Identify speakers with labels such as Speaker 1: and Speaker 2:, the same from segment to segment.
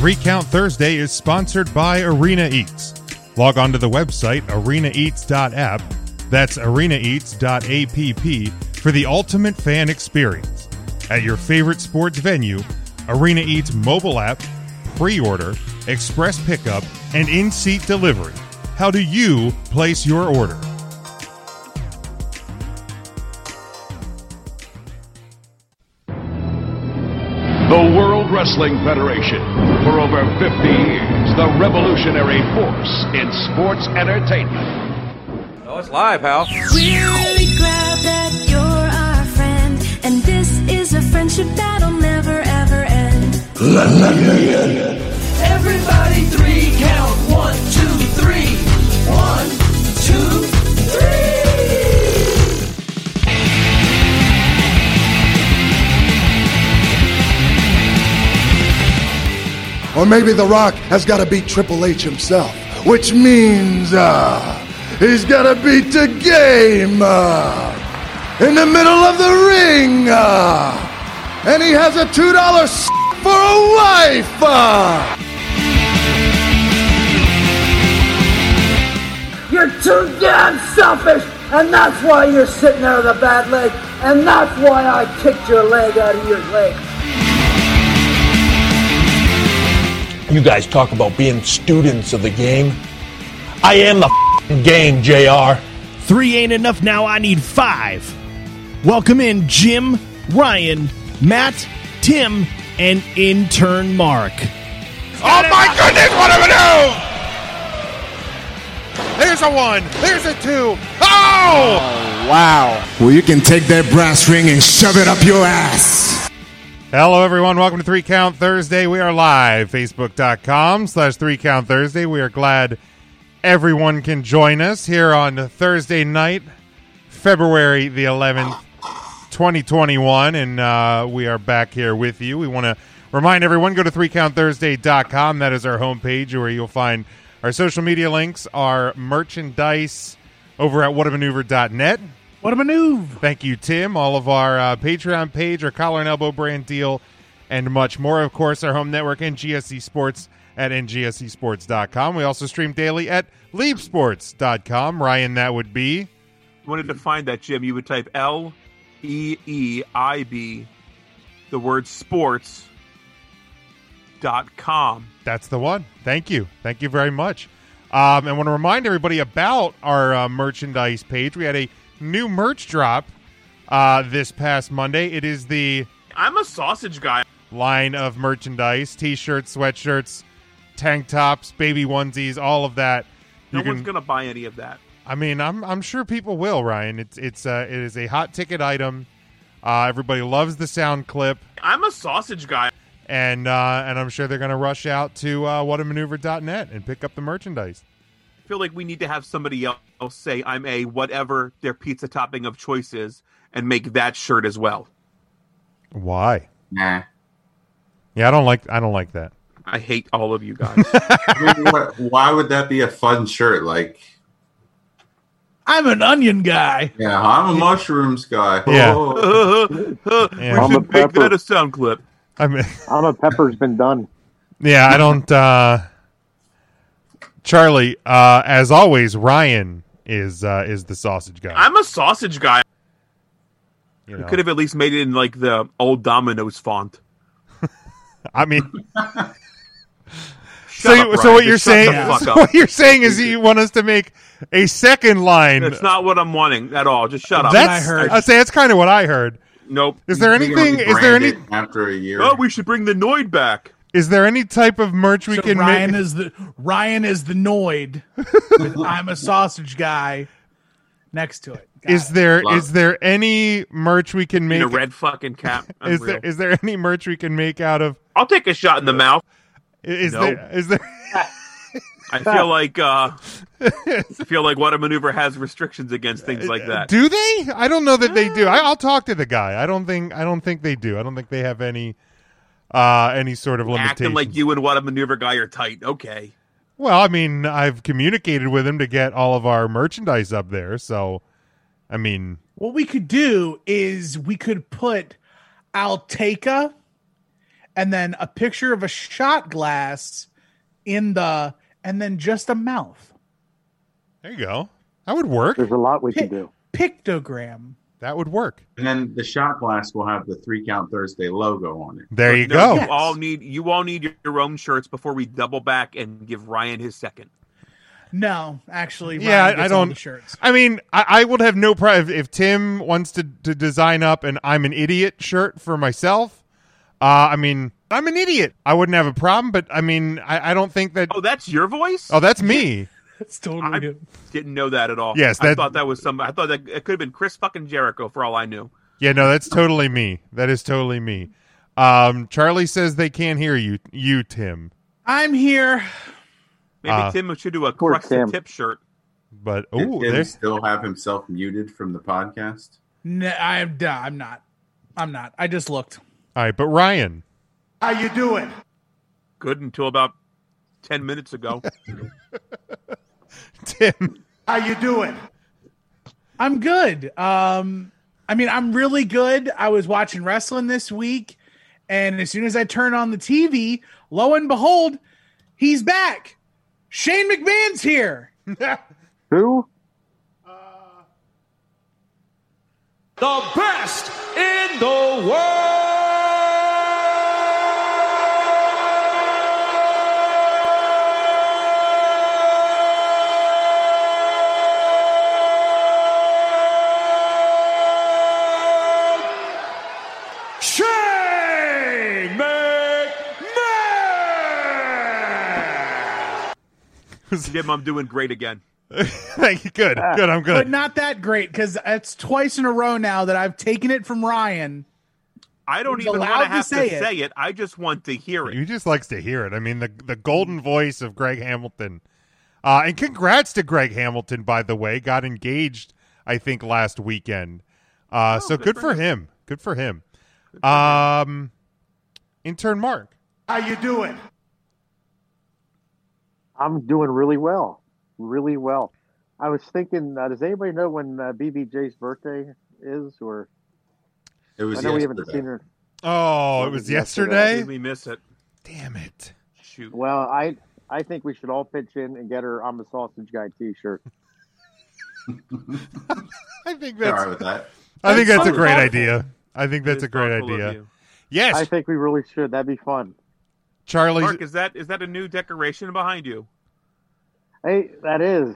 Speaker 1: Three Count Thursday is sponsored by Arena Eats. Log on to the website arenaeats.app. That's arenaeats.app for the ultimate fan experience. At your favorite sports venue, Arena Eats mobile app, pre order, express pickup, and in seat delivery. How do you place your order?
Speaker 2: The World Wrestling Federation. For over 50 years, the revolutionary force in sports entertainment.
Speaker 3: Oh, it's live, pal.
Speaker 4: We're really glad that you're our friend, and this is a friendship that'll never ever end.
Speaker 5: Everybody three count. One, two, three. One, two, three.
Speaker 6: Or maybe The Rock has got to beat Triple H himself, which means uh, he's got to beat the game uh, in the middle of the ring. Uh, and he has a $2 s- for a wife. Uh.
Speaker 7: You're too damn selfish, and that's why you're sitting there with a bad leg, and that's why I kicked your leg out of your leg.
Speaker 8: You guys talk about being students of the game. I am the f***ing game, JR.
Speaker 9: Three ain't enough now. I need five. Welcome in Jim, Ryan, Matt, Tim, and intern Mark.
Speaker 1: Oh my goodness, what am I do? There's a one. There's a two. Oh!
Speaker 10: Well, you can take that brass ring and shove it up your ass.
Speaker 1: Hello, everyone. Welcome to Three Count Thursday. We are live. Facebook.com slash Three Count Thursday. We are glad everyone can join us here on Thursday night, February the 11th, 2021. And uh, we are back here with you. We want to remind everyone go to 3countthursday.com. That is our homepage where you'll find our social media links, our merchandise over at whatamaneuver.net.
Speaker 9: What a maneuver!
Speaker 1: Thank you, Tim. All of our uh, Patreon page, our collar and elbow brand deal, and much more. Of course, our home network, NGSC E Sports at ngscsports.com. We also stream daily at leapsports.com. Ryan, that would be.
Speaker 11: wanted to find that, Jim, you would type L E E I B, the word sports dot com.
Speaker 1: That's the one. Thank you. Thank you very much. Um, and want to remind everybody about our uh, merchandise page. We had a new merch drop uh, this past Monday. It is the
Speaker 11: I'm a sausage guy.
Speaker 1: line of merchandise t-shirts, sweatshirts, tank tops, baby onesies, all of that.
Speaker 11: No
Speaker 1: You
Speaker 11: one's
Speaker 1: can-
Speaker 11: gonna buy any of that.
Speaker 1: I mean, I'm I'm sure people will, Ryan. It's it's uh, it is a hot ticket item. Uh, everybody loves the sound clip,
Speaker 11: I'm a sausage guy.
Speaker 1: and uh, and I'm sure they're going to rush out to uh, whatamaneuver.net and pick up the merchandise.
Speaker 11: I feel like we need to have somebody else say I'm a whatever their pizza topping of choice is and make that shirt as well.
Speaker 1: Why?
Speaker 3: Nah.
Speaker 1: Yeah, I don't like I don't like that.
Speaker 11: I hate all of you guys.
Speaker 12: I mean, what, why would that be a fun shirt? Like,
Speaker 9: I'm an onion guy.
Speaker 12: yeah, I'm a mushrooms guy.
Speaker 1: Yeah.
Speaker 12: Oh,
Speaker 1: Yeah.
Speaker 11: we should make that a sound clip.
Speaker 1: I mean,
Speaker 8: I'm a pepper's been done.
Speaker 1: yeah, I don't. Uh, Charlie, uh, as always, Ryan is uh, is the sausage guy.
Speaker 11: I'm a sausage guy.
Speaker 1: you
Speaker 11: We
Speaker 1: know.
Speaker 11: could have at least made it in like the old Domino's font.
Speaker 1: I mean,
Speaker 11: Shut
Speaker 1: so,
Speaker 11: up,
Speaker 1: you, so
Speaker 11: Ryan.
Speaker 1: what you're
Speaker 11: Just shut
Speaker 1: saying?
Speaker 11: the fuck
Speaker 1: so
Speaker 11: up.
Speaker 1: what you're saying is you want us to make a second line
Speaker 11: That's not what I'm wanting at all. Just shut up.
Speaker 1: That's
Speaker 9: I heard.
Speaker 1: I'd say that's kind of what I heard.
Speaker 11: nope.
Speaker 1: Is there
Speaker 12: You're gonna
Speaker 1: anything? Is there
Speaker 12: rebrand
Speaker 1: any?
Speaker 12: it After a year,
Speaker 11: Oh, we should bring the Noid back.
Speaker 1: Is there any type of merch we
Speaker 9: so
Speaker 1: can
Speaker 9: Ryan
Speaker 1: make?
Speaker 9: is the Ryan is the Noid. with I'm a sausage guy. Next to it. Got
Speaker 1: Is
Speaker 9: it.
Speaker 1: there
Speaker 12: Love.
Speaker 1: is there any merch we can make?
Speaker 11: In a red fucking cap.
Speaker 1: is
Speaker 11: Unreal.
Speaker 1: there is there any merch we can make out of?
Speaker 11: I'll take a shot in the mouth.
Speaker 1: Is
Speaker 11: No.
Speaker 1: there is there?
Speaker 11: I feel like uh, I feel like what a maneuver has restrictions against things like that. Uh.
Speaker 1: Do they? I don't know that they do. I, I'll talk to the guy. I don't think I don't think they do. I don't think they have any uh any sort of
Speaker 11: Acting
Speaker 1: limitations.
Speaker 11: like you and what a maneuver guy are tight. Okay.
Speaker 1: Well, I mean, I've communicated with him to get all of our merchandise up there. So, I mean,
Speaker 9: What we could do is we could put Alteca
Speaker 13: and then a picture of a shot glass in the, and then just a mouth.
Speaker 1: There you go. That would work.
Speaker 14: There's a lot we can do.
Speaker 13: Pictogram.
Speaker 1: That would work.
Speaker 12: And then the shot glass will have the three count Thursday logo on it.
Speaker 1: There you
Speaker 11: No,
Speaker 1: go.
Speaker 11: You all need you all need your own shirts before we double back and give Ryan his second.
Speaker 13: No, actually, Ryan
Speaker 1: yeah, I-
Speaker 13: gets
Speaker 1: I
Speaker 13: all the
Speaker 1: don't.
Speaker 13: shirts.
Speaker 1: I mean, I, I would have no problem if, if Tim wants to, to design up an "I'm an idiot" shirt for myself. Uh, I mean, I'm an idiot. I wouldn't have a problem, but I mean, I, I don't think that.
Speaker 11: Oh, that's your voice.
Speaker 1: Oh, that's me.
Speaker 13: That's totally
Speaker 11: him. Didn't know that at all.
Speaker 1: Yes,
Speaker 11: I
Speaker 1: that-
Speaker 11: thought that was some. I thought that it could have been Chris fucking Jericho for all I knew.
Speaker 1: Yeah, no, that's totally me. That is totally me. Um, Charlie says they can't hear you. You, Tim,
Speaker 13: I'm here.
Speaker 11: Maybe
Speaker 1: Uh,
Speaker 11: Tim should do a
Speaker 1: poor
Speaker 11: crux to
Speaker 1: Tim.
Speaker 11: tip shirt.
Speaker 1: but
Speaker 12: Did
Speaker 1: oh,
Speaker 12: Tim
Speaker 1: there's
Speaker 12: still have himself muted from the podcast?
Speaker 13: No, I'm, nah, I'm not. I'm not. I just looked.
Speaker 1: all right. But Ryan,
Speaker 13: How you doing?
Speaker 11: Good until about ten minutes ago.
Speaker 1: Tim,
Speaker 13: how you doing? I'm good. Um, I mean, I'm really good. I was watching wrestling this week, and as soon as I turn on the TV, lo and behold, he's back. Shane McMahon's here.
Speaker 14: Who?
Speaker 5: The best in the world. Shane
Speaker 11: Jim, I'm doing great again.
Speaker 1: Thank you. Good.
Speaker 12: Ah,
Speaker 1: Good. I'm good.
Speaker 13: But not that great because it's twice in a row now that I've taken it from Ryan.
Speaker 11: I don't
Speaker 13: He's
Speaker 11: even want
Speaker 13: allowed
Speaker 11: to
Speaker 13: to
Speaker 11: have to
Speaker 13: say
Speaker 11: say,
Speaker 13: it.
Speaker 11: it. I just want to hear it.
Speaker 1: He just likes to hear it. I mean, the the golden voice of Greg Hamilton. Uh, and congrats to Greg Hamilton, by the way. Got engaged, I think, last weekend. Uh, so good, for him. Good for him. um, intern Mark.
Speaker 13: How you doing?
Speaker 14: I'm doing really well, really well. I was thinking, uh, does anybody know when uh, BBJ's birthday is? Or
Speaker 12: It was
Speaker 14: I know we haven't
Speaker 12: yesterday.
Speaker 14: seen her.
Speaker 1: Oh, it
Speaker 14: was
Speaker 1: was
Speaker 14: yesterday.
Speaker 1: yesterday.
Speaker 11: We miss it.
Speaker 1: Damn it!
Speaker 11: Shoot.
Speaker 14: Well, I I think we should all pitch in and get her "I'm a Sausage Guy" T-shirt.
Speaker 1: I think
Speaker 12: You're
Speaker 1: that's.
Speaker 12: all right with that.
Speaker 1: I think
Speaker 14: That's
Speaker 1: that's a
Speaker 14: so
Speaker 1: great
Speaker 14: thoughtful.
Speaker 1: idea. I think that's a great idea. Yes,
Speaker 14: I think we really should. That'd be fun.
Speaker 1: Charlie.
Speaker 11: Mark, is that is that a new decoration behind you?
Speaker 14: Hey, that is.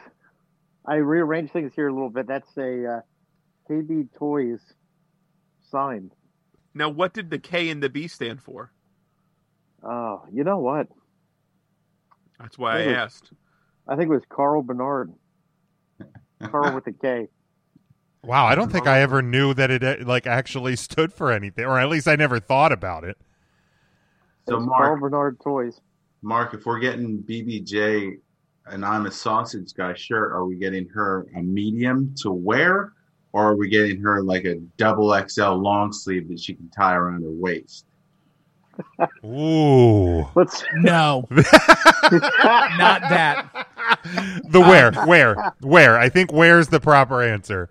Speaker 14: I rearranged things here a little bit. That's a uh, KB Toys sign.
Speaker 11: Now, what did the K and the B stand for?
Speaker 14: Oh, you know what?
Speaker 11: That's why I
Speaker 14: Really?
Speaker 11: asked.
Speaker 14: I think it was Carl Bernard. Carl with a K.
Speaker 1: Wow, I don't think I ever knew that it uh, like actually stood for anything, or at least I never thought about it.
Speaker 12: So,
Speaker 14: It's
Speaker 12: Mark,
Speaker 14: Carl Bernard Toys.
Speaker 12: Mark, if we're getting BBJ an I'm a sausage guy shirt, are we getting her a medium to wear, or are we getting her like a double XL long sleeve that she can tie around her waist?
Speaker 1: Ooh,
Speaker 14: Let's
Speaker 13: No, not that.
Speaker 1: the where, where, where? I think where's the proper answer.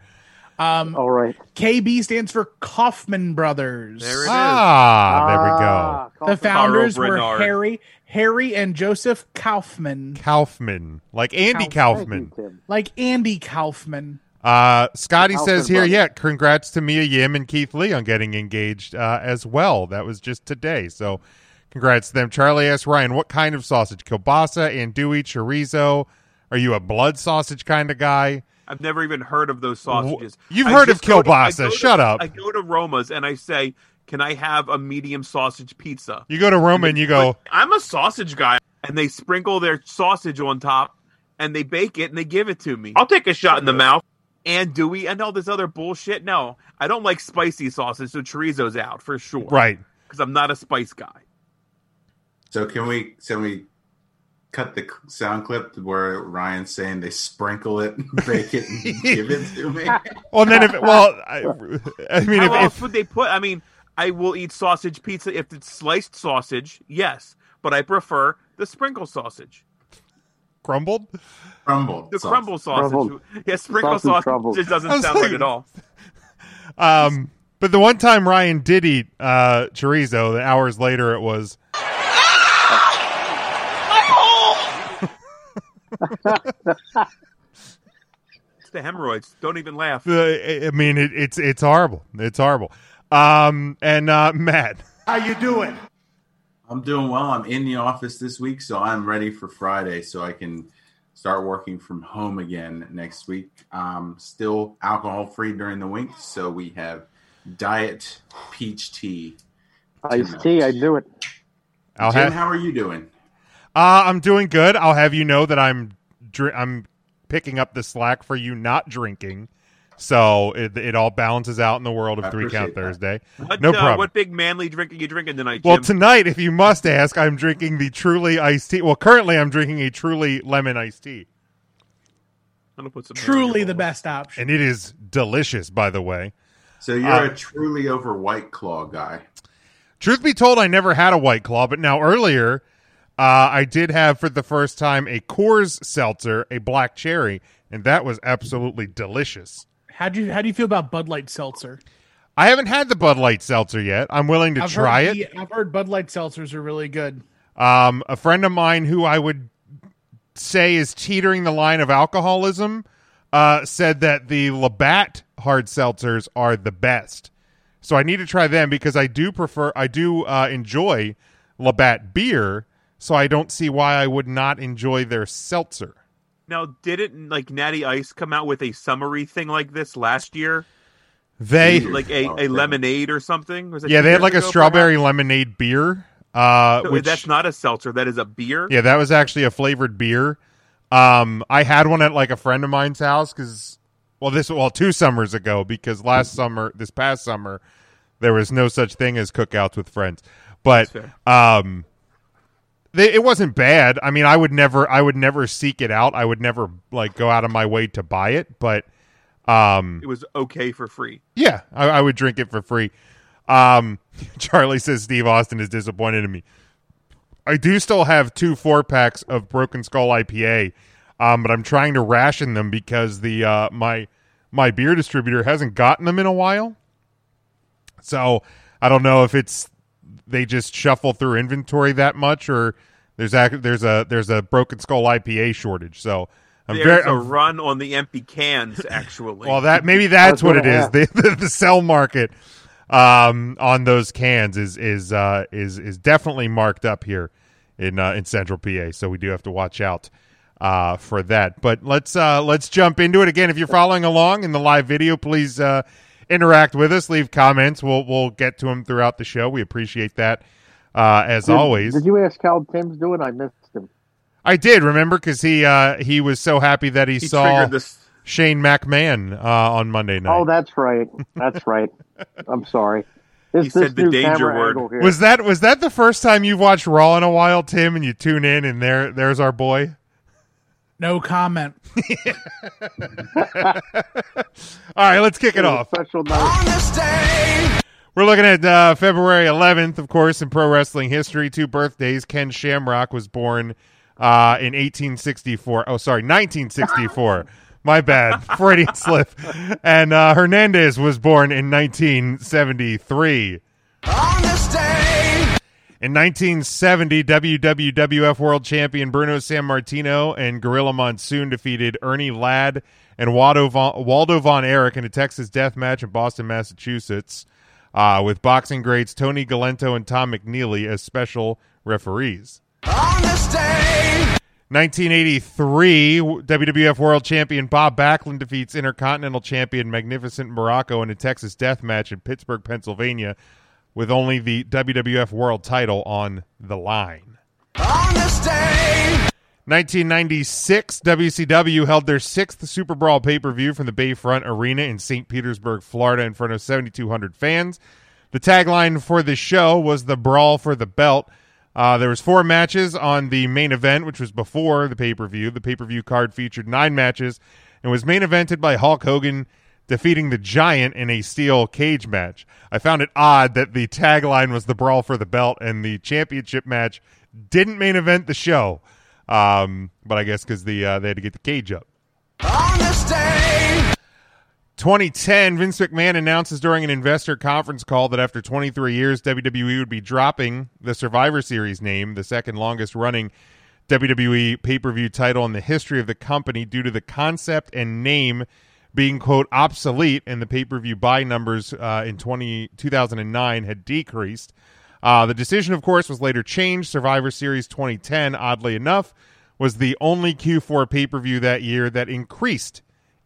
Speaker 13: Um,
Speaker 14: All right.
Speaker 13: KB stands for Kaufman Brothers.
Speaker 1: There it Ah, there we go.
Speaker 13: The founders
Speaker 1: Carl
Speaker 13: were
Speaker 1: Bernard.
Speaker 13: Harry, Harry and Joseph Kaufman,
Speaker 1: Kaufman, like Andy Kaufman.
Speaker 13: like Andy Kaufman.
Speaker 1: Uh, Scotty
Speaker 13: Kaufman
Speaker 1: says here,
Speaker 13: brothers.
Speaker 1: yeah, congrats to Mia Yim and Keith Lee on getting engaged uh, as well. That was just today, so congrats to them. Charlie asks Ryan, what kind of sausage? Kielbasa, andouille, chorizo? Are you a blood sausage kind of guy?
Speaker 11: I've never even heard of those sausages.
Speaker 1: You've
Speaker 11: I
Speaker 1: heard
Speaker 11: just
Speaker 1: of
Speaker 11: go to- I
Speaker 1: kielbasa.
Speaker 11: go to-
Speaker 1: Shut up.
Speaker 11: I go to Roma's and I say, "Can I have a medium sausage pizza?"
Speaker 1: You go to Roma and you go,
Speaker 11: I'm a sausage guy, and they sprinkle their sausage on top, and they bake it and they give it to me. I'll take a shot in the mouth. And Dewey and all this other bullshit. No, I don't like spicy sausage, so chorizo's out for sure.
Speaker 1: Right.
Speaker 11: Because I'm not a spice guy.
Speaker 12: So can we can we cut the c- sound clip where Ryan's saying they sprinkle it, bake it, and give it to me?
Speaker 1: Well, then if well, I, I mean,
Speaker 11: How
Speaker 1: if,
Speaker 11: else
Speaker 1: if
Speaker 11: would they put? I mean, I will eat sausage pizza if it's sliced sausage, yes, but I prefer the sprinkle sausage,
Speaker 1: crumbled,
Speaker 12: crumbled,
Speaker 11: the crumble sausage. Yeah, sprinkle sausage, doesn't
Speaker 1: I was
Speaker 11: sound right
Speaker 1: like-
Speaker 11: at all.
Speaker 1: Um, But the one time Ryan did eat uh, chorizo, the hours later it was.
Speaker 11: It's the hemorrhoids. Don't even laugh.
Speaker 1: I I mean, it, it's it's horrible. It's horrible. Um, and uh, Matt,
Speaker 12: How you doing? I'm doing well. I'm in the office this week, so I'm ready for Friday, so I can start working from home again next week. Um, still alcohol free during the week, so we have diet peach tea.
Speaker 14: Iced tea, I knew it.
Speaker 1: I'll
Speaker 12: Jim,
Speaker 1: have-
Speaker 12: how are you doing?
Speaker 1: Uh, I'm doing good. I'll have you know that I'm dr- I'm picking up the slack for you not drinking. So it, it all balances out in the world of
Speaker 11: I
Speaker 1: Three Count Thursday.
Speaker 11: What,
Speaker 1: no
Speaker 11: uh,
Speaker 1: problem.
Speaker 11: What big manly drink are you drinking tonight,
Speaker 1: well,
Speaker 11: Jim?
Speaker 1: tonight, if you must ask, I'm drinking the truly iced tea. Well, currently, I'm drinking a truly lemon iced tea.
Speaker 11: I'm gonna put some.
Speaker 13: Truly the best option.
Speaker 1: And it is delicious, by the way.
Speaker 12: So you're
Speaker 1: Uh,
Speaker 12: a truly over White Claw guy.
Speaker 1: Truth be told, I never had a White Claw, but now earlier, uh, I did have for the first time a Coors Seltzer, a black cherry, and that was absolutely delicious.
Speaker 13: How do you how do you feel about Bud Light Seltzer?
Speaker 1: I haven't had the Bud Light Seltzer yet. I'm willing to
Speaker 13: I've
Speaker 1: try
Speaker 13: heard
Speaker 1: it.
Speaker 13: the- I've heard Bud Light Seltzers are really good.
Speaker 1: Um, a friend of mine who I would say is teetering the line of alcoholism uh, said that the Labatt hard seltzers are the best. So I need to try them because I do prefer, I do uh, enjoy Labatt beer. So I don't see why I would not enjoy their seltzer.
Speaker 11: Now, didn't like Natty Ice come out with a summary thing like this last year?
Speaker 1: They
Speaker 11: like a, a lemonade or something. Was it
Speaker 1: yeah,
Speaker 11: two
Speaker 1: they had like
Speaker 11: years
Speaker 1: a
Speaker 11: ago,
Speaker 1: strawberry lemonade beer. Uh,
Speaker 11: perhaps? No,
Speaker 1: which
Speaker 11: that's not a seltzer. That is a beer.
Speaker 1: Yeah, that was actually a flavored beer. Um, I had one at like a friend of mine's house because, well, this well two summers ago because last summer, this past summer, there was no such thing as cookouts with friends. But um, they, it wasn't bad. I mean, I would never, I would never seek it out. I would never like go out of my way to buy it. But um,
Speaker 11: It was okay for free.
Speaker 1: yeah, I, I would drink it for free. Um, Charlie says Steve Austin is disappointed in me. I do still have two four packs of Broken Skull IPA, um, but I'm trying to ration them because the uh, my my beer distributor hasn't gotten them in a while. So I don't know if it's they just shuffle through inventory that much, or there's ac- there's a there's a Broken Skull IPA shortage. So I'm
Speaker 11: There's
Speaker 1: very
Speaker 11: a
Speaker 1: I'm
Speaker 11: run on the empty cans. Actually,
Speaker 1: well, that maybe that's what it is. The, the the sell market um, on those cans is is uh, is is definitely marked up here in uh, in Central PA. So we do have to watch out uh, for that. But let's uh, let's jump into it again. If you're following along in the live video, please uh, interact with us. Leave comments. We'll we'll get to them throughout the show. We appreciate that uh, as
Speaker 14: Did-
Speaker 1: always.
Speaker 14: Did you ask how Tim's doing? I missed him.
Speaker 1: I did remember because he uh, he was so happy that he,
Speaker 14: He
Speaker 1: saw
Speaker 14: triggered this-
Speaker 1: Shane McMahon uh, on Monday night.
Speaker 14: Oh, that's right. That's right. I'm sorry. This,
Speaker 1: He
Speaker 14: this
Speaker 1: said the
Speaker 14: new
Speaker 1: danger
Speaker 14: camera
Speaker 1: word.
Speaker 14: angle here.
Speaker 1: Was that was that the first time you've watched Raw in a while, Tim? And you tune in, and there there's our boy.
Speaker 13: No comment.
Speaker 1: All right, let's kick it off. We're looking at uh, February 11th, of course, in pro wrestling history. Two birthdays. Ken Shamrock was born uh, in 1864. Oh, sorry, 1964. My bad, Freudian slip. And uh, Hernandez was born in 1973. In 1970, WWWF World Champion Bruno San Martino and Gorilla Monsoon defeated Ernie Ladd and Waldo Von, Waldo Von Erich in a Texas death match in Boston, Massachusetts, uh, with boxing greats Tony Galento and Tom McNeely as special referees. 1983, WWF World Champion Bob Backlund defeats Intercontinental Champion Magnificent Morocco in a Texas death match in Pittsburgh, Pennsylvania, with only the WWF World title on the line. 1996, WCW held their sixth Super Brawl pay per view from the Bayfront Arena in St. Petersburg, Florida, in front of 7,200 fans. The tagline for the show was "The Brawl for the Belt." Uh, there was four matches on the main event, which was before the pay per view. The pay per view card featured nine matches and was main evented by Hulk Hogan defeating the Giant in a steel cage match. I found it odd that the tagline was "The Brawl for the Belt" and the championship match didn't main event the show. Um, but I guess because the uh, they had to get the cage up. 2010, Vince McMahon announces during an investor conference call that after 23 years, WWE would be dropping the Survivor Series name, the second longest running WWE pay per view title in the history of the company, due to the concept and name being, quote, obsolete, and the pay per view buy numbers uh, in 20, 2009 had decreased. Uh, the decision, of course, was later changed. Survivor Series 2010, oddly enough, was the only Q4 pay per view that year that increased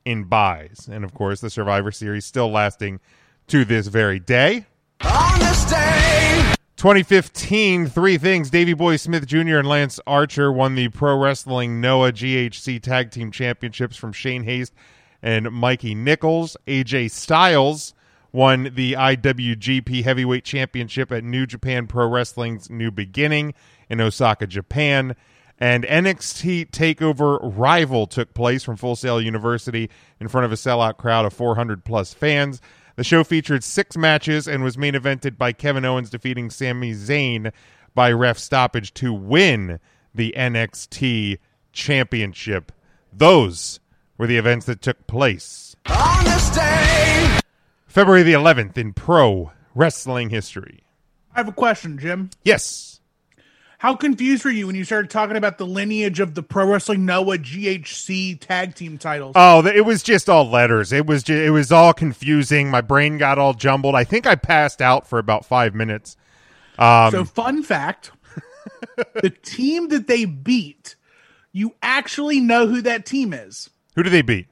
Speaker 1: in buys. And of course, the Survivor Series still lasting to this very day.
Speaker 5: On this day,
Speaker 1: 2015, three things. Davey Boy Smith Jr. and Lance Archer won the Pro Wrestling NOAA GHC Tag Team Championships from Shane Haste and Mikey Nichols. AJ Styles won the IWGP Heavyweight Championship at New Japan Pro Wrestling's New Beginning in Osaka, Japan. And NXT Takeover Rival took place from Full Sail University in front of a sellout crowd of 400 plus fans. The show featured six matches and was main evented by Kevin Owens defeating Sami Zayn by ref stoppage to win the NXT Championship. Those were the events that took place
Speaker 5: on this day,
Speaker 1: February the 11th in pro wrestling history.
Speaker 13: I have a question, Jim.
Speaker 1: Yes.
Speaker 13: How confused were you when you started talking about the lineage of the Pro Wrestling Noah GHC tag team titles?
Speaker 1: Oh, th- it was just all letters. It was ju- it was all confusing. My brain got all jumbled. I think I passed out for about five minutes. Um,
Speaker 13: so, fun fact the team that they beat, you actually know who that team is.
Speaker 1: who do they beat?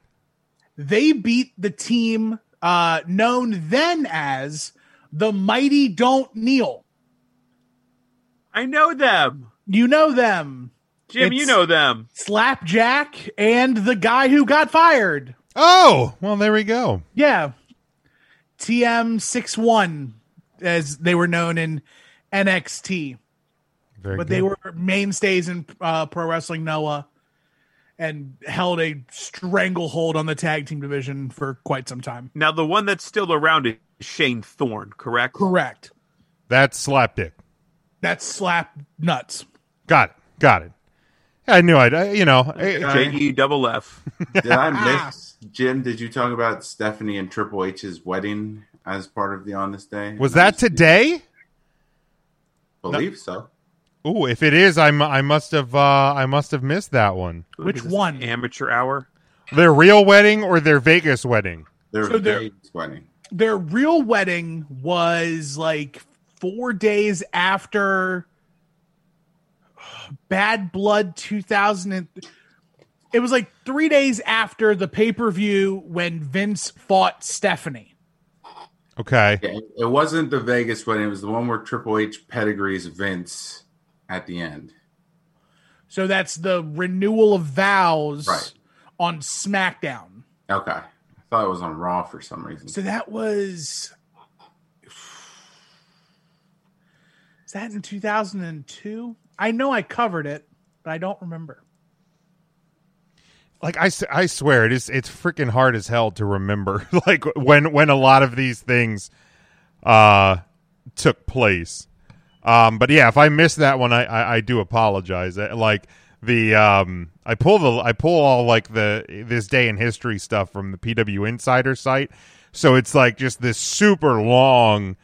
Speaker 13: They beat the team uh, known then as the Mighty Don't Kneel.
Speaker 11: I know them.
Speaker 13: You know them.
Speaker 11: Jim, you know them.
Speaker 13: Slapjack and the guy who got fired.
Speaker 1: Oh, well, there we go.
Speaker 13: Yeah. TM61, as they were known in NXT.
Speaker 1: Very
Speaker 13: but
Speaker 1: good.
Speaker 13: they were mainstays in uh, Pro Wrestling Noah and held a stranglehold on the tag team division for quite some time.
Speaker 11: Now, the one that's still around is Shane Thorne, correct?
Speaker 13: Correct.
Speaker 1: That's slapdick.
Speaker 13: That's slap nuts.
Speaker 1: Got it. Got it. I knew I'd, I, you know, I-
Speaker 11: J E double F.
Speaker 12: Did I miss Jim? Did you talk about Stephanie and Triple H's wedding as part of the on this day?
Speaker 1: was that today?
Speaker 12: believe so.
Speaker 1: Oh, if it is, I'm, I must have, uh, I must have missed that one.
Speaker 13: Which one?
Speaker 11: Amateur hour.
Speaker 1: Their real wedding or their Vegas wedding?
Speaker 12: Their
Speaker 13: So they're-
Speaker 12: Vegas wedding.
Speaker 13: Their real wedding was like four days after Bad Blood 2000. And, it was like three days after the pay per view when Vince fought Stephanie.
Speaker 1: Okay.
Speaker 12: Yeah, it wasn't the Vegas wedding. It was the one where Triple H pedigrees Vince at the end.
Speaker 13: So that's the renewal of vows
Speaker 12: Right.
Speaker 13: on SmackDown.
Speaker 12: Okay. I thought it was on Raw for some reason.
Speaker 13: So that was. Is that in 2002? I know I covered it, but I don't remember.
Speaker 1: like I, s- I swear it is it's freaking hard as hell to remember like when when a lot of these things uh took place um but yeah if i missed that one i i, I do apologize Uh, like the um i pull the i pull all like the this day in history stuff from the pw insider site so it's like just this super long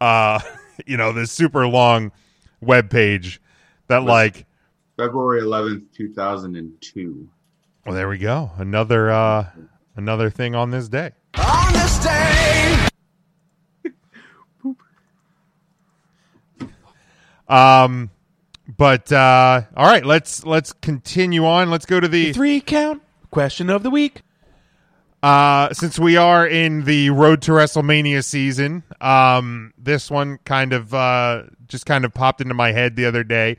Speaker 1: uh you know this super long web page that like
Speaker 12: February 11th, 2002.
Speaker 1: well there we go another uh another thing on this day
Speaker 5: on this day,
Speaker 1: Um, but uh, all right, let's let's continue on. Let's go to the
Speaker 11: three count question of the week.
Speaker 1: Uh, since we are in the road to WrestleMania season, um, this one kind of uh, just kind of popped into my head the other day.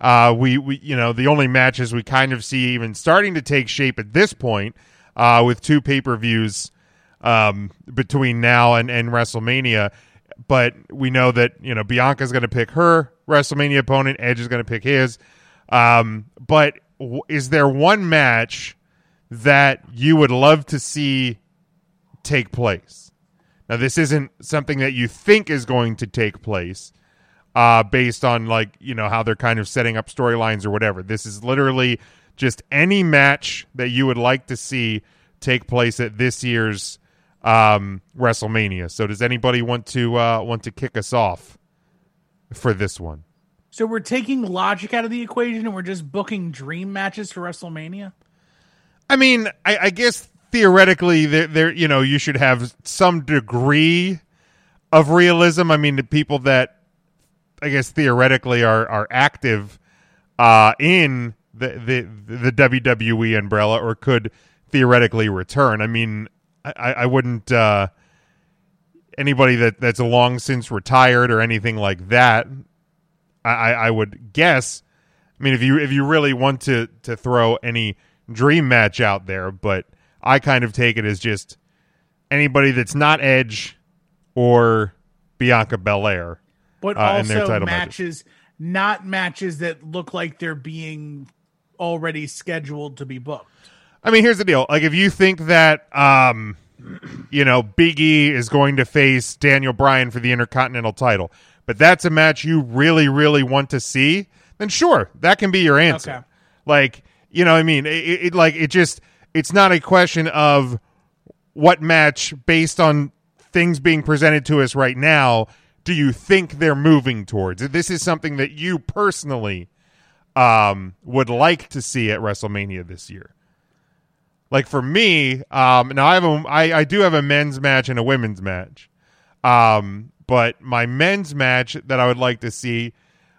Speaker 1: Uh, we, we you know the only matches we kind of see even starting to take shape at this point uh, with two pay per views um, between now and, and WrestleMania. But we know that you know Bianca's going to pick her WrestleMania opponent. Edge is going to pick his. Um, but w- is there one match that you would love to see take place? Now, this isn't something that you think is going to take place, uh, based on like you know how they're kind of setting up storylines or whatever. This is literally just any match that you would like to see take place at this year's um, WrestleMania. So does anybody want to uh, want to kick us off for this one?
Speaker 13: So we're taking logic out of the equation and we're just booking dream matches for WrestleMania.
Speaker 1: I mean, I, I guess theoretically, there, there, you know, you should have some degree of realism. I mean, the people that I guess theoretically are are active uh, in the, the the WWE umbrella or could theoretically return. I mean, I- I, I wouldn't uh, anybody that that's long since retired or anything like that. I, I, I would guess. I mean, if you if you really want to to throw any dream match out there, but I kind of take it as just anybody that's not Edge or Bianca Belair,
Speaker 13: But
Speaker 1: uh, in their
Speaker 13: also
Speaker 1: title matches.
Speaker 13: matches, not matches that look like they're being already scheduled to be booked.
Speaker 1: I mean, here's the deal. Like, if you think that, um, you know, Big E is going to face Daniel Bryan for the Intercontinental title, but that's a match you really, really want to see, then sure, that can be your answer.
Speaker 13: Okay.
Speaker 1: Like, you know, what I mean, it, it it- like it just it's not a question of what match based on things being presented to us right now do you think they're moving towards. This is something that you personally um, would like to see at WrestleMania this year. Like for me, um, now I have a I, I do have a men's match and a women's match, um, but my men's match that I would like to see,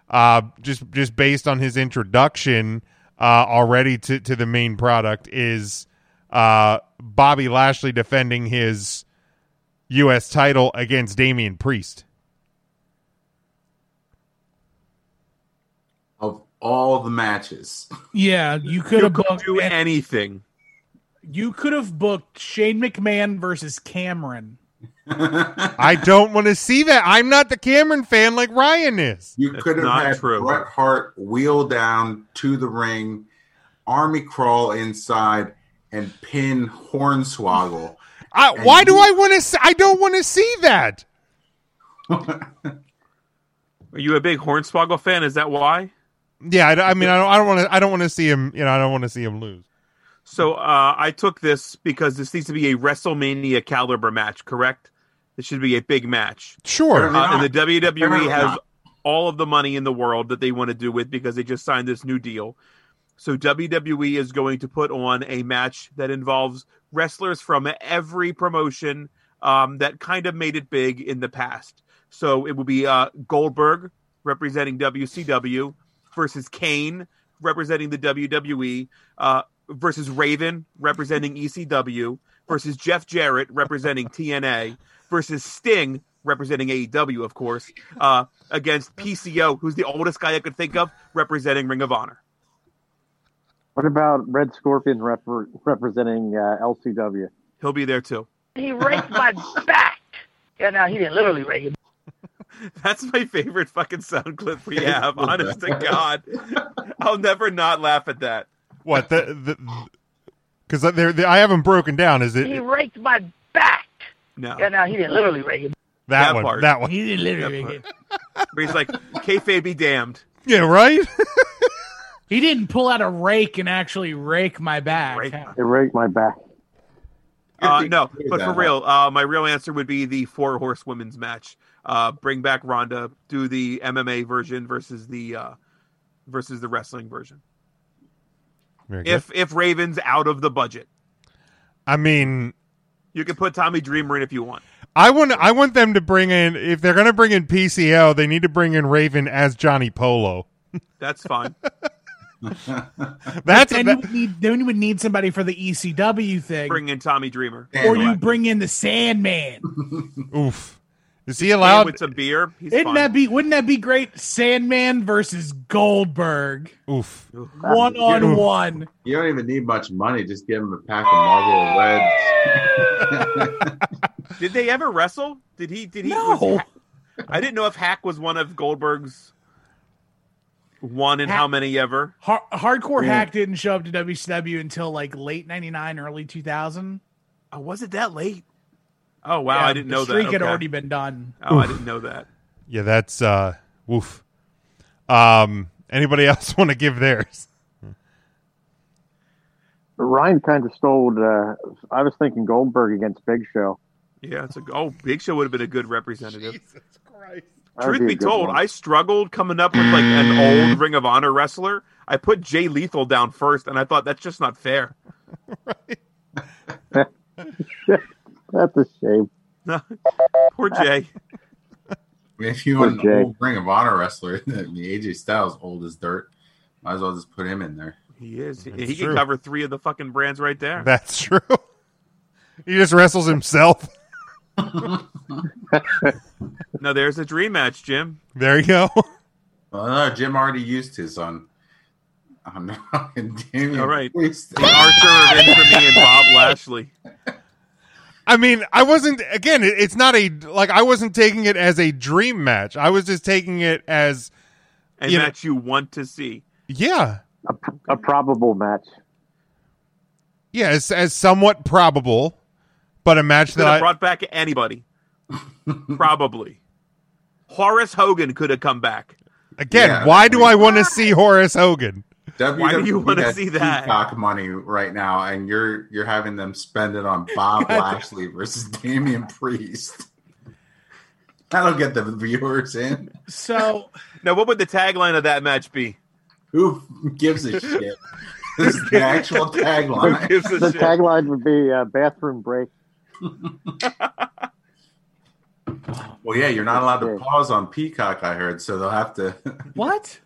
Speaker 1: uh, just just based on his introduction uh, already to to the main product is uh, Bobby Lashley defending his U.S. title against Damian Priest.
Speaker 12: of all the matches.
Speaker 13: Yeah, you could have booked
Speaker 11: do anything.
Speaker 13: You could have booked Shane McMahon versus Cameron.
Speaker 1: I don't want to see that. I'm not the Cameron fan like Ryan is.
Speaker 12: You could have had Bret Hart wheel down to the ring, army crawl inside, and pin Hornswoggle.
Speaker 1: I, why do I want to? See, I don't want to see that.
Speaker 11: Uh, Are you a big Hornswoggle fan? Is that why?
Speaker 1: Yeah, I, don't- I mean, I don't. I don't want to. I don't want to see him. You know, I don't want to see him lose.
Speaker 11: So uh, I took this because this needs to be a WrestleMania caliber match, correct? This should be a big match.
Speaker 1: Sure.
Speaker 11: Uh, and the
Speaker 1: Apparently
Speaker 11: WWE E has
Speaker 1: not.
Speaker 11: all of the money in the world that they want to do with because they just signed this new deal. So WWE is going to put on a match that involves wrestlers from every promotion um, that kind of made it big in the past. So it will be uh, Goldberg representing WCW versus Kane representing the WWE uh, versus Raven representing ECW versus Jeff Jarrett representing TNA versus Sting representing AEW, of course, uh, against PCO, who's the oldest guy I could think of representing Ring of Honor.
Speaker 14: What about Red Scorpion rep- representing uh, LCW?
Speaker 11: He'll be there too.
Speaker 15: He raked my back. Yeah, now he didn't literally rake it.
Speaker 11: That's my favorite fucking sound clip we have. honest to God, I'll never not laugh at that.
Speaker 1: What the because there I haven't broken down. Is it
Speaker 15: He raked my back.
Speaker 11: No.
Speaker 15: Yeah, now he didn't literally rake it.
Speaker 1: that, one? That one.
Speaker 11: That part. Where he's like, "Kayfabe be damned."
Speaker 1: Yeah, right.
Speaker 13: he didn't pull out a rake and actually rake my back.
Speaker 14: It raked my back.
Speaker 11: Uh, no, but for
Speaker 14: that.
Speaker 11: real, uh, my real answer would be the four horse women's match. Uh, bring back Ronda, do the MMA version versus the uh, versus the wrestling version.
Speaker 1: Very good.
Speaker 11: If if Raven's out of the budget,
Speaker 1: I mean,
Speaker 11: you can put Tommy Dreamer in if you want.
Speaker 1: I want I want them to bring in if they're going to bring in PCO, they need to bring in Raven as Johnny Polo.
Speaker 11: That's fine.
Speaker 1: That's
Speaker 13: then,
Speaker 1: a-
Speaker 13: you would need, then you would need somebody for the ECW thing,
Speaker 11: bring in Tommy Dreamer.
Speaker 13: or you bring in the Sandman.
Speaker 1: Oof. Is he allowed?
Speaker 11: with some beer? He's
Speaker 13: Wouldn't
Speaker 11: fine.
Speaker 13: that be? Wouldn't that be great? Sandman versus Goldberg,
Speaker 1: Oof.
Speaker 13: one on one.
Speaker 12: You don't even need much money. Just give him a pack of Marlboro Reds.
Speaker 11: Did they ever wrestle? Did he? Did he?
Speaker 13: No.
Speaker 11: was Ha- I didn't know if Hack was one of Goldberg's one and how many ever.
Speaker 13: Har- Hardcore
Speaker 11: Yeah.
Speaker 13: Hack didn't show up to WCW until like late '99, early 2000.
Speaker 11: Oh, was it that late? Oh wow, I didn't know
Speaker 13: The streak
Speaker 11: that.
Speaker 13: had
Speaker 11: Okay.
Speaker 13: already been done.
Speaker 11: Oh, I
Speaker 1: Oof.
Speaker 11: didn't know that.
Speaker 1: Yeah, that's uh woof. Um anybody else want to give theirs?
Speaker 14: Ryan kind of stole. Uh, I was thinking Goldberg against Big Show.
Speaker 11: Yeah, it's a oh, Big Show would have been a good representative.
Speaker 1: Christ.
Speaker 11: Truth be told, I struggled coming up with like an old Ring of Honor wrestler. I put Jay Lethal down first, and I thought that's just not fair.
Speaker 14: That's a shame.
Speaker 11: Poor Jay.
Speaker 12: If you
Speaker 14: Poor
Speaker 12: want
Speaker 14: Jay.
Speaker 12: an old Ring of Honor wrestler, I mean, AJ Styles old as dirt. Might as well just put him in there.
Speaker 11: He is. He,
Speaker 12: That's
Speaker 11: he
Speaker 12: true.
Speaker 11: can cover three of the fucking brands right there.
Speaker 1: That's true. he just wrestles himself.
Speaker 11: no, there's a dream match, Jim.
Speaker 1: There you go.
Speaker 12: Well, no, Jim already used his on. on Damien.
Speaker 11: All right.
Speaker 12: Priest.
Speaker 11: Archer revenge for me and Bob Lashley.
Speaker 1: I mean, I wasn't again, it, it's not a like I wasn't taking it as a dream match. I was just taking it as
Speaker 11: And
Speaker 1: you know-
Speaker 11: that you want to see.
Speaker 1: yeah.
Speaker 14: A, a probable match.
Speaker 1: Yeah, as, as somewhat probable, but a match
Speaker 11: Could
Speaker 1: that I,
Speaker 11: have brought back anybody. Probably. Horace Hogan could have come back.
Speaker 1: again,
Speaker 11: Yeah,
Speaker 1: why do I want to see Horace Hogan?
Speaker 11: Why do you
Speaker 12: WWE
Speaker 11: wanna
Speaker 12: E has
Speaker 11: see that?
Speaker 12: Peacock money right now, and you're you're having them spend it on Bob Lashley versus Damian Priest. That'll get the viewers in.
Speaker 13: So
Speaker 11: now, what would the tagline of that match be?
Speaker 12: Who gives a shit? This is the actual tagline.
Speaker 14: the tagline would be uh, "Bathroom Break."
Speaker 12: Well, yeah, you're not allowed to pause on Peacock. I heard, so they'll have to.
Speaker 13: What?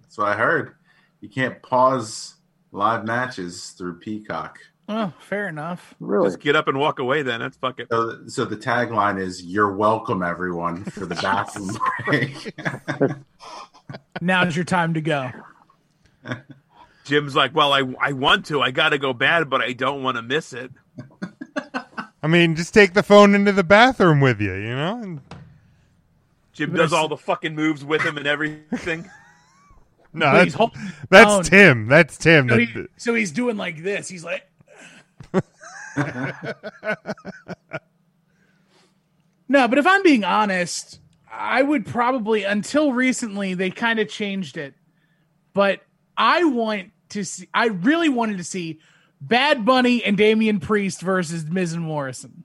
Speaker 12: That's what I heard. You can't pause live matches through Peacock.
Speaker 13: Oh, fair enough.
Speaker 11: Just get up and walk away then. That's fuck it.
Speaker 12: So, so the tagline is "You're welcome, everyone," for the bathroom break.
Speaker 13: Now's your time to go.
Speaker 11: Jim's like, well, I, I want to. I got to go bad, but I don't want to miss it.
Speaker 1: I mean, just take the phone into the bathroom with you, you know? And-
Speaker 11: Jim does all the fucking moves with him and everything.
Speaker 1: no, that's,
Speaker 13: Please hold
Speaker 1: Uh, that's
Speaker 13: phone.
Speaker 1: Tim. That's Tim.
Speaker 13: So,
Speaker 1: That,
Speaker 13: he- so he's doing like this. He's like, no, but if I'm being honest, I would probably until recently they kind of changed it, but I want to see. I really wanted to see Bad Bunny and Damian Priest versus Miz and Morrison.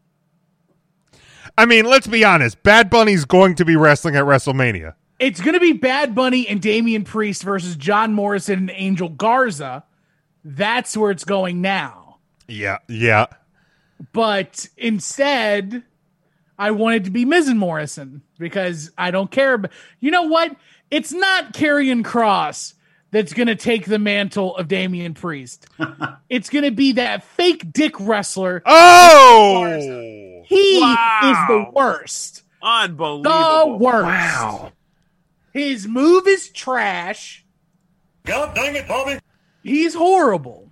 Speaker 1: I mean, let's be honest. Bad Bunny's going to be wrestling at WrestleMania.
Speaker 13: It's going to be Bad Bunny and Damian Priest versus John Morrison and Angel Garza. That's where it's going now.
Speaker 1: Yeah, yeah.
Speaker 13: but instead I wanted to be Miz and Morrison because I don't care. But you know what? It's not Karrion Cross that's going to take the mantle of Damian Priest. it's going to be that fake dick wrestler.
Speaker 1: Oh,
Speaker 13: he
Speaker 11: Wow.
Speaker 13: is the worst.
Speaker 11: Unbelievable.
Speaker 13: The worst. His move is trash.
Speaker 11: God dang it, Bobby.
Speaker 13: He's horrible.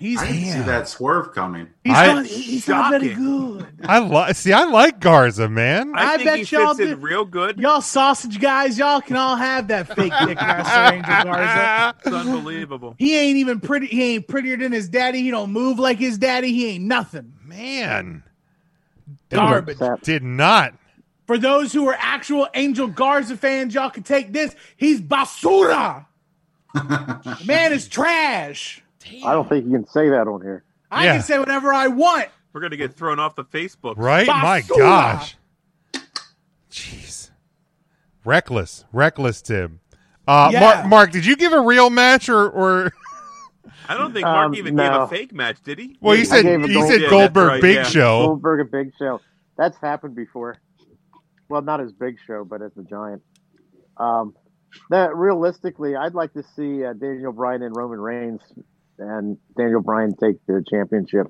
Speaker 13: He's
Speaker 12: I didn't see that swerve coming.
Speaker 13: He's
Speaker 1: I-
Speaker 13: not, he's not very good.
Speaker 1: I li- see. I like Garza, man.
Speaker 13: I, bet y'all
Speaker 11: fits in
Speaker 13: do-
Speaker 11: real good.
Speaker 13: Y'all sausage guys, y'all can all have that fake dick wrestler Angel Garza.
Speaker 11: It's unbelievable.
Speaker 13: He ain't even pretty. He ain't prettier than his daddy. He don't move like his daddy. He ain't nothing.
Speaker 1: Man,
Speaker 13: Garbage.
Speaker 1: Did not.
Speaker 13: For those who are actual Angel Garza fans, y'all can take this. He's basura. The Man is trash.
Speaker 14: I don't think you can say that on here.
Speaker 13: I
Speaker 14: Yeah.
Speaker 13: can say whatever I want.
Speaker 11: We're going to get thrown off the Facebook.
Speaker 1: Right? My
Speaker 13: Basura.
Speaker 1: gosh. Jeez. Reckless. Reckless, Tim. Uh,
Speaker 11: Yeah.
Speaker 1: Mark, Mark, did you give a real match or. or
Speaker 11: I don't think Mark
Speaker 14: Um,
Speaker 11: even
Speaker 14: no.
Speaker 11: gave a fake match, did he?
Speaker 1: Well, you
Speaker 14: I
Speaker 1: said,
Speaker 14: gave a
Speaker 1: you
Speaker 14: Gold-
Speaker 1: said
Speaker 14: Yeah,
Speaker 1: Goldberg
Speaker 11: that's right,
Speaker 1: Big
Speaker 11: yeah.
Speaker 1: Show.
Speaker 14: Goldberg a Big Show. That's happened before. Well, not as Big Show, but as the Giant. Um, that realistically, I'd like to see uh, Daniel Bryan and Roman Reigns, and Daniel Bryan take the championship.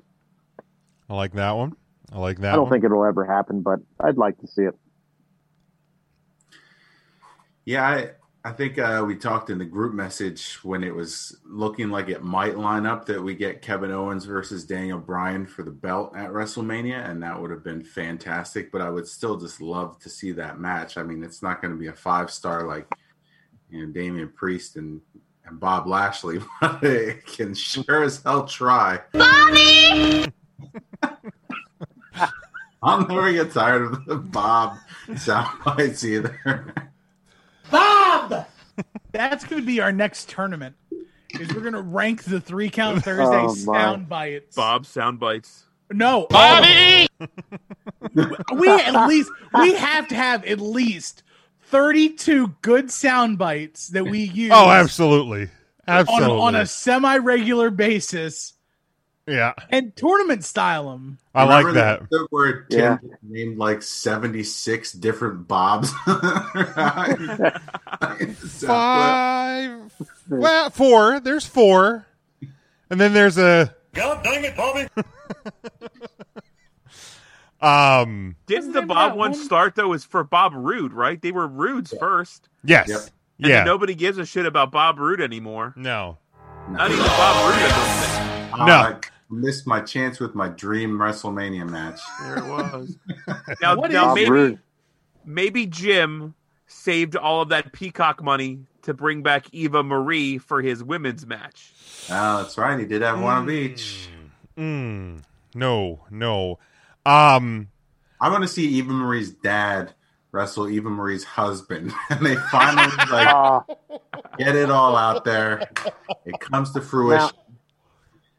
Speaker 1: I like that one. I like that
Speaker 14: I don't
Speaker 1: one.
Speaker 14: think it'll ever happen, but I'd like to see it.
Speaker 12: Yeah, I, I think uh, we talked in the group message when it was looking like it might line up that we get Kevin Owens versus Daniel Bryan for the belt at WrestleMania, and that would have been fantastic. But I would still just love to see that match. I mean, it's not going to be a five star like you know Damian Priest and and Bob Lashley, but it can sure as hell try.
Speaker 5: Bobby!
Speaker 12: I'll never get tired of the Bob sound bites either.
Speaker 13: Bob. That's going to be our next tournament. Is we're going to rank the three count Thursday
Speaker 12: Oh, my.
Speaker 13: sound bites.
Speaker 11: Bob sound bites.
Speaker 13: No,
Speaker 5: Bobby!
Speaker 13: we at least we have to have at least thirty-two good sound bites that we use.
Speaker 1: Oh, absolutely. Absolutely.
Speaker 13: On, on a semi-regular basis
Speaker 1: yeah.
Speaker 13: and tournament style them.
Speaker 1: I like
Speaker 12: Remember
Speaker 1: that.
Speaker 12: episode Where Tim
Speaker 1: Yeah.
Speaker 12: named like seventy six different Bobs. uh,
Speaker 1: Five. Well, four. There's four. And then there's a.
Speaker 5: God dang it, Bobby!
Speaker 1: um.
Speaker 11: Didn't the Bob one start though? Is for Bob Roode, right? They were Roodes first.
Speaker 1: Yes. Yep.
Speaker 11: And
Speaker 1: Yeah.
Speaker 11: Nobody gives a shit about Bob Roode anymore.
Speaker 1: No.
Speaker 11: Not even Bob Roode.
Speaker 12: no, I missed my chance with my dream WrestleMania match.
Speaker 11: There it was. Now,
Speaker 12: What
Speaker 11: now
Speaker 12: is-
Speaker 11: maybe
Speaker 12: Rude.
Speaker 11: maybe Jim saved all of that peacock money to bring back Eva Marie for his women's match.
Speaker 12: Oh, that's right. He did have one of each.
Speaker 1: Mm, no, no. Um,
Speaker 12: I want to see Eva Marie's dad wrestle Eva Marie's husband, and they finally
Speaker 14: Ah,
Speaker 12: like get it all out there. It comes to fruition.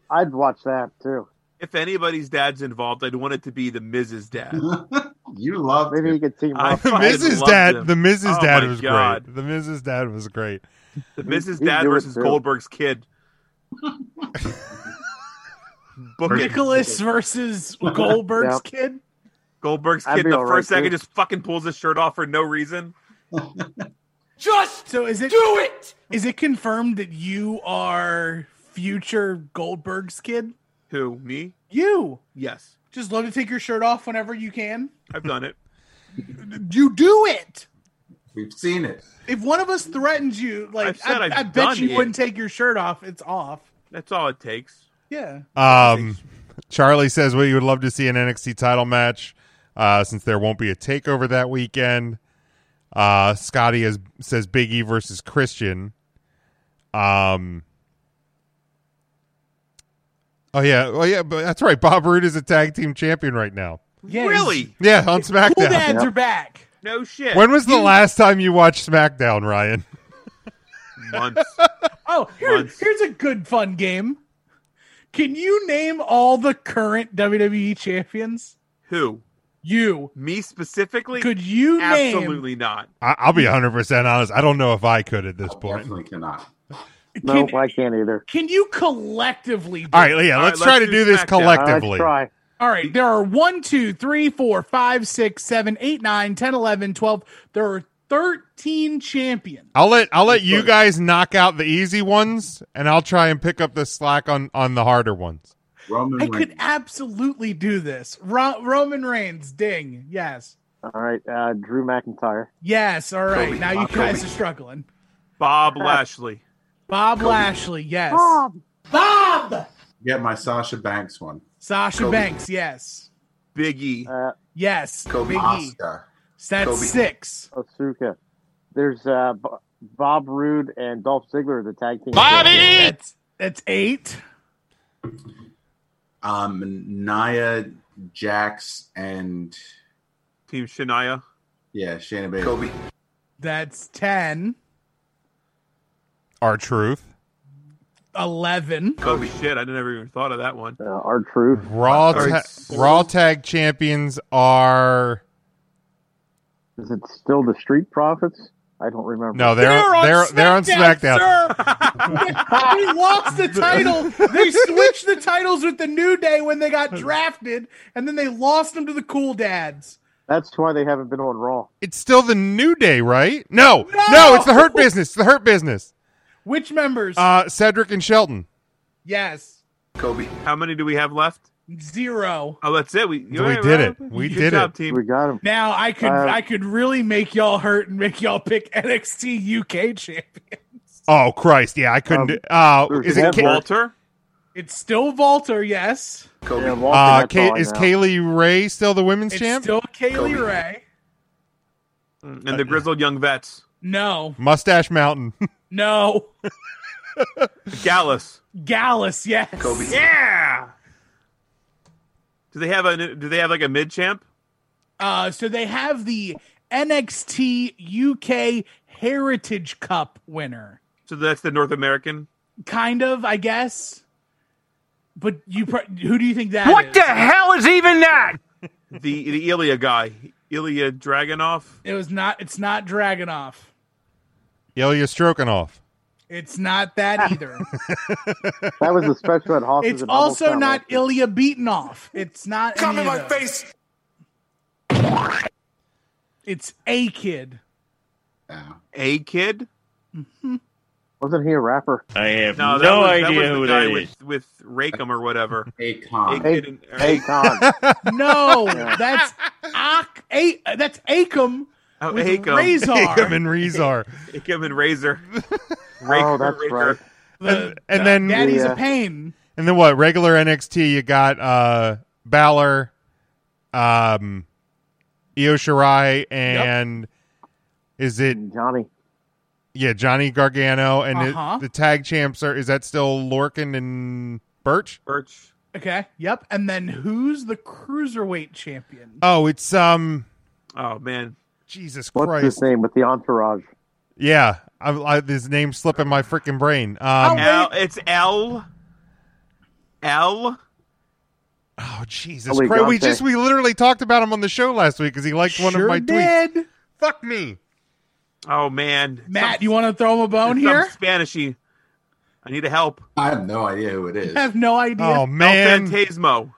Speaker 14: I'd watch that too.
Speaker 11: If anybody's dad's involved, I'd want it to be the Mrs. Dad.
Speaker 12: you love
Speaker 14: maybe you could team
Speaker 11: I
Speaker 14: up.
Speaker 1: The
Speaker 11: fucking
Speaker 1: Mrs.
Speaker 11: loved
Speaker 1: Dad.
Speaker 11: him.
Speaker 1: The Mrs.
Speaker 11: Oh
Speaker 1: Dad
Speaker 11: my
Speaker 1: was
Speaker 11: God.
Speaker 1: great. The Mrs. Dad was great.
Speaker 11: The Mrs.
Speaker 1: he'd
Speaker 11: Dad
Speaker 1: do it
Speaker 11: versus
Speaker 1: too.
Speaker 11: Goldberg's kid. Book it.
Speaker 13: Nicholas versus Goldberg's
Speaker 11: Yep.
Speaker 13: kid.
Speaker 11: Goldberg's
Speaker 13: That'd
Speaker 11: kid
Speaker 13: be
Speaker 11: the
Speaker 13: all
Speaker 11: first
Speaker 13: right,
Speaker 11: second
Speaker 13: too.
Speaker 11: just fucking pulls his shirt off for no reason.
Speaker 13: Just so is it? Do it. Is it confirmed that you are future Goldberg's kid?
Speaker 11: Who? Me?
Speaker 13: You
Speaker 11: Yes.
Speaker 13: just love to take your shirt off whenever you can.
Speaker 11: I've done it.
Speaker 13: You do it.
Speaker 12: We've seen it.
Speaker 13: If one of us threatens you,
Speaker 11: I've
Speaker 13: like
Speaker 11: said
Speaker 13: I,
Speaker 11: I've
Speaker 13: I bet
Speaker 11: done
Speaker 13: you
Speaker 11: it.
Speaker 13: wouldn't take your shirt off. It's off.
Speaker 11: That's all it takes.
Speaker 13: Yeah.
Speaker 1: Um, Charlie says what you would love to see an NXT title match, uh, since there won't be a takeover that weekend. Uh, Scotty is, says Big E versus Christian. Um. Oh yeah, oh yeah, but that's right. Bob Roode is a tag team champion right now.
Speaker 13: Yeah.
Speaker 11: Really?
Speaker 1: Yeah, on SmackDown.
Speaker 13: Cool dads are back.
Speaker 11: No shit.
Speaker 1: When was the last time you watched SmackDown, Ryan?
Speaker 11: months?
Speaker 13: Oh, here, here's a good fun game. Can you name all the current WWE champions?
Speaker 11: Who?
Speaker 13: You.
Speaker 11: Me specifically?
Speaker 13: Could you name-
Speaker 11: Absolutely not.
Speaker 1: I- I'll be 100 percent honest. I don't know if I could at this point.
Speaker 12: Definitely cannot.
Speaker 14: No, I can't either.
Speaker 13: Can you collectively? do
Speaker 1: All right,
Speaker 13: it?
Speaker 1: yeah, let's try to do this
Speaker 14: Uh,
Speaker 1: collectively.
Speaker 13: All right, there are 1, 2, 3, 4, 5, 6, 7, 8, 9, 10, 11, 12. There are 13 champions.
Speaker 1: I'll let I'll let you guys knock out the easy ones, and I'll try and pick up the slack on on the harder ones.
Speaker 12: Roman
Speaker 13: I could absolutely do this. Ro- Roman Reigns, ding. Yes.
Speaker 14: All right, uh, Drew McIntyre.
Speaker 13: Yes. All right.
Speaker 14: Kobe.
Speaker 13: Now you
Speaker 14: Bob
Speaker 13: guys
Speaker 14: Kobe.
Speaker 13: are struggling.
Speaker 11: Bob Lashley.
Speaker 13: Bob
Speaker 12: Kobe.
Speaker 13: Lashley, yes. Bob. Bob.
Speaker 12: Get my Sasha Banks one.
Speaker 13: Sasha
Speaker 12: Kobe.
Speaker 13: Banks, yes.
Speaker 11: Biggie.
Speaker 13: yes.
Speaker 12: Kobe
Speaker 13: Big E.
Speaker 12: Asuka.
Speaker 13: That's
Speaker 14: Kobe.
Speaker 13: six.
Speaker 14: Asuka. There's uh, Bo- Bob Roode and Dolph Ziggler, the tag team.
Speaker 13: That's, that's eight.
Speaker 12: Um, Nia, Jax, and
Speaker 11: Team Shania.
Speaker 12: yeah, Shayna Baszler. Kobe.
Speaker 13: That's 10.
Speaker 1: Our truth,
Speaker 13: 11.
Speaker 11: Oh shit! I never even thought of that one.
Speaker 14: Uh, Our truth.
Speaker 1: Raw
Speaker 11: All
Speaker 1: ta-
Speaker 11: right.
Speaker 1: Raw tag champions are
Speaker 14: Is it still the Street Profits? I don't remember.
Speaker 1: no, they're they're they're, on SmackDown.
Speaker 13: Sir. they lost the title. They switched the titles with the New Day when they got drafted, and then they lost them to the Cool Dads.
Speaker 14: That's why they haven't been on Raw.
Speaker 1: It's still the New Day, right? No, no,
Speaker 13: No!
Speaker 1: it's the Hurt Business. The Hurt Business.
Speaker 13: Which members?
Speaker 1: Uh, Cedric and Shelton.
Speaker 13: yes.
Speaker 11: Kobe. How many do we have left?
Speaker 13: Zero.
Speaker 11: Oh, that's it. We,
Speaker 1: we did it. We
Speaker 11: Good
Speaker 1: did
Speaker 11: job,
Speaker 1: it.
Speaker 11: Team.
Speaker 14: We got him.
Speaker 13: Now I could
Speaker 1: Uh,
Speaker 13: I could really make y'all hurt and make y'all pick NXT UK champion.
Speaker 1: Oh Christ! Yeah, I couldn't. do, uh, is it Ka-
Speaker 11: Walter?
Speaker 13: It's still Walter, yes.
Speaker 1: Uh, Ka- is Kaylee Ray still the women's
Speaker 13: It's
Speaker 1: champ?
Speaker 13: still Kaylee Ray.
Speaker 1: Uh,
Speaker 11: And the grizzled young vets.
Speaker 13: No,
Speaker 1: Mustache Mountain.
Speaker 13: no.
Speaker 11: Gallus.
Speaker 13: Gallus, yes.
Speaker 11: Yeah. Do they have a? Do they have like a mid champ?
Speaker 13: Uh, so they have the NXT UK Heritage Cup winner,
Speaker 11: So that's the North American.
Speaker 13: kind of, I guess. But you, pro- who do you think that?
Speaker 11: What
Speaker 13: is?
Speaker 11: the
Speaker 13: hell is even that?
Speaker 11: The the Ilya guy, Ilya Dragunov.
Speaker 13: It was not. It's not Dragonoff.
Speaker 1: Ilya Strokanoff.
Speaker 13: It's not that either.
Speaker 14: That was the special at Hoffman's.
Speaker 13: it's also not Ilya Beatenoff. It's not.
Speaker 14: Come
Speaker 13: any
Speaker 14: in
Speaker 13: of
Speaker 14: my
Speaker 13: those. face. It's a kid.
Speaker 11: A kid?
Speaker 14: Wasn't he a rapper?
Speaker 16: I have
Speaker 11: No, that was, that was the guy with, with Rakem or whatever.
Speaker 12: Akon.
Speaker 11: Akon.
Speaker 13: No, that's Ak- a- that's Acom
Speaker 11: Oh,
Speaker 13: with
Speaker 11: Akon.
Speaker 13: Razor.
Speaker 1: Akon and Razor.
Speaker 11: Akon and Razor.
Speaker 1: Oh, that's right. And, and then
Speaker 13: Daddy's a pain.
Speaker 1: And then what? Regular NXT, you got uh Balor, um, Io Shirai, and is it
Speaker 14: Johnny?
Speaker 1: Yeah, Johnny Gargano, and it-
Speaker 13: Uh-huh.
Speaker 1: the tag champs are. Is that still Lorkin and Birch?
Speaker 11: Birch.
Speaker 13: Okay. Yep. And then who's the cruiserweight champion?
Speaker 1: Oh, it's um.
Speaker 11: Oh man,
Speaker 1: Jesus
Speaker 14: What's
Speaker 1: Christ!
Speaker 14: his name with the entourage?
Speaker 1: Yeah, I, I, his name's slipping my freaking brain. Um,
Speaker 11: L, it's L. L.
Speaker 1: Oh Jesus Christ! We just we literally talked about him on the show last week because he liked one of my tweets. Fuck me.
Speaker 11: Oh man,
Speaker 13: Matt, you want to throw him a bone
Speaker 11: some
Speaker 13: here?
Speaker 11: Spanishy. I need a help.
Speaker 12: I have no idea who it is.
Speaker 13: I have no idea.
Speaker 1: Oh, man.
Speaker 11: El Fantasmo.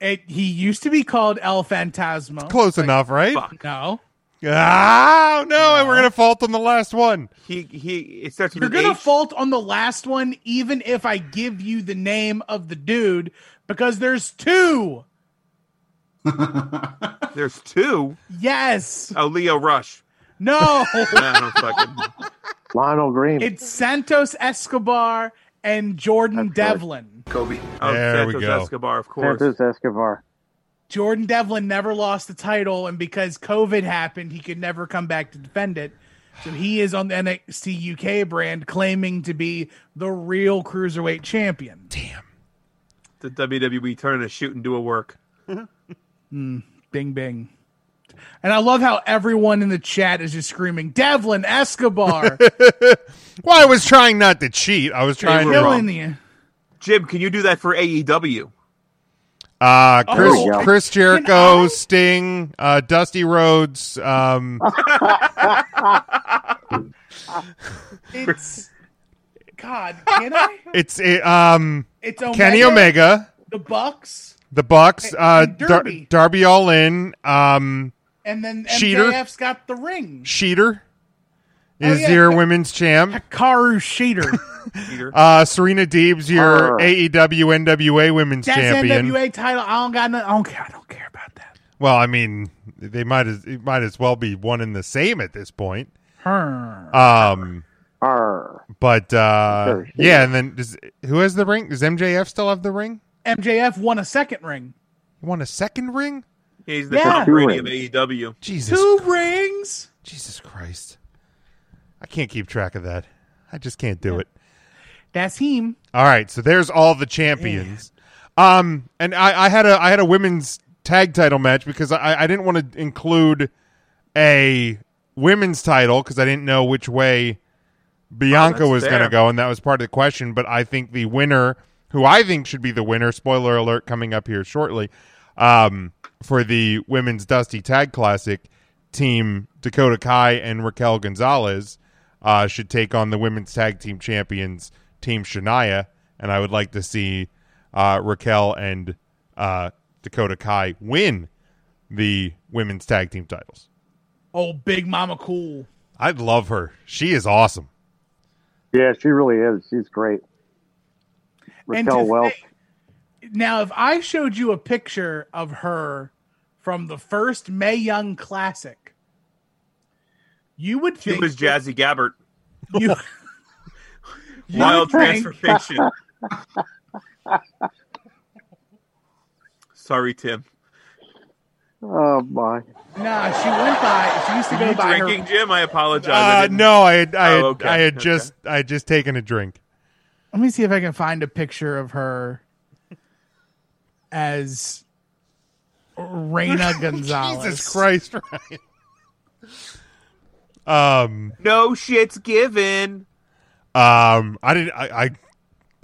Speaker 13: It, he used to be called El Fantasma.
Speaker 1: Close enough, right?
Speaker 13: No.
Speaker 1: Ah, no, and we're gonna fault on the last one.
Speaker 11: He he. It starts with
Speaker 13: You're
Speaker 11: an
Speaker 13: gonna
Speaker 11: H.
Speaker 13: fault on the last one, even if I give you the name of the dude, because there's two.
Speaker 11: There's two.
Speaker 13: Yes.
Speaker 11: Oh, Leo Rush.
Speaker 13: No.
Speaker 11: I don't fucking.
Speaker 14: Lionel Green.
Speaker 13: it's Santos Escobar and Jordan Devlin.
Speaker 12: Kobe.
Speaker 11: Oh,
Speaker 14: There we
Speaker 11: Santos
Speaker 14: go.
Speaker 11: Escobar, of course.
Speaker 14: Santos Escobar.
Speaker 13: Jordan Devlin never lost the title, and because COVID happened, he could never come back to defend it. So he is on the NXT UK brand, claiming to be the real cruiserweight champion. Damn.
Speaker 11: The E WWE turning a shoot and do a work.
Speaker 13: Mm, bing, bing. And I love how everyone in the chat is just screaming, Devlin Escobar.
Speaker 1: well, I was trying not to cheat. I was trying to.
Speaker 13: killing you.
Speaker 11: Jim, can you do that for E AEW?
Speaker 1: Uh,
Speaker 11: Oh,
Speaker 1: Chris,
Speaker 11: there we go.
Speaker 1: Chris Jericho, Sting, uh, Dusty Rhodes. Um,
Speaker 13: It's God, can I?
Speaker 1: it's uh, um,
Speaker 13: It's
Speaker 1: Kenny Omega,
Speaker 13: the Bucks,
Speaker 1: the Bucks, uh,
Speaker 13: and
Speaker 1: Dar-
Speaker 13: Derby.
Speaker 1: Darby All In, um,
Speaker 13: and then
Speaker 1: Cheater.
Speaker 13: MJF's got the ring.
Speaker 1: Sheeter
Speaker 13: Oh,
Speaker 1: is
Speaker 13: yeah.
Speaker 1: your women's champ.
Speaker 13: Hikaru Sheeter.
Speaker 1: Uh, Serena Deeb's your E
Speaker 13: Arr.
Speaker 1: AEW NWA women's
Speaker 13: That's
Speaker 1: champion.
Speaker 13: NWA title. I don't got no. I don't care. I don't care.
Speaker 1: Well, I mean, they might as it might as well be one and the same at this point.
Speaker 13: Her.
Speaker 1: Um,
Speaker 14: Arr.
Speaker 1: but uh,
Speaker 13: Sure, sure.
Speaker 1: yeah, and then does, who has the ring? Does MJF still have the ring?
Speaker 13: MJF won a second ring.
Speaker 1: Won a second ring?
Speaker 11: He's the
Speaker 13: Yeah.
Speaker 11: Tom
Speaker 13: Two
Speaker 11: Brady of E
Speaker 13: rings.
Speaker 11: AEW.
Speaker 1: Jesus,
Speaker 13: Two rings.
Speaker 1: Jesus Christ! I can't keep track of that. I just can't do it.
Speaker 13: That's him.
Speaker 1: All right, so there's all the champions. Um, and I, I had a I had a women's tag title match because I, I didn't want to include a women's title because I didn't know which way Bianca
Speaker 11: that's
Speaker 1: was going
Speaker 11: fair.
Speaker 1: to go, and that was part of the question. But I think the winner, who I think should be the winner, spoiler alert coming up here shortly, um, for the women's Dusty Tag Classic team, Dakota Kai and Raquel Gonzalez uh, should take on the women's tag team champions, Team Shania, and I would like to see uh, Raquel and uh, Dakota Kai win the women's tag team titles.
Speaker 13: Oh, Big Mama Cool.
Speaker 1: I'd love her. She is awesome.
Speaker 14: Yeah, she really is. She's great.
Speaker 13: And
Speaker 14: Raquel
Speaker 13: to
Speaker 14: Welch.
Speaker 13: Now, if I showed you a picture of her from the first May Young Classic, you would
Speaker 11: She
Speaker 13: think
Speaker 11: was Jazzy Gabbert.
Speaker 13: You- you
Speaker 11: Wild
Speaker 13: would think-
Speaker 11: transformation. Sorry, Tim.
Speaker 14: Oh my.
Speaker 13: Nah, she went by. She used to
Speaker 11: Were
Speaker 13: go
Speaker 11: you
Speaker 13: by
Speaker 11: drinking,
Speaker 13: her.
Speaker 11: Jim? I apologize.
Speaker 1: Uh,
Speaker 11: I Oh, didn't-
Speaker 1: no, I had, I had,
Speaker 11: Oh, okay.
Speaker 1: I had
Speaker 11: Okay.
Speaker 1: just I had just taken a drink.
Speaker 13: Let me see if I can find a picture of her as Reina
Speaker 11: Oh,
Speaker 13: Gonzalez.
Speaker 1: Jesus Christ, Ryan. Um,
Speaker 11: No shit's given.
Speaker 1: um, I didn't. I, I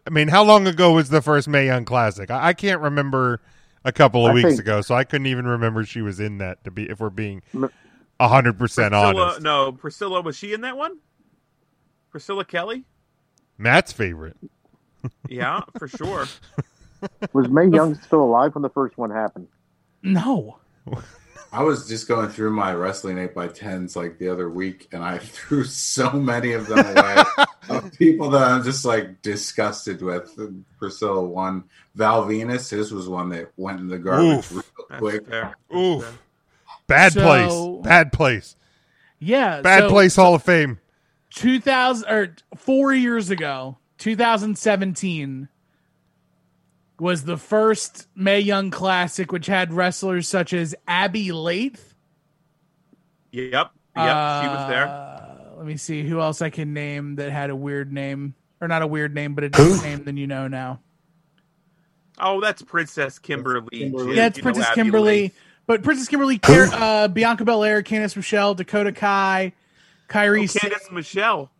Speaker 1: I mean, how long ago was the first Mae Young Classic? I, I can't remember a couple of
Speaker 11: I
Speaker 1: weeks
Speaker 11: think-
Speaker 1: ago, so I couldn't even remember she was in that. To be, if we're being hundred percent
Speaker 11: Priscilla,
Speaker 1: honest,
Speaker 11: uh, no, Priscilla was she in that one? Priscilla Kelly?
Speaker 1: Matt's favorite.
Speaker 11: Yeah, for sure.
Speaker 14: Was May Young still alive when the first one happened?
Speaker 13: No.
Speaker 12: I was just going through my wrestling eight by tens like the other week, and I threw so many of them away of people that I'm just like disgusted with. Priscilla one, Val Venus. His was one that went in the garbage
Speaker 1: Oof.
Speaker 12: real quick.
Speaker 1: Oof. Bad
Speaker 13: So-
Speaker 1: place. Bad place.
Speaker 13: Yeah.
Speaker 1: Bad
Speaker 13: so
Speaker 1: place. Hall of Fame.
Speaker 13: 2000 or four years ago, 2017 was the first May Young Classic, which had wrestlers such as Abby Lath. Uh,
Speaker 11: Yep. Yep. she was there.
Speaker 13: Let me see who else I can name that had a weird name or not a weird name, but a different name than you know now.
Speaker 11: Oh, that's Princess Kimberly. Jim,
Speaker 13: Yeah, it's
Speaker 11: you know,
Speaker 13: Princess
Speaker 11: Abby
Speaker 13: Kimberly.
Speaker 11: Lane. Oh,
Speaker 13: But Princess Kimberly, Car- uh, Bianca Belair, Candice Michelle, Dakota Kai, Kyrie.
Speaker 11: Oh, Candice Michelle.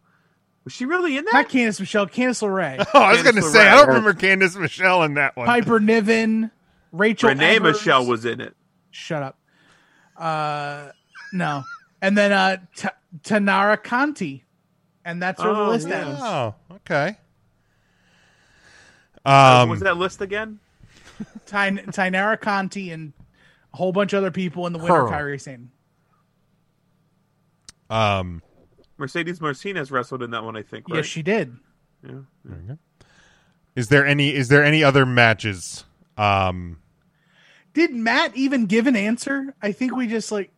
Speaker 11: Was she really in that?
Speaker 13: Not Candice Michelle, Candice LeRae.
Speaker 1: Oh, I was going to say, I don't remember Candice Michelle in that one.
Speaker 13: Piper Niven, Rachel.
Speaker 11: Renee
Speaker 13: Evers.
Speaker 11: Michelle was in it.
Speaker 13: Shut up. Uh, no. And then uh, T- Tanara Conti. And that's where
Speaker 11: Oh,
Speaker 13: the list
Speaker 11: yeah.
Speaker 13: ends.
Speaker 1: Oh, okay.
Speaker 11: Uh, was
Speaker 1: Um,
Speaker 11: that list again?
Speaker 13: Ty- Tynara Conti and a whole bunch of other people in the winter
Speaker 1: Her.
Speaker 13: Kyrie Sane.
Speaker 1: um,
Speaker 11: Mercedes Martinez wrestled in that one, I think. Right?
Speaker 13: Yes, she did.
Speaker 11: Yeah.
Speaker 1: There you go. is there any is there any other matches? Um,
Speaker 13: Did Matt even give an answer? I think we just like.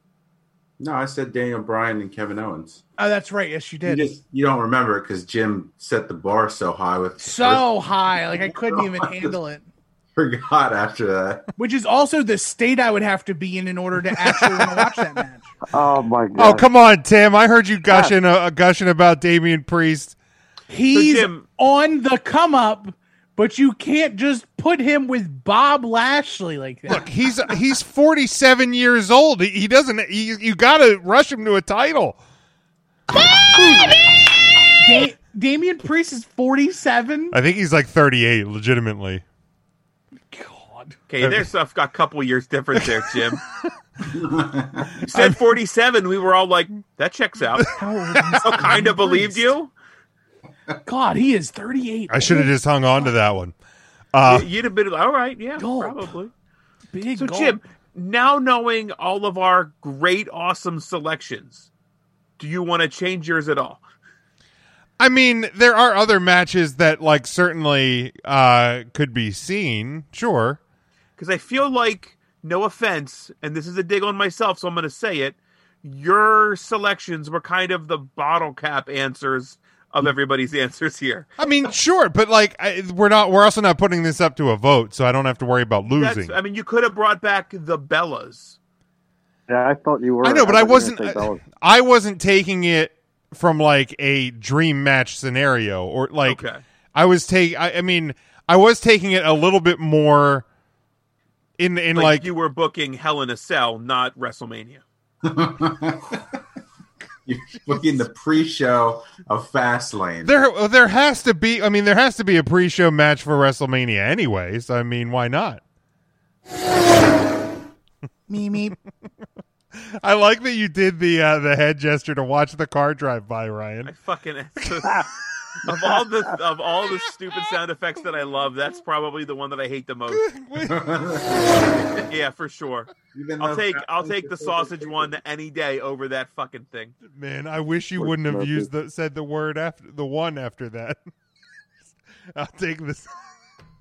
Speaker 12: No, I said Daniel Bryan and Kevin Owens.
Speaker 13: Oh, that's right. Yes, you
Speaker 12: You
Speaker 13: did.
Speaker 12: just you don't remember because Jim set the bar so high with
Speaker 13: so high, like I couldn't even handle it.
Speaker 12: forgot after that.
Speaker 13: Which is also the state I would have to be in in order to actually want to watch that match.
Speaker 14: Oh my
Speaker 1: oh, come on, Tim! I heard you gushing uh, gushing about Damian Priest.
Speaker 13: He's on the come up, but you can't just put him with Bob Lashley like that.
Speaker 1: Look, he's he's forty seven years old. He, he doesn't. He, you got to rush him to a title.
Speaker 13: Da- Damian Priest is forty-seven.
Speaker 1: I think he's like thirty eight, legitimately.
Speaker 11: Okay, their stuff got a couple years different there, Jim. you said 47. We were all like, that checks out. I kind of believed you.
Speaker 13: God, he is thirty-eight.
Speaker 1: I should have just hung on to that one.
Speaker 11: Y-
Speaker 1: Uh,
Speaker 11: You'd have been all right, yeah, probably. so, Jim, now knowing all of our great, awesome selections, do you want to change yours at all?
Speaker 1: I mean, there are other matches that like certainly uh, could be seen. Sure.
Speaker 11: Because I feel like, no offense, and this is a dig on myself, so I'm going to say it. Your selections were kind of the bottle cap answers of everybody's answers here.
Speaker 1: I mean, sure, but like I, we're not. We're also not putting this up to a vote, so I don't have to worry about losing.
Speaker 11: That's, I mean, you could have brought back the Bellas.
Speaker 14: Yeah, I thought you were.
Speaker 1: I know, but I
Speaker 14: thought you were
Speaker 1: wasn't. uh,
Speaker 14: gonna say
Speaker 1: I, I
Speaker 14: Bellas.
Speaker 1: wasn't taking it from like a dream match scenario, or like I was take. I, I mean, I was taking it a little bit more in in
Speaker 11: like,
Speaker 1: like.
Speaker 11: you were booking Hell in a Cell, not WrestleMania.
Speaker 12: You're booking the pre-show of Fastlane.
Speaker 1: there, there has to be. I mean, there has to be a pre-show match for WrestleMania, anyways. I mean, why not?
Speaker 13: Me, me.
Speaker 1: I like that you did the uh, the head gesture to watch the car drive by, Ryan.
Speaker 11: Fucking of all the of all the stupid sound effects that I love, that's probably the one that I hate the most. yeah, for sure. I'll
Speaker 1: though
Speaker 11: take
Speaker 1: that
Speaker 11: I'll
Speaker 1: was
Speaker 11: take
Speaker 1: your
Speaker 11: the
Speaker 1: favorite
Speaker 11: sausage one any day over that fucking thing.
Speaker 1: Man, I wish you wouldn't have used the said the word after the one after that. I'll take this.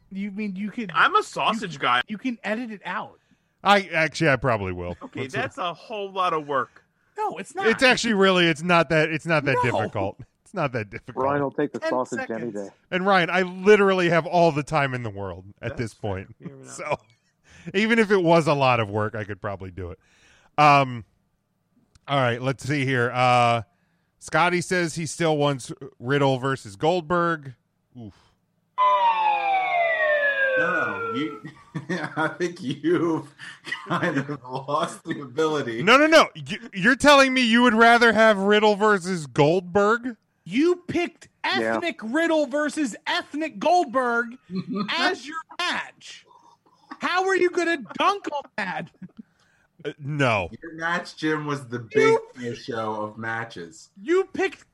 Speaker 13: You mean you could?
Speaker 11: I'm a sausage guy.
Speaker 13: You can edit it out.
Speaker 1: I actually, I probably will.
Speaker 11: Okay,
Speaker 1: Let's-
Speaker 11: that's a whole lot of work.
Speaker 13: No, it's
Speaker 1: it's actually really it's not that it's not that difficult. It's not that difficult.
Speaker 14: Ryan will take the sausage any day.
Speaker 1: And Ryan, I literally have all the time in the world at this point. So even if it was a lot of work, I could probably do it. Um all right, let's see here. Uh Scotty says he still wants Riddle versus Goldberg. Oof.
Speaker 12: No, you. I think you've kind of lost the ability.
Speaker 1: No, no, no. You- You're telling me you would rather have Riddle versus Goldberg?
Speaker 13: You picked
Speaker 14: Yeah.
Speaker 13: ethnic Riddle versus ethnic Goldberg as your match. How are you going to dunk on that?
Speaker 1: Uh, No.
Speaker 12: Your match, Jim, was the big show of matches.
Speaker 13: You picked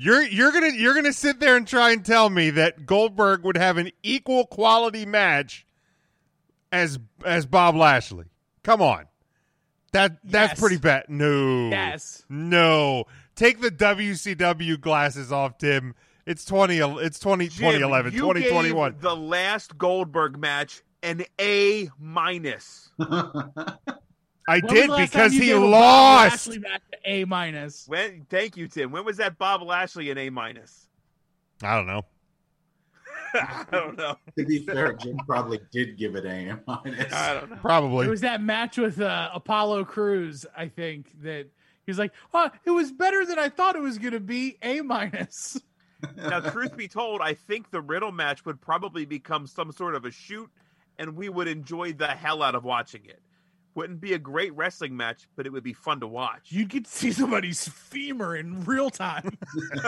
Speaker 1: You're you're gonna you're gonna sit there and try and tell me that Goldberg would have an equal quality match as as Bob Lashley. Come on. That that's
Speaker 13: Yes.
Speaker 1: pretty bad. No.
Speaker 13: Yes.
Speaker 1: No. Take the WCW glasses off, Tim. It's twenty it's 20,
Speaker 11: Jim,
Speaker 1: 2011,
Speaker 11: you
Speaker 1: 2021.
Speaker 11: gave the last Goldberg match an A minus.
Speaker 1: I
Speaker 13: When was
Speaker 1: did
Speaker 13: the last time
Speaker 1: because
Speaker 13: you
Speaker 1: he
Speaker 13: gave a Bob
Speaker 1: lost.
Speaker 13: Lashley match an A minus.
Speaker 11: When? Thank you, Tim. When was that Bob Lashley an A minus?
Speaker 1: I don't know.
Speaker 11: I don't know.
Speaker 12: To be fair, Jim probably did give it a minus.
Speaker 11: I don't know.
Speaker 1: Probably.
Speaker 13: It was that match with uh, Apollo Cruz, I think, that he was like, oh, it was better than I thought it was going to be, A minus.
Speaker 11: now, truth be told, I think the Riddle match would probably become some sort of a shoot, and we would enjoy the hell out of watching it. Wouldn't be a great wrestling match, but it would be fun to watch.
Speaker 13: You'd get to see somebody's femur in real time.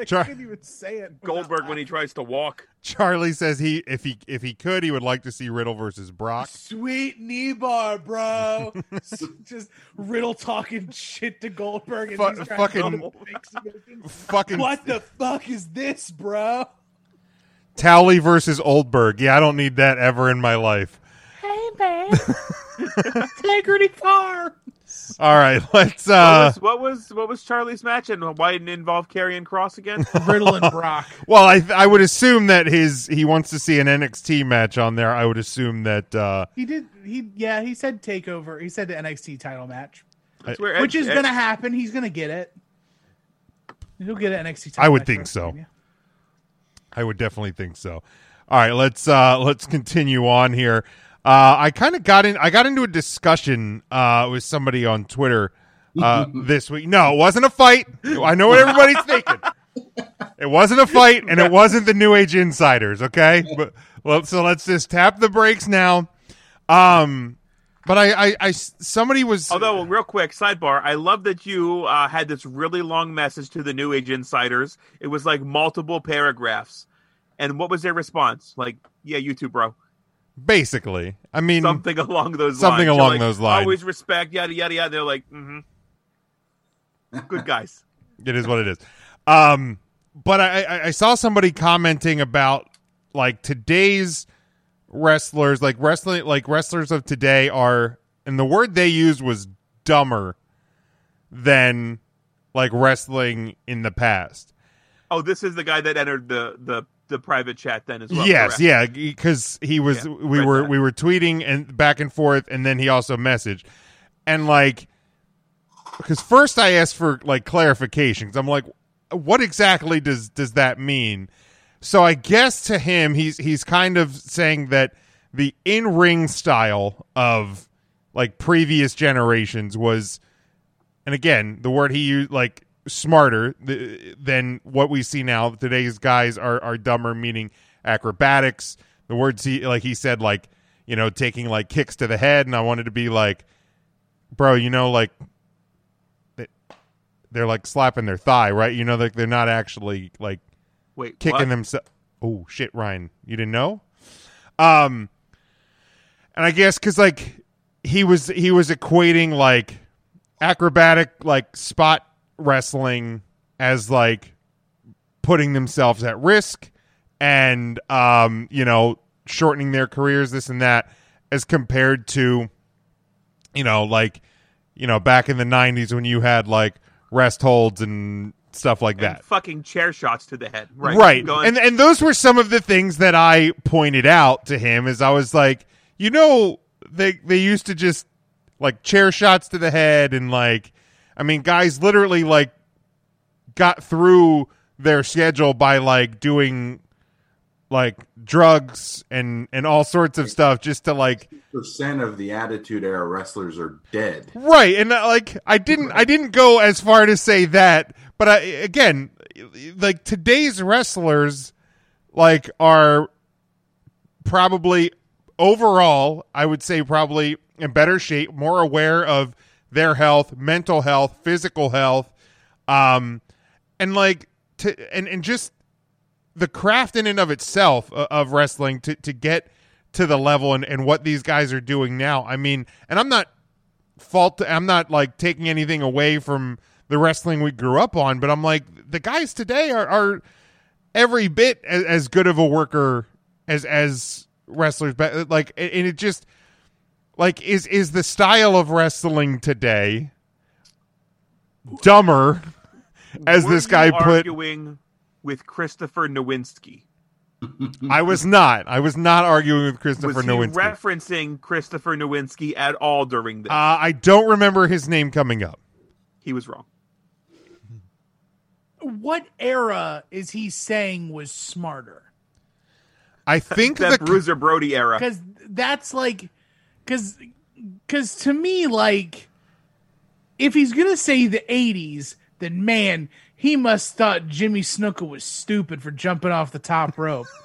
Speaker 13: I
Speaker 1: Char-
Speaker 13: can't even say it.
Speaker 11: Goldberg when he tries to walk.
Speaker 1: Charlie says he if he if he could he would like to see Riddle versus Brock.
Speaker 13: Sweet knee bar, bro. S- Just Riddle talking shit to Goldberg. And
Speaker 1: Fu-
Speaker 13: he's trying
Speaker 1: fucking-
Speaker 13: to fix it.
Speaker 1: fucking-
Speaker 13: What the fuck is this, bro?
Speaker 1: Towley versus Oldberg. Yeah, I don't need that ever in my life.
Speaker 13: Hey, man. Integrity car.
Speaker 1: All right, let's uh
Speaker 11: What was, what was what was Charlie's match, and why didn't it involve Karrion Cross again?
Speaker 13: Riddle and Brock.
Speaker 1: well, I I would assume that his he wants to see an NXT match on there. I would assume that uh
Speaker 13: He did. He yeah. He said takeover. He said the NXT title match,
Speaker 1: That's
Speaker 11: where
Speaker 13: which
Speaker 11: Edge-
Speaker 13: is gonna
Speaker 11: Edge-
Speaker 13: happen. He's gonna get it. He'll get an NXT title.
Speaker 1: I would
Speaker 13: match
Speaker 1: think
Speaker 13: first.
Speaker 1: so. I would definitely think so. All right, let's uh let's continue on here. Uh I kind of got in I got into a discussion uh with somebody on Twitter uh this week. No, it wasn't a fight. I know what everybody's thinking. It wasn't a fight and it wasn't the New Age insiders, okay? But well, so let's just tap the brakes now. Um but I, I, I somebody was
Speaker 11: Although, Oh, real quick, sidebar. I love that you uh, had this really long message to the New Age Insiders. It was like multiple paragraphs, and what was their response? Like, yeah, you too, bro.
Speaker 1: basically. I mean
Speaker 11: something along those
Speaker 1: Mm. something
Speaker 11: lines. You're
Speaker 1: along
Speaker 11: like,
Speaker 1: those lines.
Speaker 11: Always respect, yada yada yada. They're like, mm-hmm. good guys.
Speaker 1: It is what it is. Um, but I, I, I saw somebody commenting about like today's wrestlers, like wrestling, like wrestlers of today are, and the word they used was dumber than like wrestling in the past.
Speaker 11: Oh, this is the guy that entered the the the private chat then as well.
Speaker 1: yes,
Speaker 11: correct.
Speaker 1: yeah, because he was
Speaker 11: Yeah,
Speaker 1: we
Speaker 11: read
Speaker 1: were
Speaker 11: that.
Speaker 1: we were tweeting and back and forth, and then he also messaged, and like, because first I asked for like clarifications. I'm like, what exactly does does that mean? So I guess to him, he's he's kind of saying that the in ring style of like previous generations was, and again, the word he used like smarter th- than what we see now. Today's guys are are dumber, meaning acrobatics. The words he like he said like you know taking like kicks to the head, and I wanted to be like, bro, you know like they- they're like slapping their thigh, right? You know, like they're not actually like
Speaker 11: Wait,
Speaker 1: kicking
Speaker 11: what?
Speaker 1: themselves. Oh shit, Ryan, you didn't know? Um, and I guess because like he was he was equating like acrobatic like spot wrestling as like putting themselves at risk and um you know shortening their careers this and that as compared to you know like you know back in the 90s when you had like rest holds and stuff like that
Speaker 11: Fucking chair shots to the head. Right.
Speaker 1: right,
Speaker 11: Go on.
Speaker 1: and and those were some of the things that i pointed out to him as i was like you know they they used to just like chair shots to the head and like i mean guys literally like got through their schedule by like doing like drugs and and all sorts of stuff just to like
Speaker 12: Percent of the Attitude Era wrestlers are dead.
Speaker 1: Right, and uh, like I didn't, I didn't go as far to say that, but I again, like today's wrestlers, like are probably overall, I would say probably in better shape, more aware of their health, mental health, physical health, um, and like to and and just the craft in and of itself o- of wrestling to to get to the level and and what these guys are doing now. I mean, and I'm not fault. I'm not like taking anything away from the wrestling we grew up on, but I'm like the guys today are are every bit as, as good of a worker as as wrestlers. But uh, like, and and it just like is is the style of wrestling today dumber as
Speaker 11: Were
Speaker 1: this
Speaker 11: you
Speaker 1: guy put
Speaker 11: arguing with Christopher Nowinski.
Speaker 1: I was not. I was not arguing with Christopher
Speaker 11: Was he
Speaker 1: Nowinski.
Speaker 11: referencing Christopher Nowinski at all during this?
Speaker 1: uh, I don't remember his name coming up.
Speaker 11: he was wrong.
Speaker 13: What era is he saying was smarter?
Speaker 1: I think
Speaker 11: that Bruiser Brody era.
Speaker 13: because that's like because because to me like if he's gonna say the 80s then man he must thought jimmy snooker was stupid for jumping off the top rope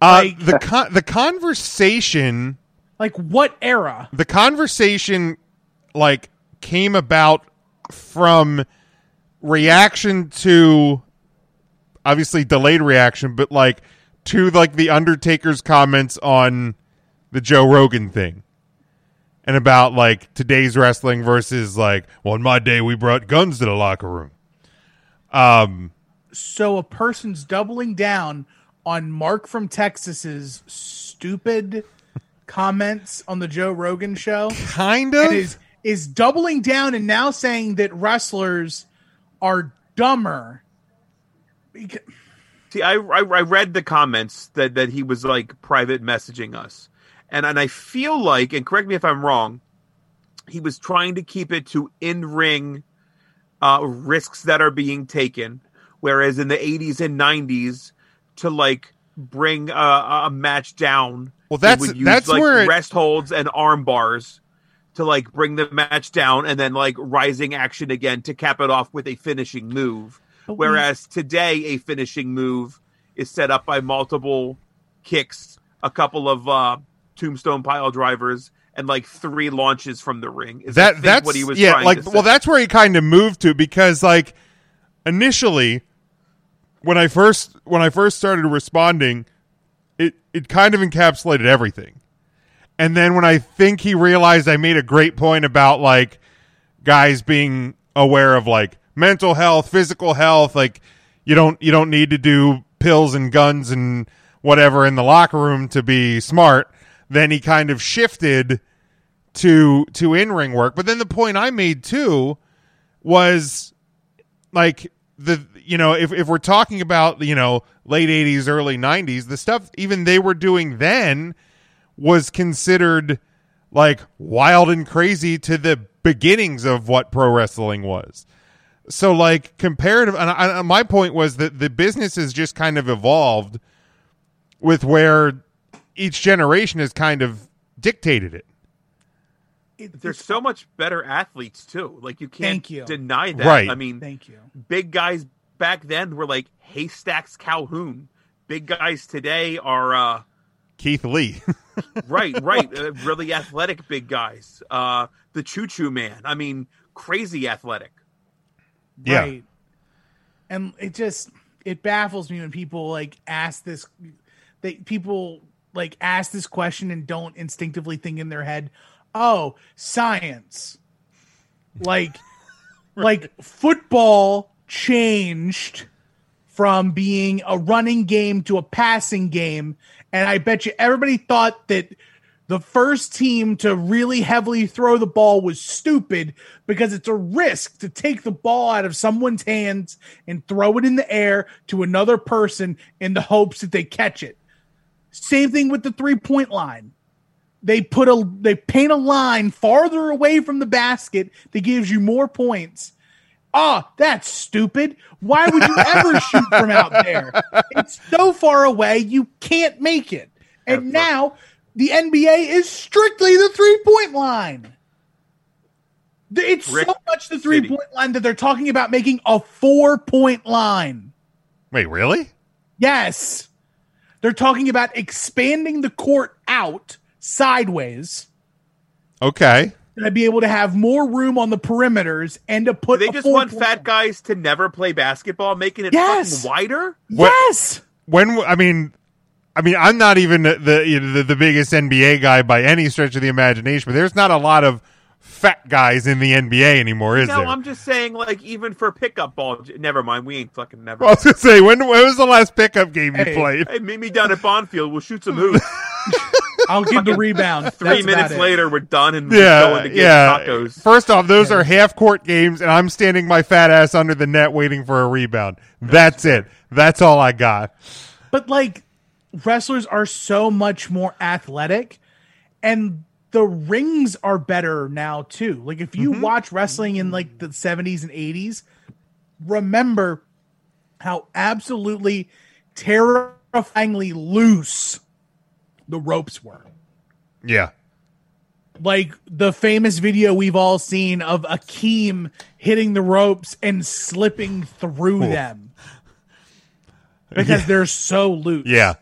Speaker 1: Uh, the con- the conversation,
Speaker 13: like what era?
Speaker 1: The conversation, like, came about from reaction to obviously delayed reaction, but like to like the Undertaker's comments on the Joe Rogan thing. And about like today's wrestling versus like, well, in my day we brought guns to the locker room. Um,
Speaker 13: so a person's doubling down on mark from texas's stupid comments on the joe rogan show
Speaker 1: kind
Speaker 13: of is is doubling down and now saying that wrestlers are dumber Beca-
Speaker 11: See, I, I I read the comments that that he was like private messaging us, and and I feel like, and correct me if I'm wrong, he was trying to keep it to in ring uh, risks that are being taken, whereas in the 80s and 90s, to like bring a, a match down.
Speaker 1: Well,
Speaker 11: they
Speaker 1: that's-
Speaker 11: would
Speaker 1: that's
Speaker 11: like,
Speaker 1: where it-
Speaker 11: rest holds and arm bars to like bring the match down, and then like rising action again to cap it off with a finishing move.
Speaker 13: But we-
Speaker 11: Whereas today, a finishing move is set up by multiple kicks, a couple of uh, tombstone pile drivers, and like three launches from the ring. Is I
Speaker 1: that
Speaker 11: think
Speaker 1: that's
Speaker 11: what he was
Speaker 1: yeah
Speaker 11: trying
Speaker 1: like
Speaker 11: to say.
Speaker 1: well that's where he kind of moved to because like initially when i first when i first started responding it it kind of encapsulated everything and then when i think he realized i made a great point about like guys being aware of like mental health physical health like you don't you don't need to do pills and guns and whatever in the locker room to be smart then he kind of shifted to to in ring work. But then the point I made too was like the you know if if we're talking about you know late eighties early nineties, the stuff even they were doing then was considered like wild and crazy to the beginnings of what pro wrestling was. So like comparative, and I, I- my point was that the business has just kind of evolved with where each generation has kind of dictated it.
Speaker 11: They're so much better athletes too. Like you can't
Speaker 13: Thank you.
Speaker 11: deny that.
Speaker 1: Right.
Speaker 11: I mean,
Speaker 13: thank you
Speaker 11: big guys back then were like haystacks Calhoun. Big guys today are uh,
Speaker 1: Keith Lee.
Speaker 11: right, right, uh, really athletic big guys. Uh, the Choo Choo Man. I mean, crazy athletic.
Speaker 1: Yeah.
Speaker 13: Right. And it just it baffles me when people like ask this they people like ask this question and don't instinctively think in their head, "Oh, science." Like like football changed from being a running game to a passing game, and I bet you everybody thought that the first team to really heavily throw the ball was stupid because it's a risk to take the ball out of someone's hands and throw it in the air to another person in the hopes that they catch it. Same thing with the three point line. They put a they paint a line farther away from the basket that gives you more points. Oh, that's stupid. Why would you ever shoot from out there? It's so far away, you can't make it. And now the NBA is strictly the three point line. The- It's so much the three point line that they're talking about making a four point line.
Speaker 1: Wait, really?
Speaker 13: Yes. They're talking about expanding the court out sideways
Speaker 1: Okay.
Speaker 13: to be able to have more room on the perimeters and to put.
Speaker 11: They
Speaker 13: a
Speaker 11: just
Speaker 13: fourth
Speaker 11: want
Speaker 13: wall-
Speaker 11: fat guys to never play basketball, making it
Speaker 13: Yes.
Speaker 11: fucking wider.
Speaker 1: yes. When w- I mean, I mean, I'm not even the, you know, the the biggest NBA guy by any stretch of the imagination, but there's not a lot of fat guys in the NBA anymore, is
Speaker 11: no,
Speaker 1: there?
Speaker 11: I'm just saying, like even for pickup ball. j- Never mind, we ain't fucking never.
Speaker 1: I was gonna say, when, when was the last pickup game you
Speaker 11: hey,
Speaker 1: played?
Speaker 11: hey, meet me down at Bonfield. We'll shoot some hoops.
Speaker 13: I'll get the rebound.
Speaker 11: Three
Speaker 13: That's about
Speaker 11: minutes
Speaker 13: it.
Speaker 11: later, we're done and we're
Speaker 1: Yeah,
Speaker 11: going to get
Speaker 1: yeah.
Speaker 11: tacos.
Speaker 1: First off, those are half court games, and I'm standing my fat ass under the net waiting for a rebound. That's it. That's all I got.
Speaker 13: But like wrestlers are so much more athletic and the rings are better now too. Like if
Speaker 1: Mm-hmm.
Speaker 13: you watch wrestling in like the 70s and 80s, remember how absolutely terrifyingly loose the ropes were.
Speaker 1: Yeah.
Speaker 13: Like the famous video we've all seen of Akeem hitting the ropes and slipping through
Speaker 1: Oof.
Speaker 13: them because they're so loose.
Speaker 1: Yeah.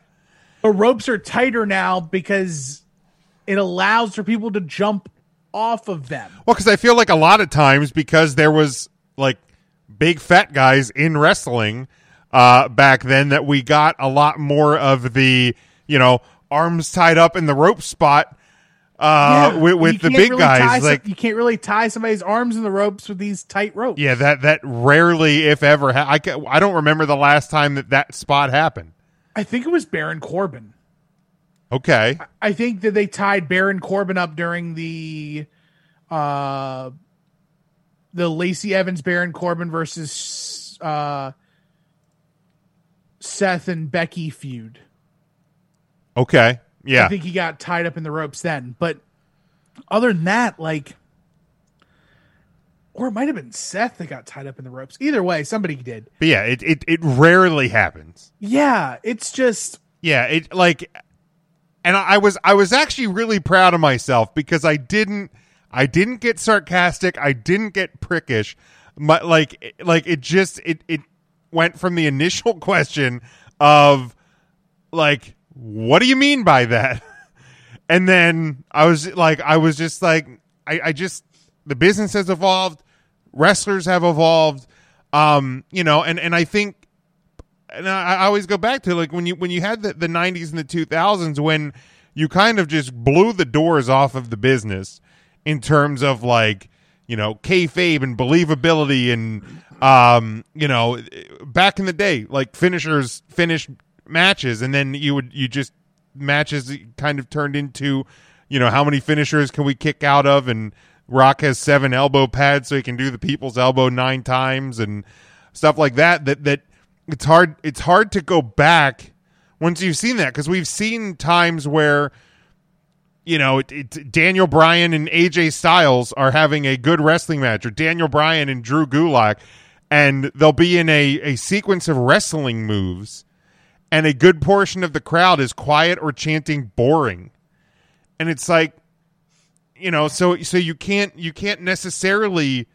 Speaker 13: the ropes are tighter now because it allows for people to jump off of them.
Speaker 1: Well, because I feel like a lot of times because there was like big fat guys in wrestling uh, back then that we got a lot more of the you know arms tied up in the rope spot uh,
Speaker 13: Yeah,
Speaker 1: with,
Speaker 13: you
Speaker 1: with the
Speaker 13: can't
Speaker 1: big
Speaker 13: really tie
Speaker 1: guys.
Speaker 13: some-
Speaker 1: Like,
Speaker 13: you can't really tie somebody's arms in the ropes with these tight ropes.
Speaker 1: yeah, that that rarely, if ever, ha- I ca- I don't remember the last time that that spot happened.
Speaker 13: I think it was Baron Corbin.
Speaker 1: Okay,
Speaker 13: I think that they tied Baron Corbin up during the uh the Lacey Evans Baron Corbin versus uh Seth and Becky feud.
Speaker 1: okay, yeah,
Speaker 13: I think he got tied up in the ropes then. But other than that, like, or it might have been Seth that got tied up in the ropes. Either way, somebody did.
Speaker 1: but yeah, it, it it rarely happens.
Speaker 13: Yeah, it's just
Speaker 1: Yeah, it like, and I I was I was actually really proud of myself because I didn't I didn't get sarcastic. I didn't get prickish. My like it- like it just it it went from the initial question of like what do you mean by that, and then I was like I was just like I I just the business has evolved, wrestlers have evolved, um you know, and and I think and I, I always go back to like when you when you had the, the 90s and the 2000s when you kind of just blew the doors off of the business in terms of like you know kayfabe and believability and um you know back in the day like finishers finished matches and then you would you just matches kind of turned into you know how many finishers can we kick out of and rock has seven elbow pads so he can do the people's elbow nine times and stuff like that that that it's hard it's hard to go back once you've seen that because we've seen times where you know it, it's Daniel Bryan and AJ Styles are having a good wrestling match or Daniel Bryan and Drew Gulak and they'll be in a, a sequence of wrestling moves and a good portion of the crowd is quiet or chanting boring and it's like you know so so you can't you can't necessarily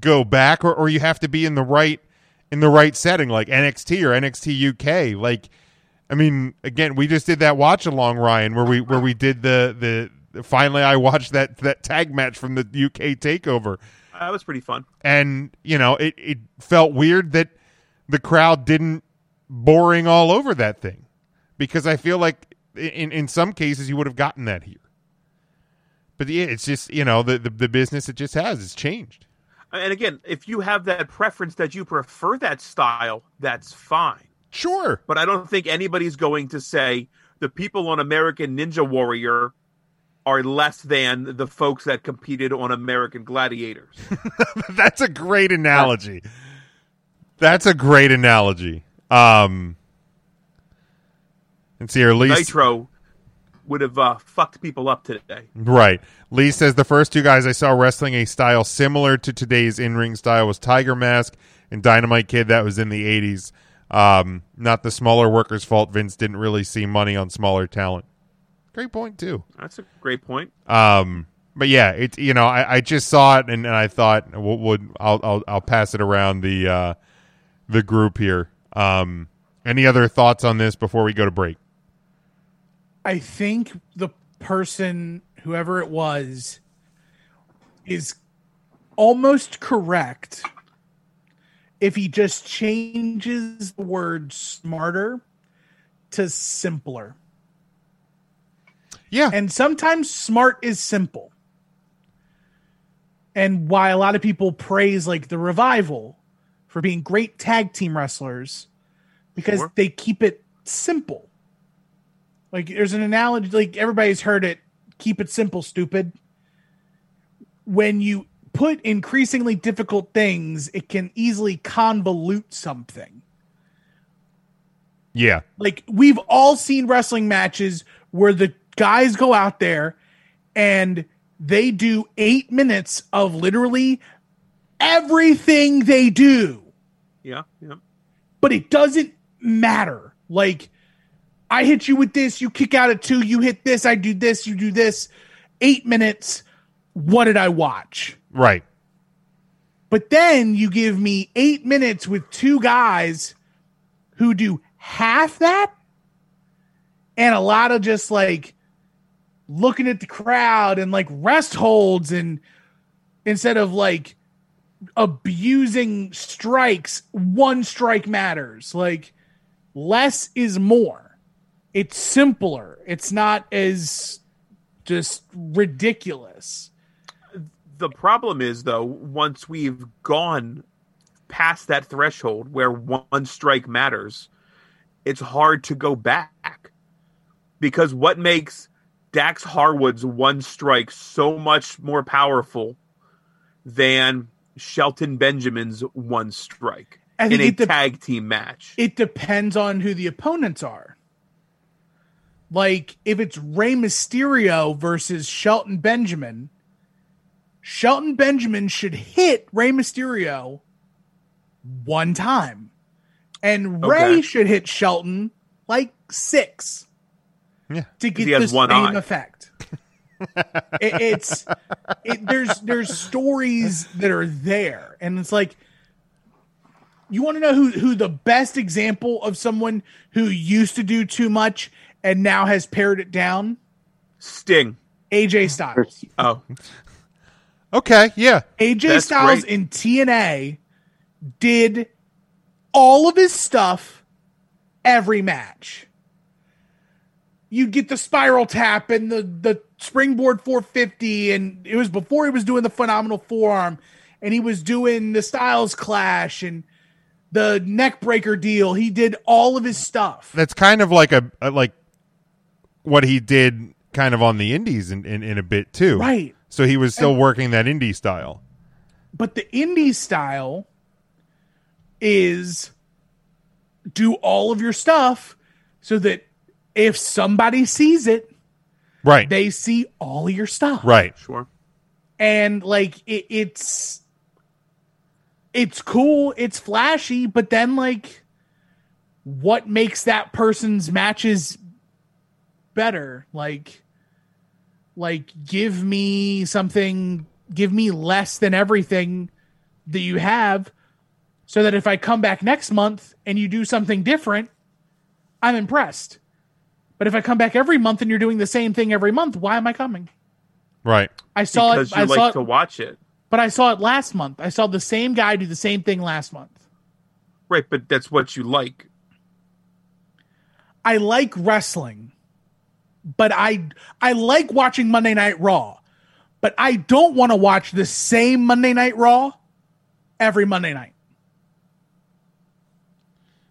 Speaker 1: go back or, or you have to be in the right in the right setting like NXT or NXT UK like I mean again we just did that watch along Ryan where we where we did the the finally I watched that that tag match from the UK takeover
Speaker 11: That was pretty fun.
Speaker 1: and you know it it felt weird that the crowd didn't boring all over that thing because I feel like in in some cases you would have gotten that here but yeah it's just you know the the, the business it just has it's changed
Speaker 11: And again, if you have that preference that you prefer that style, that's fine.
Speaker 1: Sure.
Speaker 11: But I don't think anybody's going to say the people on American Ninja Warrior are less than the folks that competed on American Gladiators.
Speaker 1: That's a great analogy. That's a great analogy. Um, let's see here. Lee,
Speaker 11: Nitro would have uh, fucked people up today.
Speaker 1: right? Lee says the first two guys I saw wrestling a style similar to today's in-ring style was Tiger Mask and Dynamite Kid. That was in the '80s. Um, not the smaller workers' fault. Vince didn't really see money on smaller talent. Great point too.
Speaker 11: That's a great point.
Speaker 1: Um, but yeah, it you know I, I just saw it and, and I thought would, would I'll, I'll I'll pass it around the uh, the group here. Um, any other thoughts on this before we go to break?
Speaker 13: I think the person, whoever it was, is almost correct if he just changes the word smarter to simpler.
Speaker 1: Yeah.
Speaker 13: And sometimes smart is simple. And why a lot of people praise like the revival for being great tag team wrestlers because
Speaker 11: Sure.
Speaker 13: they keep it simple. Like there's an analogy like everybody's heard it, keep it simple stupid. When you put increasingly difficult things, it can easily convolute something
Speaker 1: Yeah.
Speaker 13: like we've all seen wrestling matches where the guys go out there and they do eight minutes of literally everything they do,
Speaker 11: Yeah, yeah.
Speaker 13: but it doesn't matter. Like, I hit you with this, you kick out at two, you hit this, I do this, you do this. Eight minutes. What did I watch?
Speaker 1: Right.
Speaker 13: But then you give me eight minutes with two guys who do half that and a lot of just like looking at the crowd and like rest holds and instead of like abusing strikes, one strike matters. Like less is more. It's simpler. It's not as just ridiculous.
Speaker 11: the problem is though once we've gone past that threshold where one strike matters it's hard to go back because what makes dax harwood's one strike so much more powerful than shelton benjamin's one strike
Speaker 13: I
Speaker 11: in
Speaker 13: think
Speaker 11: a
Speaker 13: it dep-
Speaker 11: tag team match
Speaker 13: It depends on who the opponents are. Like if it's Rey Mysterio versus Shelton Benjamin, Shelton Benjamin should hit Rey Mysterio one time. And Rey
Speaker 11: Okay.
Speaker 13: should hit Shelton like six.
Speaker 1: Yeah.
Speaker 13: To get
Speaker 11: he has
Speaker 13: the
Speaker 11: one
Speaker 13: same
Speaker 11: eye.
Speaker 13: effect. it, it's it, there's there's stories that are there, and it's like you want to know who who the best example of someone who used to do too much and now has pared it down.
Speaker 11: sting
Speaker 13: AJ Styles.
Speaker 11: oh
Speaker 1: Okay. Yeah.
Speaker 13: AJ
Speaker 11: That's
Speaker 13: Styles
Speaker 11: great.
Speaker 13: in TNA did all of his stuff every match. You'd get the spiral tap and the, the springboard 450, and it was before he was doing the phenomenal forearm, and he was doing the Styles clash and the neck breaker deal. He did all of his stuff.
Speaker 1: That's kind of like a, a- like what he did kind of on the indies in, in, in a bit too.
Speaker 13: Right.
Speaker 1: So he was still
Speaker 13: And-
Speaker 1: working that indie style.
Speaker 13: but the indie style is do all of your stuff so that if somebody sees it,
Speaker 1: Right.
Speaker 13: they see all your stuff.
Speaker 1: Right.
Speaker 11: Sure.
Speaker 13: And like it, it's it's cool, it's flashy, but then like what makes that person's matches better? Like like give me something, give me less than everything that you have so that if I come back next month and you do something different, I'm impressed. But if I come back every month and you're doing the same thing every month, why am I coming?
Speaker 1: Right.
Speaker 13: I saw
Speaker 11: because
Speaker 13: it.
Speaker 11: you
Speaker 13: I
Speaker 11: like
Speaker 13: saw it,
Speaker 11: to watch it
Speaker 13: but I saw it last month. I saw the same guy do the same thing last month.
Speaker 11: right but that's what you like
Speaker 13: I like wrestling, but I I like watching Monday Night Raw, but I don't want to watch the same Monday Night Raw every Monday night.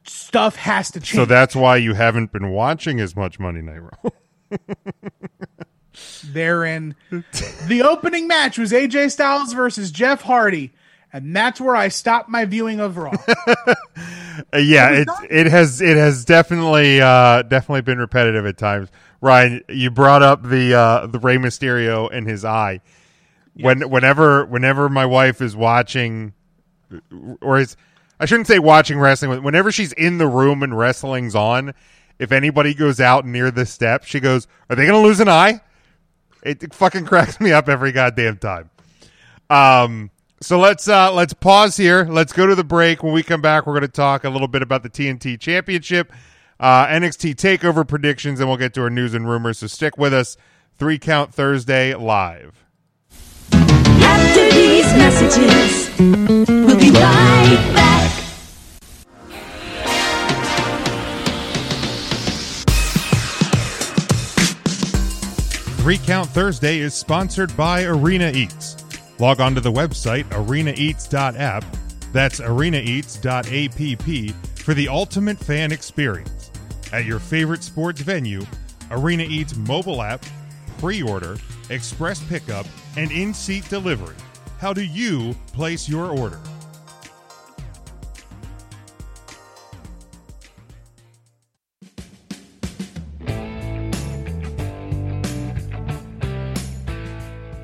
Speaker 13: Stuff has to change.
Speaker 1: So that's why you haven't been watching as much Monday Night Raw.
Speaker 13: therein. the opening match was AJ Styles versus Jeff Hardy, and that's where I stopped my viewing of Raw.
Speaker 1: Uh, yeah, it it has it has definitely uh, definitely been repetitive at times. Ryan, you brought up the uh, the Rey Mysterio and his eye. When whenever whenever my wife is watching, or is I shouldn't say watching wrestling. Whenever she's in the room and wrestling's on, if anybody goes out near the step, she goes, "Are they going to lose an eye?" It fucking cracks me up every goddamn time. Um, so let's uh, let's pause here. Let's go to the break. When we come back, we're going to talk a little bit about the TNT Championship, uh, NXT Takeover predictions, and we'll get to our news and rumors. So stick with us. Three Count Thursday live.
Speaker 4: after these messages. We'll be right back.
Speaker 1: Three Count Thursday is sponsored by Arena Eats. Log on to the website arenaeats.app. That's arenaeats.app for the ultimate fan experience. At your favorite sports venue, Arena Eats mobile app, pre order, express pickup, and in seat delivery. How do you place your order?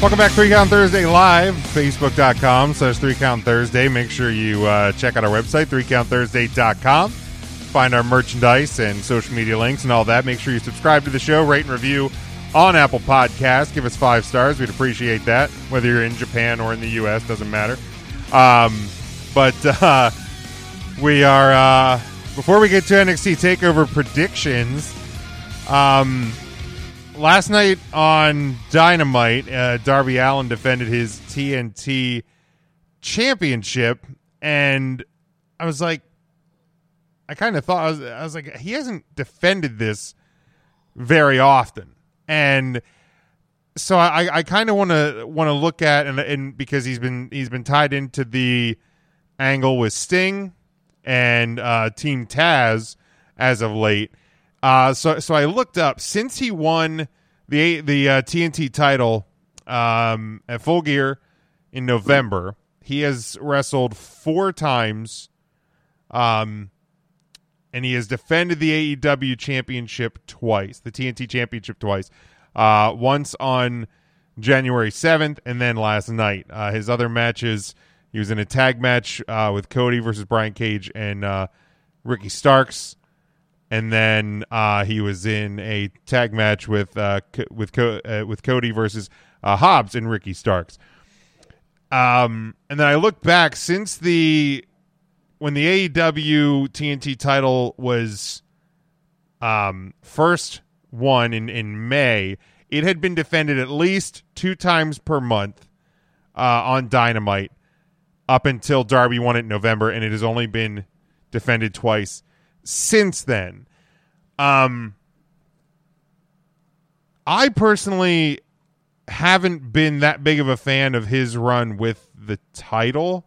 Speaker 1: Welcome back, Three Count Thursday live, facebook.com slash Three Count Thursday. Make sure you uh, check out our website, threecounthursday.com. Find our merchandise and social media links and all that. Make sure you subscribe to the show, rate and review on Apple Podcasts. Give us five stars. We'd appreciate that, whether you're in Japan or in the U.S., doesn't matter. Um, but uh, we are, uh, before we get to NXT TakeOver predictions, um, last night on Dynamite, uh, Darby Allen defended his TNT championship, and I was like, I kind of thought I was, I was like, he hasn't defended this very often, and so I, I kind of want to want to look at and, and because he's been he's been tied into the angle with Sting and uh, Team Taz as of late. Uh, so so I looked up since he won the the uh, TNT title um, at Full Gear in November, he has wrestled four times, um, and he has defended the AEW championship twice, the TNT championship twice, uh, once on January seventh, and then last night. Uh, his other matches, he was in a tag match uh, with Cody versus Brian Cage and uh, Ricky Starks and then uh, he was in a tag match with uh, co- with co- uh, with Cody versus uh, Hobbs and Ricky Starks. Um, and then I looked back since the when the E AEW TNT title was um, first won in in May, it had been defended at least two times per month uh, on Dynamite up until Darby won it in November, and it has only been defended twice since then. Um, I personally haven't been that big of a fan of his run with the title.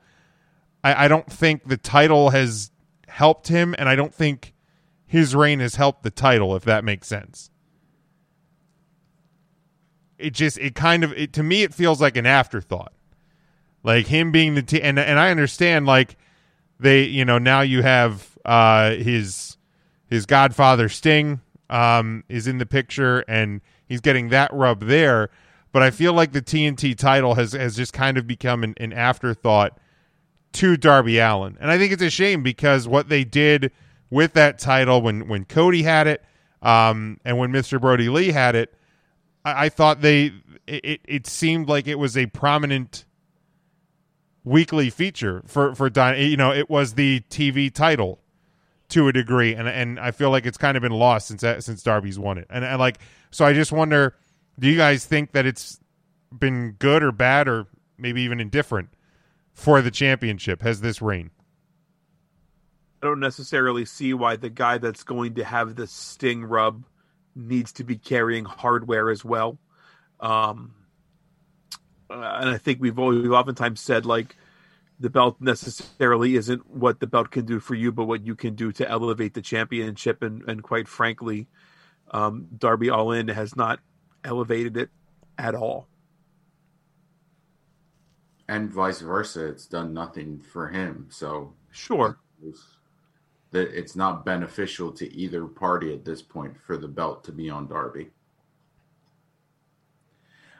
Speaker 1: I, I don't think the title has helped him, and I don't think his reign has helped the title, if that makes sense. It just, it kind of, it, to me, it feels like an afterthought. Like him being the, t- and, and I understand, like, they, you know, now you have uh, his his godfather Sting um, is in the picture, and he's getting that rub there. But I feel like the TNT title has has just kind of become an, an afterthought to Darby Allen, and I think it's a shame because what they did with that title when when Cody had it, um, and when Mister Brody Lee had it, I, I thought they it, it it seemed like it was a prominent weekly feature for for Dy- you know it was the TV title to a degree, and and I feel like it's kind of been lost since that, since Darby's won it, and I like so I just wonder, do you guys think that it's been good or bad or maybe even indifferent for the championship? Has this reign?
Speaker 11: I don't necessarily see why the guy that's going to have the sting rub needs to be carrying hardware as well. Um, uh, and I think we've always, we've oftentimes said like the belt necessarily isn't what the belt can do for you, but what you can do to elevate the championship. And and quite frankly, um, Darby All In has not elevated it at all.
Speaker 12: and vice versa. It's done nothing for him. So
Speaker 11: Sure.
Speaker 12: it's- that it's not beneficial to either party at this point for the belt to be on Darby.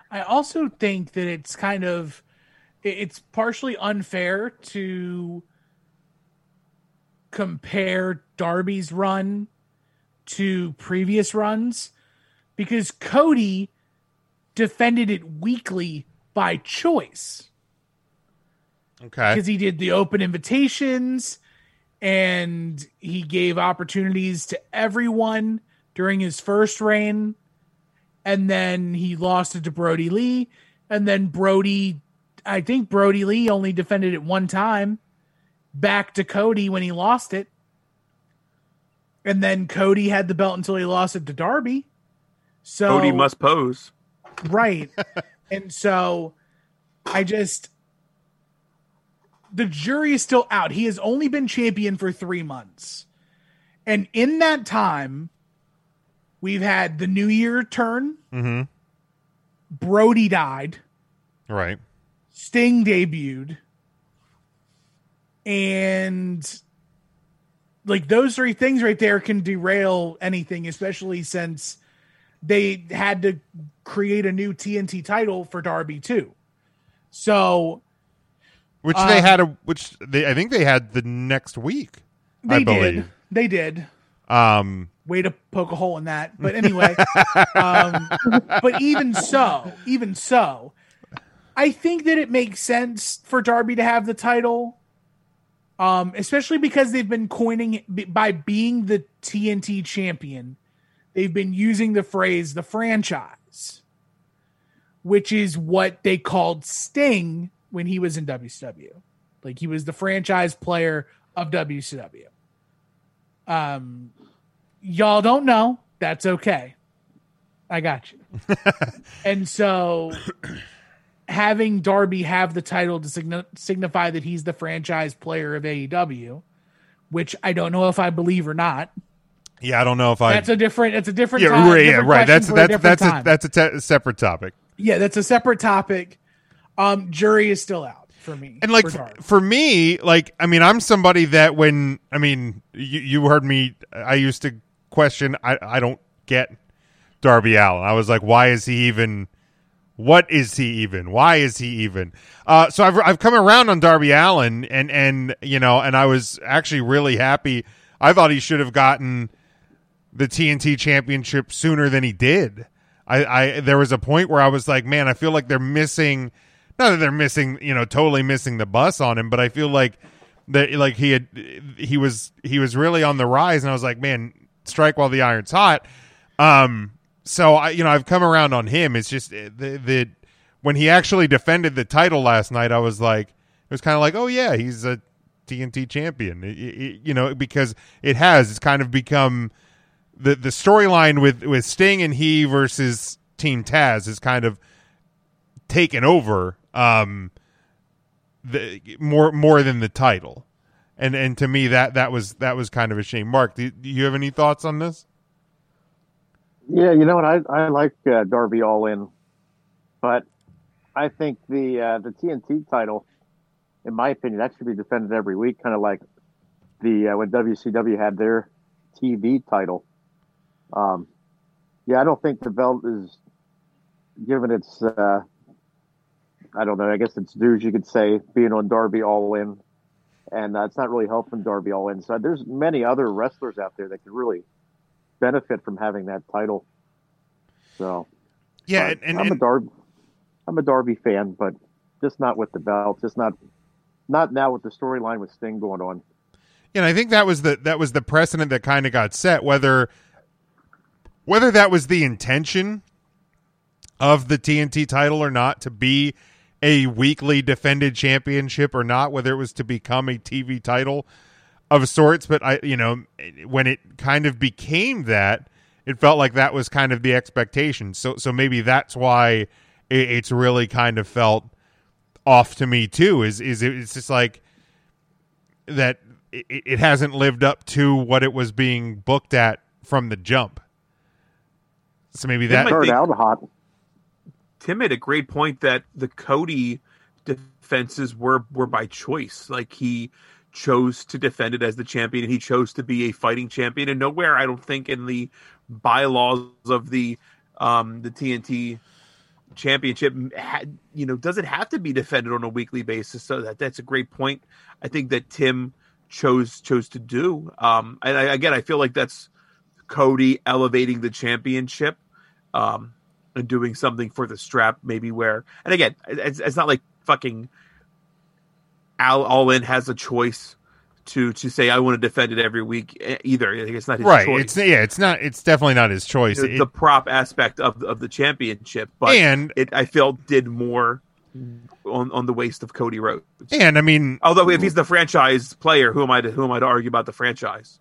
Speaker 13: I also think that it's kind of i- it's partially unfair to compare Darby's run to previous runs because Cody defended it weekly by choice
Speaker 1: Okay.
Speaker 13: because he did the open invitations and he gave opportunities to everyone during his first reign and then he lost it to Brody Lee and then Brody I think Brody Lee only defended it one time back to Cody when he lost it and then Cody had the belt until he lost it to Darby so
Speaker 11: Cody must pose.
Speaker 13: Right. and so I just the jury is still out. He has only been champion for 3 months. And in that time we've had the new year turn,
Speaker 1: Mm-hmm.
Speaker 13: Brody died,
Speaker 1: Right.
Speaker 13: Sting debuted, and like those three things right there can derail anything, especially since they had to create a new TNT title for Darby too. So
Speaker 1: Which
Speaker 13: Uh,
Speaker 1: they had a which they I think they had the next week. I
Speaker 13: they did,
Speaker 1: believe.
Speaker 13: they did.
Speaker 1: Um.
Speaker 13: Way to poke a hole in that, but anyway. um, but even so, even so, I think that it makes sense for Darby to have the title, um, especially because they've been coining by being the TNT champion. They've been using the phrase "the franchise," which is what they called Sting when he was in WCW. Like he was the franchise player of WCW. Um, y'all don't know. That's okay. I got you. and so having Darby have the title to signi- signify that he's the franchise player of AEW, which I don't know if I believe or not.
Speaker 1: Yeah, I don't know if I.
Speaker 13: that's a different. That's a different.
Speaker 1: yeah,
Speaker 13: time,
Speaker 1: right, yeah,
Speaker 13: different
Speaker 1: right.
Speaker 13: question
Speaker 1: That's
Speaker 13: for a
Speaker 1: that's
Speaker 13: different
Speaker 1: that's a,
Speaker 13: time.
Speaker 1: that's a te- separate topic.
Speaker 13: yeah. That's a separate topic. Um, jury is still out for me.
Speaker 1: And like
Speaker 13: for
Speaker 1: for,
Speaker 13: Darby.
Speaker 1: for me, like I mean, I'm somebody that when I mean, you, you heard me. I used to question. I I don't get Darby Allen. I was like, why is he even? What is he even? Why is he even? Uh, so I've I've come around on Darby Allen, and and you know, and I was actually really happy. I thought he should have gotten the TNT championship sooner than he did. I, I there was a point where I was like, man, I feel like they're missing not that they're missing, you know, totally missing the bus on him, but I feel like that like he had he was he was really on the rise and I was like, man, strike while the iron's hot. Um so I you know, I've come around on him. It's just uh, the the when he actually defended the title last night, I was like it was kind of like, oh yeah, he's a TNT champion. It- it- you know, because it has it's kind of become the the storyline with with Sting and he versus Team Taz is kind of taken over um the more more than the title. And and to me that that was that was kind of a shame. Mark, do, do you have any thoughts on this?
Speaker 14: Yeah, you know what? I I like uh, Darby All In, but I think the uh, the TNT title, in my opinion, that should be defended every week, kind of like the uh, when WCW had their TV title. Um, yeah, I don't think the belt is given its. Uh, I don't know. I guess it's dues you could say being on Darby All In, and uh, it's not really helping Darby All In. So there's many other wrestlers out there that could really benefit from having that title. So
Speaker 1: Yeah,
Speaker 14: but
Speaker 1: and- and-
Speaker 14: I'm a
Speaker 1: and-
Speaker 14: Darby, I'm a Darby fan, but just not with the belt, just not not now with the storyline with Sting going on.
Speaker 1: Yeah, and I think that was the that was the precedent that kind of got set. Whether whether that was the intention of the TNT title or not to be a weekly defended championship or not, whether it was to become a TV title of sorts, but I you know when it kind of became that, it felt like that was kind of the expectation. So so maybe that's why it, it's really kind of felt off to me too. Is is it, it's just like that it, it hasn't lived up to what it was being booked at from the jump. So maybe
Speaker 11: It might
Speaker 1: that
Speaker 11: be- Started out
Speaker 14: hot.
Speaker 11: Tim made a great point that the Cody defenses were were by choice. Like he chose to defend it as the champion, and he chose to be a fighting champion. And nowhere, I don't think, in the bylaws of the um, the TNT championship, had, you know, doesn't have to be defended on a weekly basis. So that that's a great point. I think that Tim chose chose to do. Um, and I, again, I feel like that's Cody elevating the championship. Um, and doing something for the strap, maybe where. And again, it's, it's not like fucking Al All In has a choice to to say I want to defend it every week eh, either. I think it's not his
Speaker 1: right.
Speaker 11: choice.
Speaker 1: It's yeah. It's not. It's definitely not his choice.
Speaker 11: the,
Speaker 1: It-
Speaker 11: the prop aspect of of the championship, but
Speaker 1: And-
Speaker 11: it I felt did more on on the waist of Cody Rhodes.
Speaker 1: and I mean,
Speaker 11: Although if he's the franchise player, who am I to who am I to argue about the franchise?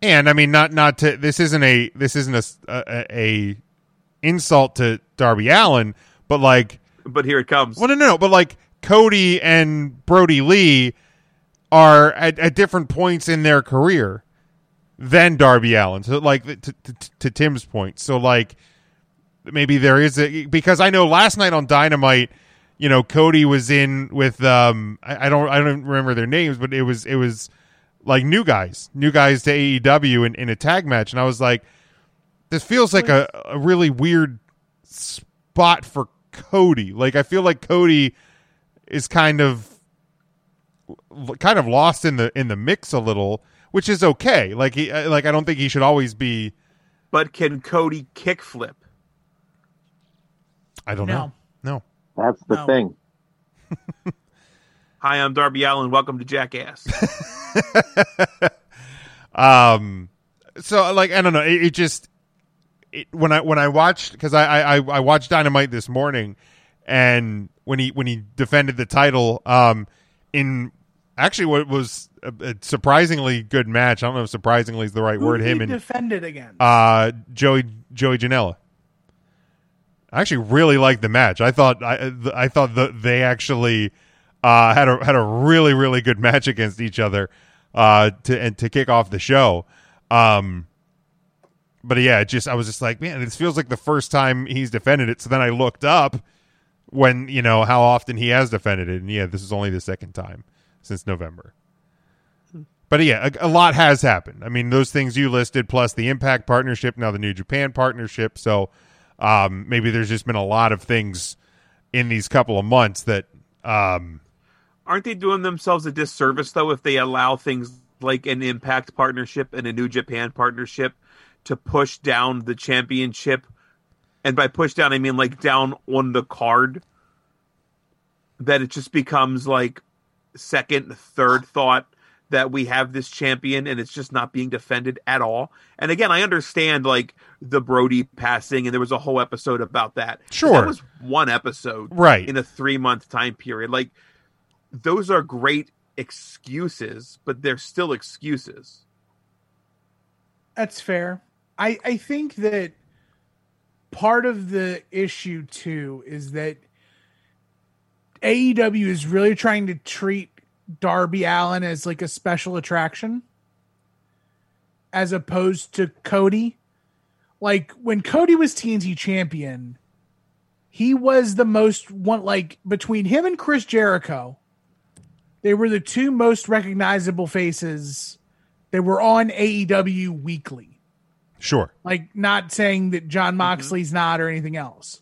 Speaker 1: And I mean, not not to this isn't a this isn't a s- a, a insult to Darby Allen, but like,
Speaker 11: but here it comes.
Speaker 1: Well, no, no, no, but like Cody and Brody Lee are at, at different points in their career than Darby Allen. So, like to, to, to Tim's point, so like maybe there is a because I know last night on Dynamite, you know, Cody was in with um I, I don't I don't remember their names, but it was it was like new guys, new guys to AEW in, in a tag match, and I was like, this feels like a, a really weird spot for Cody. Like I feel like Cody is kind of l- kind of lost in the in the mix a little, which is okay. Like he uh, like I don't think he should always be.
Speaker 11: But can Cody kickflip?
Speaker 1: I don't know. No.
Speaker 14: That's the
Speaker 11: No.
Speaker 14: thing.
Speaker 11: Hi, I'm Darby Allen. Welcome to Jackass.
Speaker 1: um so like i don't know it, it just it, when i when i watched because I, I i I watched dynamite this morning and when he when he defended the title um in actually what was a, a surprisingly good match i don't know if surprisingly is the right
Speaker 13: Who
Speaker 1: word
Speaker 13: did he
Speaker 1: him and
Speaker 13: defend it against?
Speaker 1: uh joey joey janela i actually really liked the match i thought i i thought the, they actually uh had a had a really really good match against each other uh to and to kick off the show um but yeah, it just I was just like, man, this feels like the first time he's defended it. So then I looked up when you know how often he has defended it, and yeah, this is only the second time since November. But yeah, a, a lot has happened. I mean, those things you listed, plus the Impact partnership, now the New Japan partnership. So um, maybe there's just been a lot of things in these couple of months that um,
Speaker 11: aren't they doing themselves a disservice though if they allow things like an impact partnership and a new japan partnership to push down the championship and by push down i mean like down on the card that it just becomes like second third thought that we have this champion and it's just not being defended at all and again i understand like the brody passing and there was a whole episode about that But
Speaker 1: Sure.
Speaker 11: that was one episode
Speaker 1: Right.
Speaker 11: in a three month time period like those are great excuses, but they're still excuses.
Speaker 13: That's fair. I I think that part of the issue too is that AEW is really trying to treat Darby Allen as like a special attraction as opposed to Cody. Like when Cody was TNT champion, he was the most one like between him and Chris Jericho, they were the two most recognizable faces they were on AEW weekly.
Speaker 1: sure,
Speaker 13: Like not saying that John Moxley's not or anything else.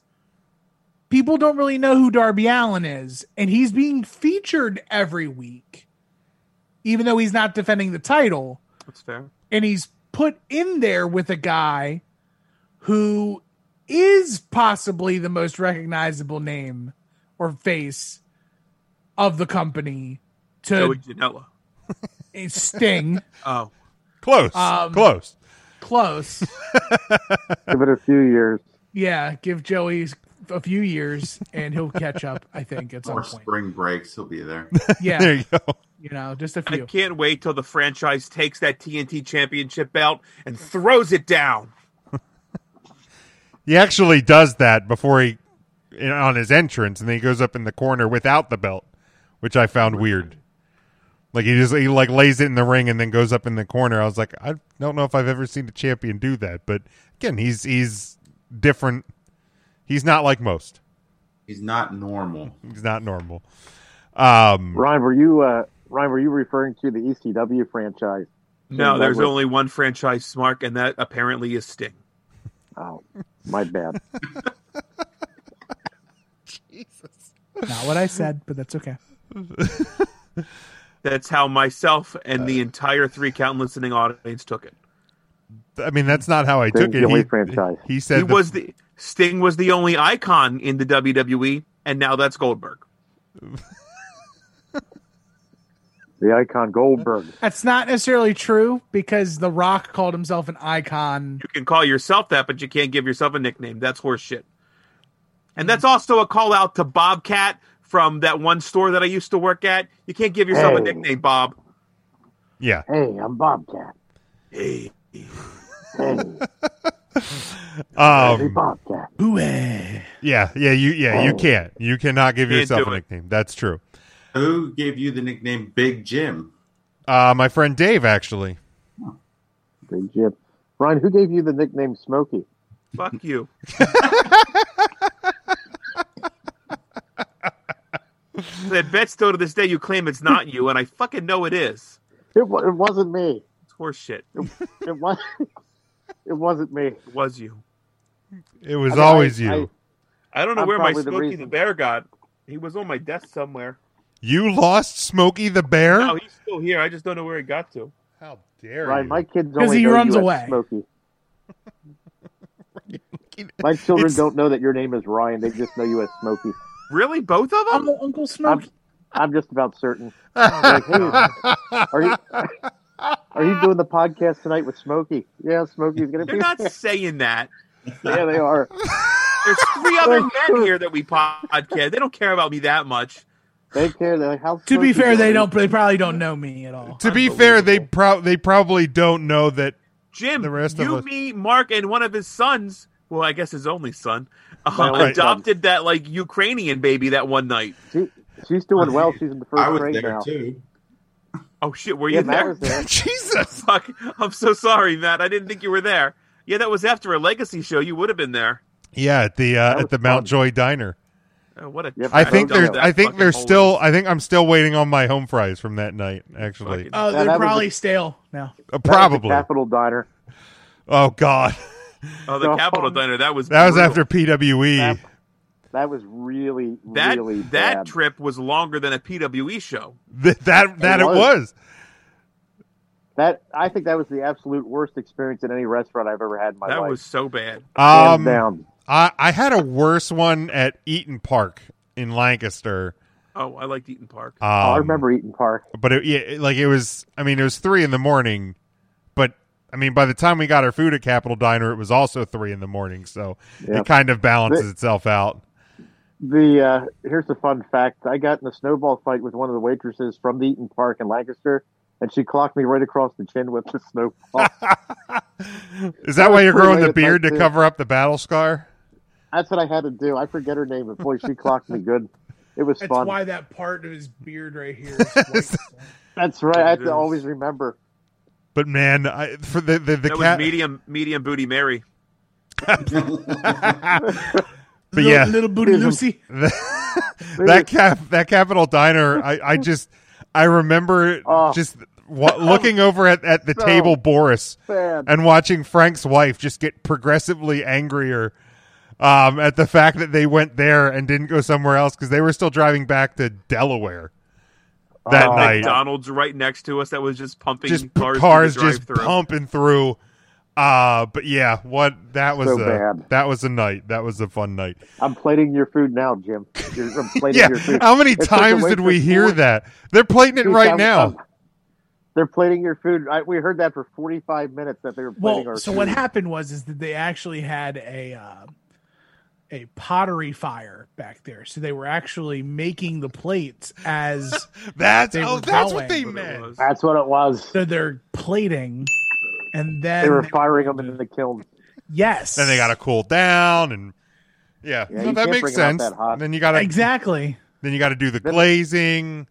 Speaker 13: People don't really know who Darby Allen is, and he's being featured every week, even though he's not defending the title
Speaker 11: That's fair.
Speaker 13: and he's put in there with a guy who is possibly the most recognizable name or face of the company
Speaker 11: Joey
Speaker 13: to
Speaker 11: Janela.
Speaker 13: Sting.
Speaker 11: Oh,
Speaker 1: Close.
Speaker 13: Um,
Speaker 1: Close.
Speaker 13: Close.
Speaker 14: Give it a few years.
Speaker 13: yeah, give Joey a few years and he'll catch up, I think, at some
Speaker 12: Or
Speaker 13: point.
Speaker 12: spring breaks, he'll be there.
Speaker 13: Yeah.
Speaker 1: There you go.
Speaker 13: You know, just a
Speaker 11: I
Speaker 13: few.
Speaker 11: can't wait till the franchise takes that TNT championship belt and throws it down.
Speaker 1: he actually does that before he in, on his entrance, and then he goes up in the corner without the belt, which I found weird. Like he just he like lays it in the ring and then goes up in the corner. I was like, I don't know if I've ever seen a champion do that, but again, he's he's different. He's not like most.
Speaker 12: He's not normal.
Speaker 1: He's not normal. Um,
Speaker 14: Ryan, were you uh, Ryan? Were you referring to the ECW franchise?
Speaker 11: No,
Speaker 14: That
Speaker 11: there's
Speaker 14: was-
Speaker 11: only one franchise smart, and that apparently is Sting.
Speaker 14: Oh, my bad.
Speaker 13: Not what I said, but that's okay.
Speaker 11: That's how myself and the entire three count listening audience took it.
Speaker 1: I mean, that's not how I
Speaker 11: Sting's
Speaker 1: took it.
Speaker 11: the only
Speaker 1: He,
Speaker 14: franchise.
Speaker 1: he said
Speaker 11: he
Speaker 1: the-
Speaker 11: was the Sting was the only icon in the WWE, and now that's Goldberg.
Speaker 14: The icon Goldberg.
Speaker 13: That's not necessarily true because The Rock called himself an icon.
Speaker 11: You can call yourself that, but you can't give yourself a nickname. That's horseshit. And
Speaker 14: Hmm.
Speaker 11: that's also a call out to Bobcat from that one store that I used to work at. You can't give yourself a
Speaker 14: Hey.
Speaker 11: nickname, Bob.
Speaker 1: yeah.
Speaker 14: Hey, I'm Bobcat.
Speaker 11: Hey.
Speaker 14: Hey,
Speaker 1: Um,
Speaker 14: Bobcat.
Speaker 1: yeah, yeah, you, yeah,
Speaker 14: Oh.
Speaker 1: you can't, you cannot give
Speaker 12: Can't
Speaker 1: yourself
Speaker 12: do
Speaker 1: a
Speaker 12: it.
Speaker 1: nickname. That's true.
Speaker 12: Who gave you the nickname Big Jim?
Speaker 1: Uh, my friend Dave actually.
Speaker 14: Big Jim. Ryan, who gave you the nickname Smokey?
Speaker 11: Fuck you. that bet still to this day you claim it's not you, and I fucking know it is.
Speaker 14: It, wa- it wasn't me.
Speaker 11: It's horseshit.
Speaker 14: It was. It wasn't me. It
Speaker 11: was you.
Speaker 1: It was
Speaker 14: I mean, I-
Speaker 1: always you.
Speaker 14: I-
Speaker 11: I don't know
Speaker 14: I'm
Speaker 11: where my
Speaker 14: probably the
Speaker 11: Smokey the,
Speaker 14: reason.
Speaker 11: Bear got. He was on my desk somewhere.
Speaker 1: you lost Smokey the Bear.
Speaker 11: No, he's still here. I just don't know where he got to.
Speaker 1: How dare
Speaker 14: Ryan, my kids
Speaker 11: 'Cause
Speaker 14: only
Speaker 11: he
Speaker 14: know
Speaker 11: runs
Speaker 14: you as
Speaker 11: away.
Speaker 14: Smokey. My children
Speaker 11: It's-
Speaker 14: don't know that your name is Ryan. They just know you as Smokey.
Speaker 11: Really, both of them?
Speaker 13: Uncle, Uncle Smokey.
Speaker 14: I'm just about certain. Like, hey, are you are you doing the podcast tonight with Smokey? Yeah, Smokey's gonna
Speaker 11: They're
Speaker 14: be.
Speaker 11: not
Speaker 14: there.
Speaker 11: saying that.
Speaker 14: yeah, they are.
Speaker 11: There's three
Speaker 1: Oh,
Speaker 11: other men here that we podcast. They don't care about me that much.
Speaker 14: They care. They're like, how
Speaker 13: To be
Speaker 14: Smokey's
Speaker 13: fair,
Speaker 14: gonna
Speaker 13: they
Speaker 14: be-
Speaker 13: don't. They probably don't know me at all.
Speaker 1: to be fair, they pro- they probably don't know that
Speaker 11: Jim,
Speaker 1: the rest
Speaker 11: you,
Speaker 1: of us.
Speaker 11: me, Mark, and one of his sons. Well, I guess his only son uh,
Speaker 1: My only son.
Speaker 11: adopted that like Ukrainian baby that one night.
Speaker 14: She's doing well. She's in the first grade now.
Speaker 11: Oh shit, were
Speaker 14: Yeah,
Speaker 11: you
Speaker 14: Matt
Speaker 11: there?
Speaker 14: was there.
Speaker 1: Jesus,
Speaker 11: fuck! I'm so sorry, Matt. I didn't think you were there. Yeah, that was after a legacy show. You would have been there.
Speaker 1: Yeah, at the uh, at the Mountjoy Diner.
Speaker 11: Uh, what a
Speaker 1: I think
Speaker 11: dumb
Speaker 1: there's.
Speaker 11: that
Speaker 1: I think
Speaker 11: fucking
Speaker 1: there's
Speaker 11: hole
Speaker 1: still. I think I'm still waiting on my home fries from that night. Actually,
Speaker 13: Oh,
Speaker 14: Yeah,
Speaker 13: they're
Speaker 14: that was
Speaker 13: probably
Speaker 14: a-
Speaker 13: stale now.
Speaker 1: Uh, probably.
Speaker 14: Capital Diner.
Speaker 1: Oh God,
Speaker 11: Oh, the
Speaker 14: No.
Speaker 11: Capitol Diner. That was
Speaker 1: that was
Speaker 11: brutal.
Speaker 1: after E. PWE.
Speaker 14: That was really,
Speaker 11: that
Speaker 14: really
Speaker 11: that
Speaker 14: bad.
Speaker 11: trip was longer than a PWE show.
Speaker 1: Th- that that it
Speaker 14: was.
Speaker 1: was.
Speaker 14: That I think that was the absolute worst experience at any restaurant I've ever had in my
Speaker 11: That
Speaker 14: life.
Speaker 11: was so bad.
Speaker 1: Um,
Speaker 14: down.
Speaker 1: I I had a worse one at Eaton Park in Lancaster.
Speaker 11: Oh, I liked Eaton Park.
Speaker 1: Um, I
Speaker 14: remember Eaton Park.
Speaker 1: But it, yeah, it- like it was. I mean, it was three in the morning. But I mean, by the time we got our food at Capital Diner, it was also three in the morning. So
Speaker 14: Yeah.
Speaker 1: it kind of balances
Speaker 14: The-
Speaker 1: itself out.
Speaker 14: The uh, here's a fun fact: I got in a snowball fight with one of the waitresses from the Eaton Park in Lancaster, and she clocked me right across the chin with the snowball.
Speaker 1: Is that why
Speaker 14: was
Speaker 1: you're
Speaker 14: pretty
Speaker 1: growing
Speaker 14: late
Speaker 1: the
Speaker 14: at night,
Speaker 1: beard to
Speaker 14: too.
Speaker 1: cover up the battle scar?
Speaker 14: That's what I had to do. I forget her name, but boy, she clocked me good. It was
Speaker 13: That's
Speaker 14: fun.
Speaker 13: why that part of his beard right here. Is white.
Speaker 14: That's right. I have
Speaker 11: It is.
Speaker 14: to always remember.
Speaker 1: But man, I, for the the, the
Speaker 11: that
Speaker 1: cat.
Speaker 11: was medium medium booty Mary.
Speaker 1: but
Speaker 13: Little-
Speaker 1: yeah,
Speaker 13: little booty Lucy.
Speaker 1: that cap that Capital Diner. I I just I remember just wa- looking over at at the
Speaker 14: Oh. So
Speaker 1: table, Boris,
Speaker 14: bad.
Speaker 1: and watching Frank's wife just get progressively angrier. Um, at the fact that they went there and didn't go somewhere else because they were still driving back to Delaware that
Speaker 11: That
Speaker 1: night.
Speaker 11: McDonald's right next to us that was just pumping
Speaker 1: just
Speaker 11: Oh, cars,
Speaker 1: cars,
Speaker 11: through the
Speaker 1: just
Speaker 11: drive-thru.
Speaker 1: pumping through. Uh, but yeah, what that was
Speaker 14: So
Speaker 1: a
Speaker 14: bad.
Speaker 1: that was a night. That was a fun night.
Speaker 14: I'm plating your food now, Jim. You're, I'm plating
Speaker 1: yeah,
Speaker 14: your food.
Speaker 1: how many
Speaker 14: It took the
Speaker 1: times did we
Speaker 14: waitress
Speaker 1: hear
Speaker 14: four-
Speaker 1: that? They're plating it
Speaker 14: Dude,
Speaker 1: right
Speaker 14: that-
Speaker 1: now.
Speaker 14: They're plating your food. I, we heard that for 45 minutes that they were plating
Speaker 13: Well,
Speaker 14: our
Speaker 13: so
Speaker 14: food.
Speaker 13: what happened was is that they actually had a uh, a pottery fire back there, so they were actually making the plates as
Speaker 1: That's-
Speaker 13: they
Speaker 1: oh,
Speaker 13: were
Speaker 1: that's what
Speaker 13: going.
Speaker 1: they meant.
Speaker 14: That's what it was.
Speaker 13: So they're plating, and then
Speaker 14: They were firing them in the kiln.
Speaker 13: yes,
Speaker 1: Then they got to cool down and Yeah,
Speaker 14: Yeah,
Speaker 1: No,
Speaker 14: you
Speaker 1: that
Speaker 14: can't
Speaker 1: makes
Speaker 14: bring 'em out
Speaker 1: sense.
Speaker 14: that hot.
Speaker 1: then you got to
Speaker 13: exactly.
Speaker 1: Then you got to do the glazing.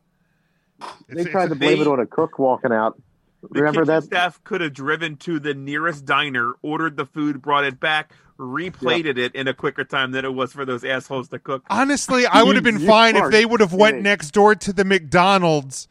Speaker 14: They tried to blame it on a cook walking out.
Speaker 11: The
Speaker 14: Remember
Speaker 11: kitchen
Speaker 14: that?
Speaker 11: staff could have driven to the nearest diner, ordered the food, brought it back, replated it in a quicker time than it was for those assholes to
Speaker 1: Oh,
Speaker 11: cook.
Speaker 1: Honestly, I would have been fine if they would have went next door to the McDonald's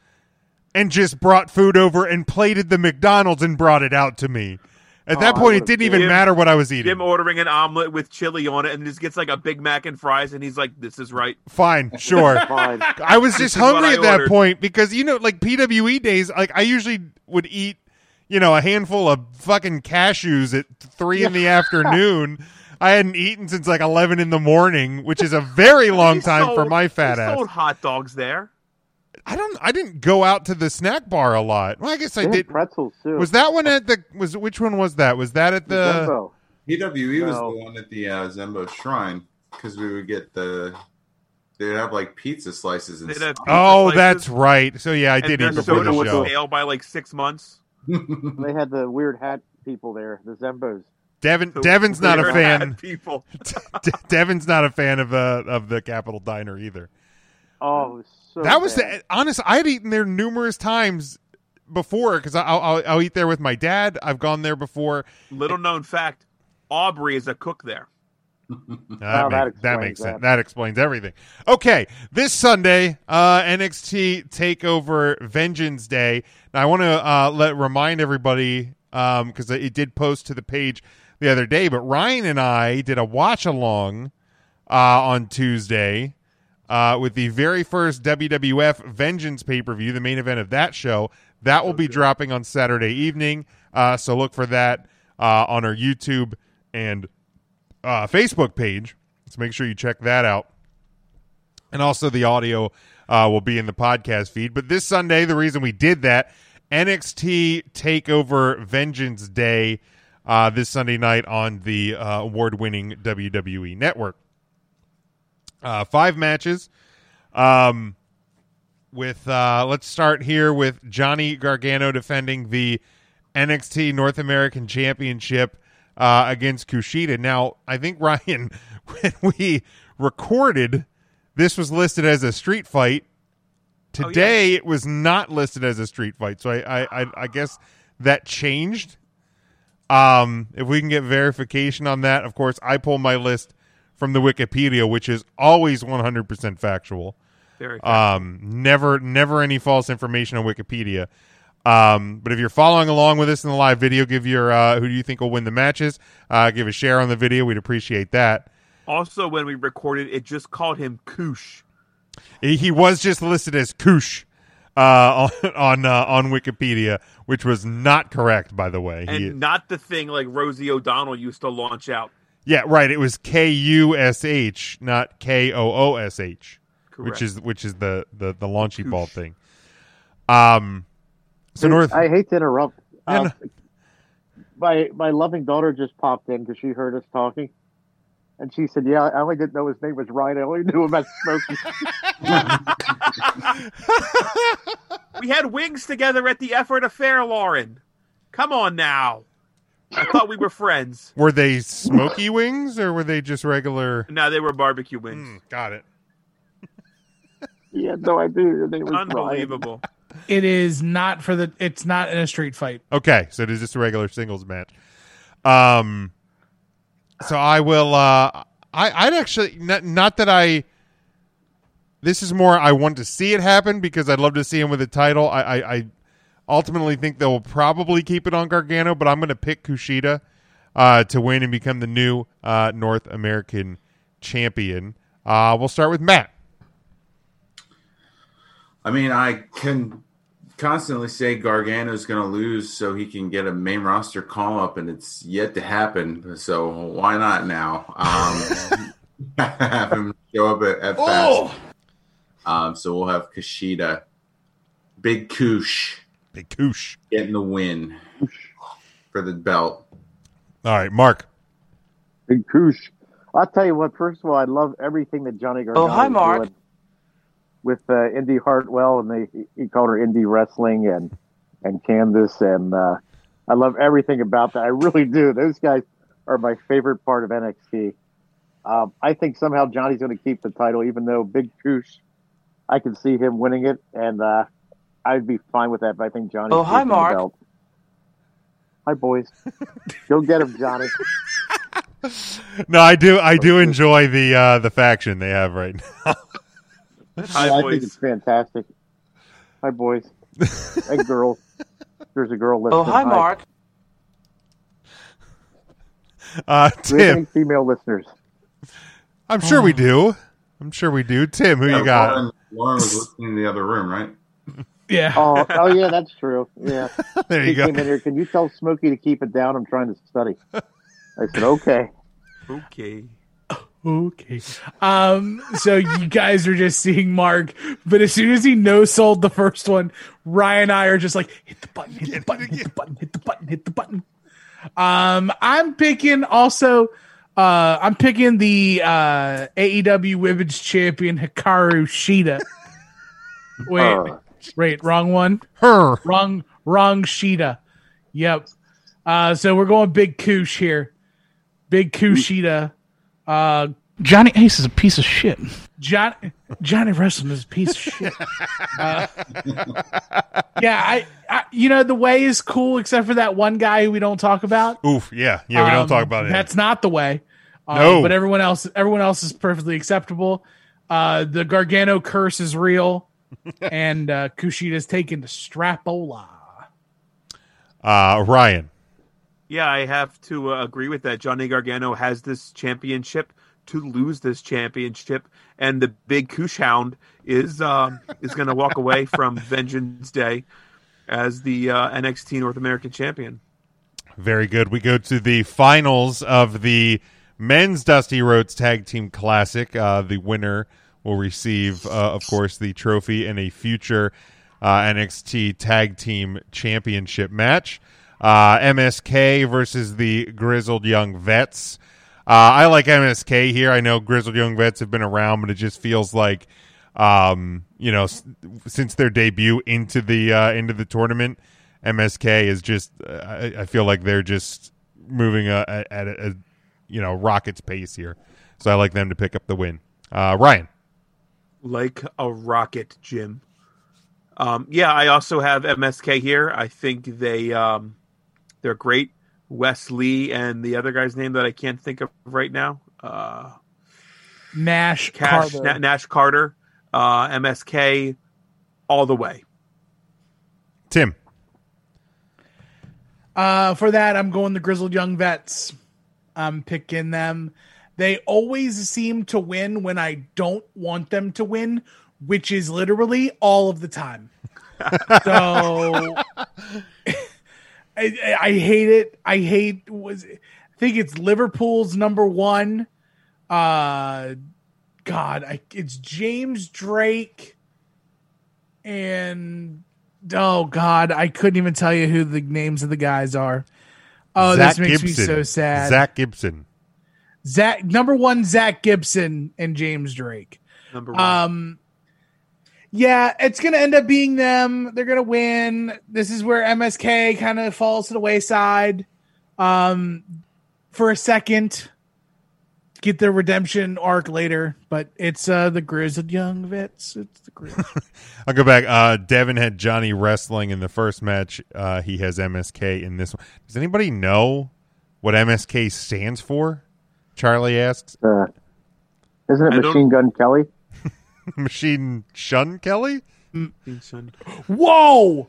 Speaker 1: and just brought food over and plated the McDonald's and brought it out to me. At that point, it didn't even
Speaker 11: Jim-
Speaker 1: matter what I was eating.
Speaker 11: Jim ordering an omelet with chili on it, and just gets like a Big Mac and fries, and he's like, "This is right."
Speaker 1: Fine, sure.
Speaker 11: Fine.
Speaker 1: I was
Speaker 11: This
Speaker 1: just
Speaker 11: is what
Speaker 1: hungry
Speaker 11: I
Speaker 1: at that
Speaker 11: ordered.
Speaker 1: point because you know, like PWE days, like I usually would eat, you know, a handful of fucking cashews at three in the afternoon. I hadn't eaten since like eleven in the morning, which is a very long
Speaker 11: They
Speaker 1: time for
Speaker 11: sold-
Speaker 1: my fat
Speaker 11: they
Speaker 1: ass.
Speaker 11: Sold hot dogs there.
Speaker 1: I don't. I didn't go out to the snack bar a lot. Well, I guess I
Speaker 14: They had
Speaker 1: did.
Speaker 14: pretzels too.
Speaker 1: Was that one at the? Was which one was that? Was that at the?
Speaker 12: PWE E was
Speaker 1: No.
Speaker 12: the one at the uh, Zembo Shrine because we would get the. They'd have like pizza slices and
Speaker 11: They'd have
Speaker 12: stuff.
Speaker 1: Oh, that's right. So yeah, I did eat
Speaker 11: and their
Speaker 1: before
Speaker 11: soda
Speaker 1: the
Speaker 11: was
Speaker 1: show.
Speaker 11: stale by like six months.
Speaker 14: they had the weird hat people there, the Zembos.
Speaker 1: Devin
Speaker 14: The
Speaker 1: Devin's not a
Speaker 14: weird
Speaker 1: fan.
Speaker 14: hat people.
Speaker 1: De- Devin's not a fan of uh, of the Capitol Diner either.
Speaker 14: Oh, it was so
Speaker 1: that was
Speaker 14: bad.
Speaker 1: the honest. I had eaten there numerous times before because I'll, I'll I'll eat there with my dad. I've gone there before.
Speaker 11: Little known fact: Aubrey is a cook there.
Speaker 1: That,
Speaker 11: Wow,
Speaker 1: make-
Speaker 11: that
Speaker 1: that
Speaker 11: explains
Speaker 1: makes sense.
Speaker 11: that.
Speaker 1: That explains everything. Okay, this Sunday, uh, NXT Takeover Vengeance Day. Now, I want to uh, let remind everybody because it did post to the page the other day, but Ryan and I did a watch along uh, on Tuesday uh, with the very first WWF Vengeance pay per view, the main event of that show. That will be dropping on Saturday evening. Uh, so look for that uh, on our YouTube and uh, Facebook page. So make sure you check that out. And also, the audio uh, will be in the podcast feed. But this Sunday, the reason we did that NXT Takeover Vengeance Day uh, this Sunday night on the uh, award winning WWE E network. Uh, five matches. Um, with uh, let's start here with Johnny Gargano defending the NXT North American Championship uh, against Kushida. Now, I think Ryan, when we recorded, this was listed as a street fight. Today, it was not listed as a street fight, so I, I, I, I guess that changed. Um, if we can get verification on that, of course, I pull my list from the Wikipedia, which is always 100% factual.
Speaker 11: Very
Speaker 1: Um, never, never any false information on Wikipedia. Um, but if you're following along with us in the live video, give your uh, who do you think will win the matches? Uh, give a share on the video. We'd appreciate that.
Speaker 11: Also, when we recorded, it just called him Koosh.
Speaker 1: He, he was just listed as Koosh uh, on on, uh, on Wikipedia, which was not correct, by the way.
Speaker 11: and
Speaker 1: He-
Speaker 11: not the thing like Rosie O'Donnell used to launch out.
Speaker 1: Yeah, right. It was K U S H, not K O O S H, which
Speaker 11: Correct.
Speaker 1: is which is the the the launchy ball thing. Um, so
Speaker 14: Dude,
Speaker 1: North,
Speaker 14: I hate to interrupt. Uh, my my loving daughter just popped in because she heard us talking, and she said, "Yeah, I only didn't know his name was Ryan. I only knew him as Smokey."
Speaker 11: We had wings together at the effort affair, Lauren. Come on now. I thought we were friends.
Speaker 1: were they smoky wings or were they just regular?
Speaker 11: No, they were barbecue wings.
Speaker 1: got it.
Speaker 14: yeah, no, I do. They
Speaker 11: Unbelievable.
Speaker 13: It is not for the. It's not in a street fight.
Speaker 1: Okay, so it is just a regular singles match. Um, so I will. Uh, I I'd actually not not that I. This is more I want to see it happen because I'd love to see him with a title. I I, I ultimately think they'll probably keep it on Gargano, but I'm going to pick Kushida uh, to win and become the new uh, North American champion. Uh, we'll start with Matt.
Speaker 12: I mean, I can constantly say Gargano's going to lose so he can get a main roster call up, and it's yet to happen. So why not now? Um, have him show up at, at
Speaker 5: Oh!
Speaker 12: Fast. Um, so we'll have Kushida, Big Koosh,
Speaker 1: Big Koosh
Speaker 12: getting the win for the belt.
Speaker 1: All right, Mark.
Speaker 14: Big Koosh. I'll tell you what. First of all, I love everything that Johnny Gargano.
Speaker 15: Oh, hi,
Speaker 14: is
Speaker 15: Mark.
Speaker 14: doing With uh, Indy Hartwell, and they he- he called her Indy Wrestling and and Candace, and uh, I love everything about that. I really do. Those guys are my favorite part of NXT. Um, I think somehow Johnny's going to keep the title, even though Big Koosh, I can see him winning it, and uh, I'd be fine with that. But I think Johnny.
Speaker 15: Oh, hi,
Speaker 14: keeping the
Speaker 15: Mark.
Speaker 14: belt. Hi, boys. Go get him, Johnny.
Speaker 1: No, I do. I do enjoy the uh, the faction they have right now.
Speaker 14: Yeah, I think it's fantastic. Hi, boys. hey, girls. There's a girl listening.
Speaker 15: Oh, hi, Mark.
Speaker 1: Uh,
Speaker 14: Do we have
Speaker 1: Tim,
Speaker 14: any female listeners?
Speaker 1: I'm sure we
Speaker 13: Oh.
Speaker 1: do. I'm sure we do. Tim, who
Speaker 12: Yeah,
Speaker 1: you got?
Speaker 12: Lauren, Lauren Uh, was listening in the other room, right?
Speaker 13: Yeah.
Speaker 14: Oh, oh yeah, that's true. Yeah.
Speaker 1: There
Speaker 14: he
Speaker 1: you go.
Speaker 14: came in here. Can you tell Smokey to keep it down? I'm trying to study. I said, okay.
Speaker 11: Okay.
Speaker 13: Okay. Um, so you guys are just seeing Mark, but as soon as he no sold the first one, Ryan and I are just like, hit the button, hit the button, hit the button, hit the button, hit the button. Um, I'm picking also, uh, I'm picking the uh, AEW Women's Champion Hikaru Shida. Wait,
Speaker 14: Uh,
Speaker 5: Her.
Speaker 13: wait, wrong one.
Speaker 1: Her.
Speaker 13: Wrong, wrong Shida. Yep. Uh, so we're going big Koosh here. Big Kushida. Uh,
Speaker 16: Johnny Ace is a piece of shit.
Speaker 13: John Johnny Wrestling is a piece of shit. Uh, yeah, I, I you know the way is cool except for that one guy who we don't talk about.
Speaker 1: Oof. Yeah. Yeah. We don't
Speaker 13: Um,
Speaker 1: talk about it.
Speaker 13: That's not the way. Um,
Speaker 1: No.
Speaker 13: but everyone else everyone else is perfectly acceptable. Uh, the Gargano curse is real, and uh, Kushida's taken to Strapola.
Speaker 1: Uh, Ryan.
Speaker 11: Yeah, I have to uh, agree with that. Johnny Gargano has this championship to lose this championship, and the big Koosh Hound is um, is going to walk away from Vengeance Day as the uh, NXT North American champion.
Speaker 1: Very good. We go to the finals of the men's Dusty Rhodes Tag Team Classic. Uh, the winner will receive, uh, of course, the trophy in a future uh, NXT Tag Team Championship match. Uh, MSK versus the Grizzled Young Vets. Uh, I like MSK here. I know Grizzled Young Vets have been around, but it just feels like, um, you know, s- since their debut into the uh, into the tournament, MSK is just. Uh, I, I feel like they're just moving uh at at a, a you know rocket's pace here. So I like them to pick up the win. Uh, Ryan.
Speaker 11: like a rocket, Jim. Um, yeah, I also have MSK here. I think they um, they're great. Wesley and the other guy's name that I can't think of right now. Uh,
Speaker 13: Nash
Speaker 11: Cash
Speaker 13: Carter.
Speaker 11: Na- Nash Carter, uh, MSK, all the way.
Speaker 1: Tim.
Speaker 13: Uh, for that, I'm going the Grizzled Young Vets. I'm picking them. They always seem to win when I don't want them to win, which is literally all of the time. so I, I- I hate it. I hate was I think it's Liverpool's number one. Uh, God, I, it's James Drake and oh God, I couldn't even tell you who the names of the guys are. Oh, this
Speaker 1: Zach
Speaker 13: makes
Speaker 1: Gibson.
Speaker 13: me so sad.
Speaker 1: Zach Gibson.
Speaker 13: Zach number one, Zach Gibson and James Drake.
Speaker 11: Number
Speaker 13: one. Um, yeah, it's gonna end up being them. They're gonna win. This is where MSK kind of falls to the wayside. Um, for a second, get their redemption arc later, but it's uh the Grizzled Young Vets. It's the Grizz.
Speaker 1: I'll go back. Uh, Devin had Johnny wrestling in the first match. Uh, he has MSK in this one. Does anybody know what MSK stands for? Charlie asks.
Speaker 14: Uh, isn't
Speaker 1: I
Speaker 14: it
Speaker 1: don't-
Speaker 14: Machine Gun Kelly?
Speaker 1: Machine Shun Kelly?
Speaker 13: Whoa!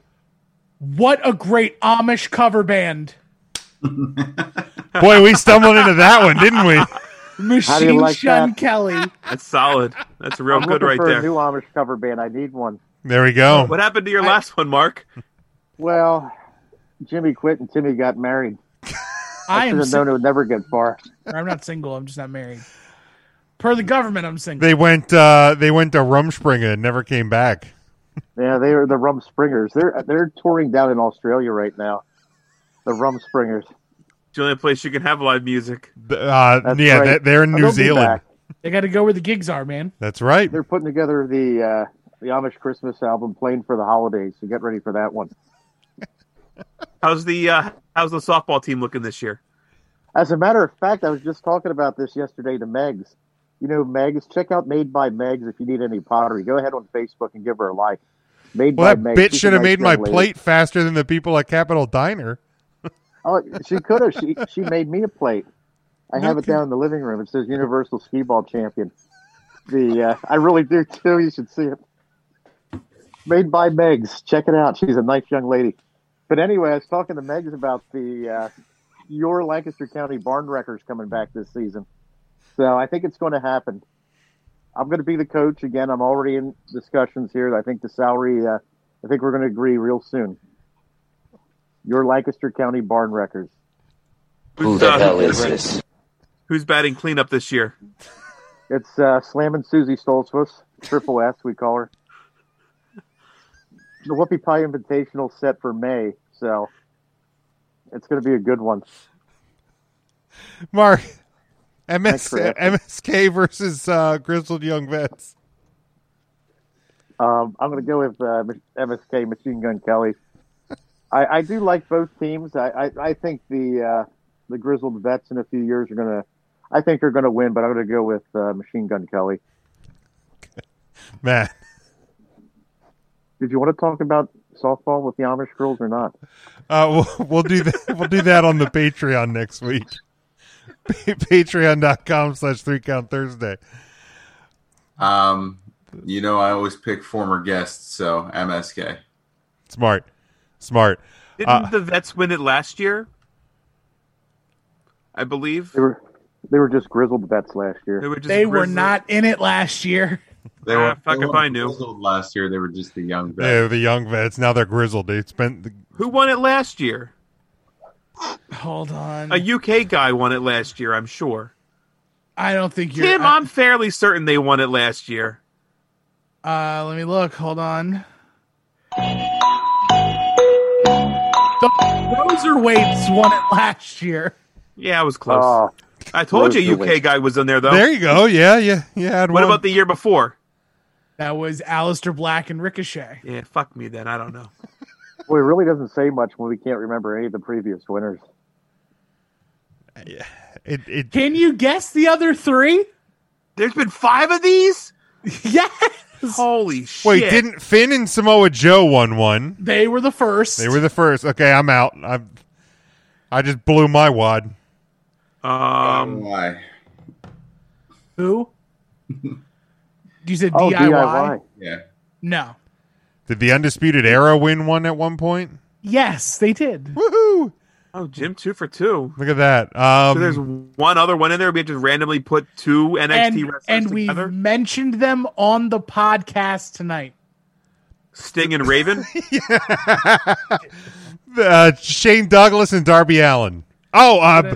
Speaker 13: What a great Amish cover band.
Speaker 1: Boy, we stumbled into that one, didn't we?
Speaker 13: Machine Shun Kelly.
Speaker 11: That's solid. That's real
Speaker 14: I'm
Speaker 11: good
Speaker 14: looking
Speaker 11: right
Speaker 14: for
Speaker 11: there.
Speaker 14: a new Amish cover band. I need one.
Speaker 1: There we go.
Speaker 11: What happened to your last one, Mark?
Speaker 14: Well, Jimmy quit and Timmy got married.
Speaker 13: I
Speaker 14: should
Speaker 13: am
Speaker 14: have known
Speaker 13: single.
Speaker 14: it would never get far.
Speaker 13: I'm not single. I'm just not married. Per the government, I'm single.
Speaker 1: They went. Uh, they went to Rumspringa and never came back.
Speaker 14: Yeah, they are the Rum Springers. They're they're touring down in Australia right now. The Rum Springers.
Speaker 11: It's the only place you can have live music.
Speaker 1: Uh, yeah,
Speaker 14: right.
Speaker 1: they, they're in
Speaker 14: Oh,
Speaker 1: New
Speaker 14: they'll be
Speaker 1: Zealand.
Speaker 14: back.
Speaker 13: They got to go where the gigs are, man.
Speaker 1: That's right.
Speaker 14: They're putting together the uh, the Amish Christmas album, playing for the holidays. So get ready for that one.
Speaker 11: How's the uh, how's the softball team looking this year?
Speaker 14: As a matter of fact, I was just talking about this yesterday to Megs. You know, Megs, check out Made by Megs if you need any pottery. Go ahead on Facebook and give her a like. Made
Speaker 1: Well, that
Speaker 14: by Megs.
Speaker 1: bitch
Speaker 14: She's a
Speaker 1: should have
Speaker 14: nice
Speaker 1: made my
Speaker 14: young lady.
Speaker 1: plate faster than the people at Capitol Diner.
Speaker 14: Oh, she could have. She she made me a plate. I
Speaker 1: No
Speaker 14: have it
Speaker 1: kidding.
Speaker 14: down in the living room. It says Universal Ski Ball Champion. The uh, I really do too. You should see it. Made by Megs. Check it out. She's a nice young lady. But anyway, I was talking to Megs about the uh, your Lancaster County barn wreckers coming back this season. So I think it's going to happen. I'm going to be the coach again. I'm already in discussions here. I think the salary. Uh, I think we're going to agree real soon. Your Lancaster County barn wreckers.
Speaker 11: Who the hell is this? uh, Who's batting cleanup this year?
Speaker 14: It's uh, slamming Susie Stoltzfus, Triple S, we call her. The Whoopie Pie Invitational set for May, so it's going to be a good one.
Speaker 1: Mark, MS,
Speaker 14: for asking.
Speaker 1: MSK versus uh, Grizzled Young Vets.
Speaker 14: Um, I'm going to go with uh, MSK Machine Gun Kelly. I, I do like both teams. I, I, I think the uh, the grizzled vets in a few years are going to. I think they're going to win, but I'm going to go with uh, Machine Gun Kelly.
Speaker 1: Man,
Speaker 14: Did you want to talk about softball with the Amish girls or not?
Speaker 1: uh, we'll, we'll do that. We'll do that on the Patreon next week. Pa- Patreon.com slash three count Thursday.
Speaker 12: Um, you know, I always pick former guests, so MSK.
Speaker 1: Smart, smart.
Speaker 11: Didn't
Speaker 1: Uh,
Speaker 11: the Vets win it last year? I believe
Speaker 14: they were they were just grizzled vets last year.
Speaker 11: They were just
Speaker 13: They were
Speaker 11: grizzled.
Speaker 13: not in it last year.
Speaker 12: They
Speaker 11: Ah,
Speaker 12: were
Speaker 11: fuck
Speaker 12: they
Speaker 11: if
Speaker 12: were
Speaker 11: I knew.
Speaker 12: grizzled last year. They were just the young vets.
Speaker 1: yeah, the Young Vets. Now they're grizzled. They spent the,
Speaker 11: Who won it last year?
Speaker 13: Hold on.
Speaker 11: A UK guy won it last year, I'm sure.
Speaker 13: I don't think you're.
Speaker 11: Tim, I'm fairly certain they won it last year.
Speaker 13: Uh, let me look. Hold on. The Roserweights won it last year.
Speaker 11: Yeah, I was close.
Speaker 13: Oh,
Speaker 11: I told you UK
Speaker 13: Roserweights.
Speaker 11: guy was in there though.
Speaker 1: There you go. Yeah, yeah, yeah.
Speaker 11: Oh. What about the year before?
Speaker 13: That was Alistair Black and Ricochet.
Speaker 11: Yeah, fuck me then. I don't know.
Speaker 14: Well, it really doesn't say much when we can't remember any of the previous winners.
Speaker 1: It, it,
Speaker 13: Can you guess the other three?
Speaker 11: There's been five of these?
Speaker 13: yes.
Speaker 11: Holy shit.
Speaker 1: wait? Didn't Finn and Samoa Joe won one?
Speaker 13: They were the first.
Speaker 1: They were the first. Okay, I'm out. I I just blew my wad.
Speaker 11: Um,
Speaker 12: why?
Speaker 13: Who? you said
Speaker 1: Oh,
Speaker 13: DIY?
Speaker 1: DIY.
Speaker 12: Yeah.
Speaker 13: No.
Speaker 1: Did the Undisputed Era win one at one point?
Speaker 13: Yes, they did.
Speaker 1: Woohoo!
Speaker 11: Oh, Jim, two for two.
Speaker 1: Look at that. Um,
Speaker 11: so there's one other one in there. We just randomly put two NXT
Speaker 13: And,
Speaker 11: wrestlers
Speaker 13: and we
Speaker 11: together.
Speaker 13: mentioned them on the podcast tonight.
Speaker 11: Sting and Raven.
Speaker 1: uh, Shane Douglas and Darby Allen. Oh, uh, b- uh,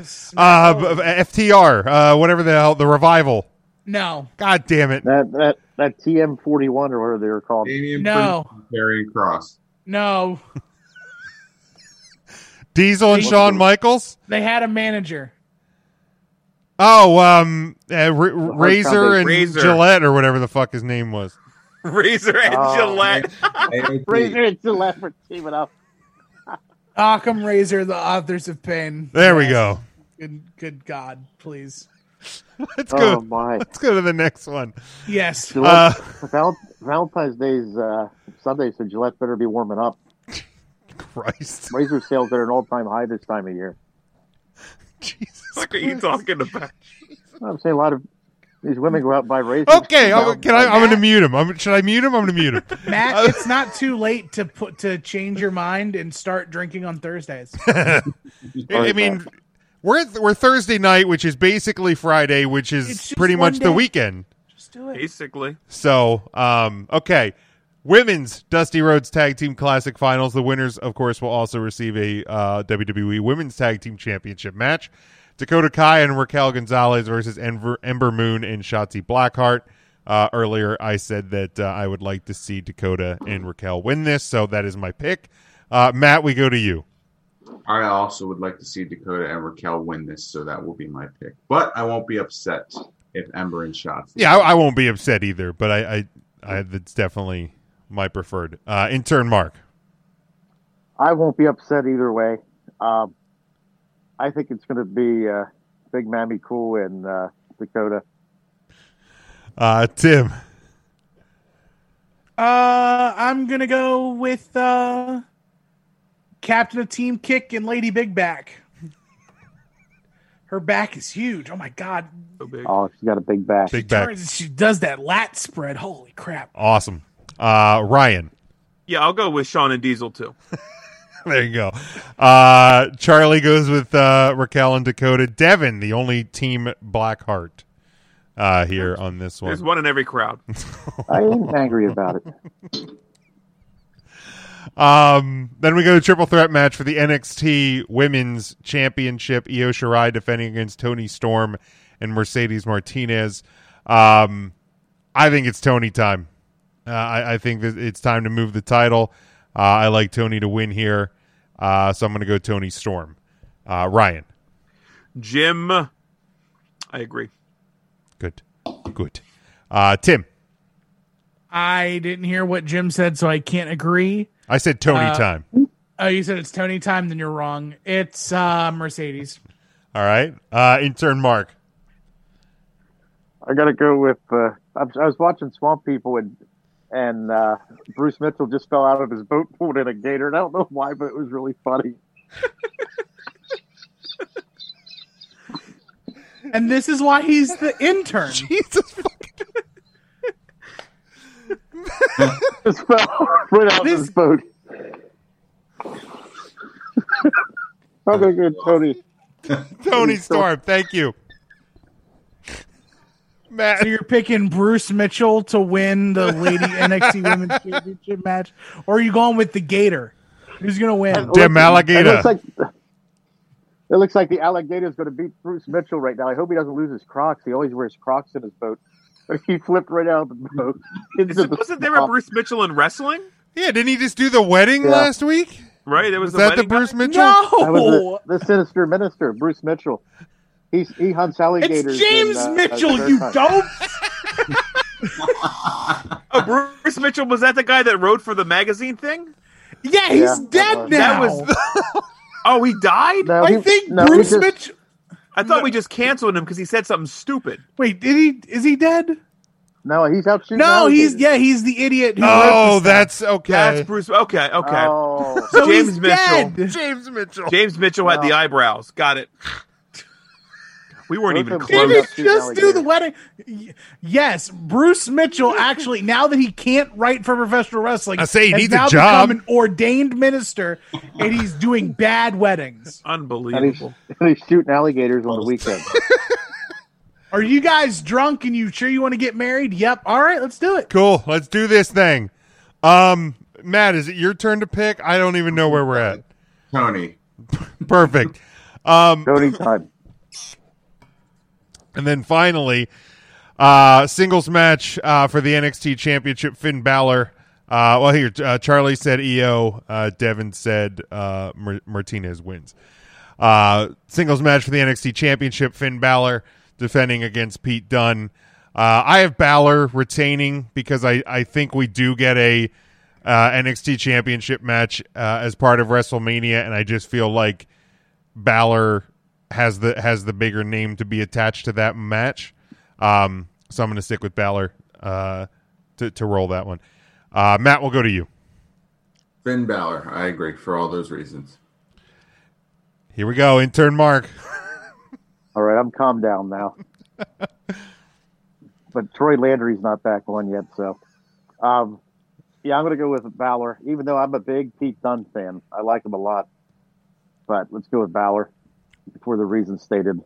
Speaker 1: b- FTR, uh, whatever the hell, the revival.
Speaker 13: No.
Speaker 1: God damn it.
Speaker 14: That that that TM forty one or whatever they were called.
Speaker 13: No.
Speaker 12: Carrying Cross.
Speaker 13: No.
Speaker 1: Diesel and
Speaker 13: They-
Speaker 1: Shawn Michaels.
Speaker 13: They had a manager.
Speaker 1: Oh, um, uh, R- Razor and
Speaker 11: Razor.
Speaker 1: Gillette or whatever the fuck his name was.
Speaker 11: Razor and
Speaker 14: Oh,
Speaker 11: Gillette.
Speaker 14: Razor and Gillette were teaming up.
Speaker 13: Occam Razor, the authors of pain.
Speaker 1: There we go.
Speaker 13: Good, good God, please.
Speaker 1: Let's
Speaker 14: Oh
Speaker 1: go.
Speaker 14: my.
Speaker 1: Let's go to the next one.
Speaker 13: Yes.
Speaker 1: Uh,
Speaker 14: Gillette, Val- Valentine's Day's uh, Sunday, so Gillette better be warming up.
Speaker 1: Christ.
Speaker 14: Razor sales are at an all time high this time of year.
Speaker 11: What are you talking about?
Speaker 14: I'm saying a lot of these women go out and buy razors.
Speaker 1: Okay, I'm, can I? I'm gonna mute him. I'm, should I mute him? I'm gonna mute him.
Speaker 13: Matt, it's not too late to put to change your mind and start drinking on Thursdays.
Speaker 1: I I mean, we're at- we're Thursday night, which is basically Friday, which is
Speaker 13: just
Speaker 1: pretty
Speaker 13: one
Speaker 1: much
Speaker 13: day.
Speaker 1: the weekend.
Speaker 13: Just do it.
Speaker 11: Basically.
Speaker 1: So, um, okay. Women's Dusty Rhodes Tag Team Classic Finals. The winners, of course, will also receive a uh, WWE Women's Tag Team Championship match. Dakota Kai and Raquel Gonzalez versus Ember, Ember Moon and Shotzi Blackheart. Uh, earlier, I said that uh, I would like to see Dakota and Raquel win this, so that is my pick. Uh, Matt, we go to you.
Speaker 12: I also would like to see Dakota and Raquel win this, so that will be my pick. But I won't be upset if Ember and Shots.
Speaker 1: Yeah, I, I won't be upset either, but I, I, I that's definitely my preferred. Uh, intern Mark.
Speaker 14: I won't be upset either way. Um, I think it's going to be uh, Big Mammy Cool in uh, Dakota.
Speaker 1: Uh, Tim,
Speaker 13: Uh, I'm gonna go with uh, Captain of Team Kick and Lady Big Back. Her back is huge. Oh my god!
Speaker 14: Oh, she's got a big back.
Speaker 1: Big back.
Speaker 13: Turns- She does that lat spread. Holy crap!
Speaker 1: awesome. Uh, Ryan,
Speaker 11: Yeah, I'll go with Sean and Diesel too.
Speaker 1: there you go. Uh, Charlie goes with uh, Raquel and Dakota. Devin, the only team Blackheart uh, here on this one.
Speaker 11: There's one in every crowd.
Speaker 14: I ain't angry about it.
Speaker 1: Um, then we go to triple threat match for the NXT Women's Championship. Io Shirai defending against Tony Storm and Mercedes Martinez. Um, I think it's Tony time. Uh, I, I think that it's time to move the title. Uh, I like Tony to win here, uh, so I'm going to go Tony Storm. Uh, Ryan,
Speaker 11: Jim, I agree.
Speaker 1: good, good. Uh, Tim,
Speaker 13: I didn't hear what Jim said, so I can't agree.
Speaker 1: I said Tony
Speaker 13: Uh,
Speaker 1: time.
Speaker 13: Oh, you said it's Tony time. Then you're wrong. It's uh, Mercedes.
Speaker 1: All right, uh, intern Mark.
Speaker 14: I got to go with. Uh, I was- I was watching Swamp People and and uh, Bruce Mitchell just fell out of his boat, pulled in a gator, and I don't know why, but it was really funny.
Speaker 13: And this is why he's the intern. Jesus
Speaker 14: Just fell right out of his boat. I'm gonna go Tony.
Speaker 1: Tony Storm, thank you.
Speaker 13: So you're picking Bruce Mitchell to win the Lady NXT Women's Championship match, or are you going with the Gator? Who's gonna win?
Speaker 1: Damn alligator.
Speaker 14: It looks like it looks like the alligator is going to beat Bruce Mitchell right now. I hope he doesn't lose his Crocs. He always wears Crocs in his boat. But he flipped right out of the boat. Into the
Speaker 11: Wasn't there a
Speaker 14: swamp.
Speaker 11: Bruce Mitchell in wrestling?
Speaker 1: Yeah, didn't he just do the wedding
Speaker 14: Yeah.
Speaker 1: last week?
Speaker 11: Right, there was,
Speaker 1: Was that the
Speaker 11: wedding guy?
Speaker 1: Bruce Mitchell? Oh,
Speaker 14: That
Speaker 13: Oh.
Speaker 14: was the, the sinister minister, Bruce Mitchell. He's, he hunts alligators.
Speaker 11: James
Speaker 14: in, uh,
Speaker 11: Mitchell,
Speaker 14: uh,
Speaker 11: you
Speaker 14: Shark
Speaker 13: dope!
Speaker 11: Oh, Bruce Mitchell was that the guy that wrote for the magazine thing?
Speaker 13: Yeah, he's Yeah, that dead was. now.
Speaker 11: That was. oh, he died.
Speaker 13: No, I he- think no, he Bruce just- Mitchell.
Speaker 11: I thought we just canceled him because he said something stupid.
Speaker 13: Wait, did he? Is he dead?
Speaker 14: No, he's out shooting.
Speaker 13: No, he's
Speaker 11: alligators.
Speaker 13: yeah, he's the idiot. Who
Speaker 11: Oh,
Speaker 13: wrote this
Speaker 1: that's okay.
Speaker 11: That's Bruce. Okay, okay.
Speaker 14: Oh.
Speaker 13: So
Speaker 11: James
Speaker 13: he's
Speaker 11: Mitchell.
Speaker 13: dead.
Speaker 1: James Mitchell.
Speaker 11: James Mitchell had the eyebrows. Got it. We weren't even
Speaker 13: Did
Speaker 11: close.
Speaker 13: he just do the wedding? Y- Yes, Bruce Mitchell. Actually, now that he can't write for professional wrestling,
Speaker 1: I say he
Speaker 13: has
Speaker 1: needs a
Speaker 13: now
Speaker 1: job.
Speaker 13: become an ordained minister, and he's doing bad weddings.
Speaker 14: And he's,
Speaker 11: Unbelievable.
Speaker 14: and he's shooting alligators on the weekend.
Speaker 13: Are you guys drunk and you sure you want to get married? Yep. All right, let's do it.
Speaker 1: Cool. Let's do this thing. Um, Matt, is it your turn to pick? I don't even know where we're at.
Speaker 12: Tony.
Speaker 1: Perfect. Um,
Speaker 14: Tony time.
Speaker 1: And then finally, uh, singles match uh, for the NXT Championship. Finn Balor. Uh, well, here uh, Charlie said EO. Uh, Devin said uh, Mar- Martinez wins. Uh, singles match for the NXT Championship. Finn Balor defending against Pete Dunne. Uh, I have Balor retaining because I, I think we do get a uh, NXT Championship match uh, as part of WrestleMania, and I just feel like Balor has the has the bigger name to be attached to that match. Um, so I'm going to stick with Balor uh, to to roll that one. Uh, Matt, we'll go to you.
Speaker 12: Finn Balor. I agree for all those reasons.
Speaker 1: Here we go, intern Mark.
Speaker 14: All right, I'm calmed down now. but Troy Landry's not back on yet, so um, yeah, I'm going to go with Balor. Even though I'm a big Pete Dunne fan, I like him a lot. But let's go with Balor for the reasons stated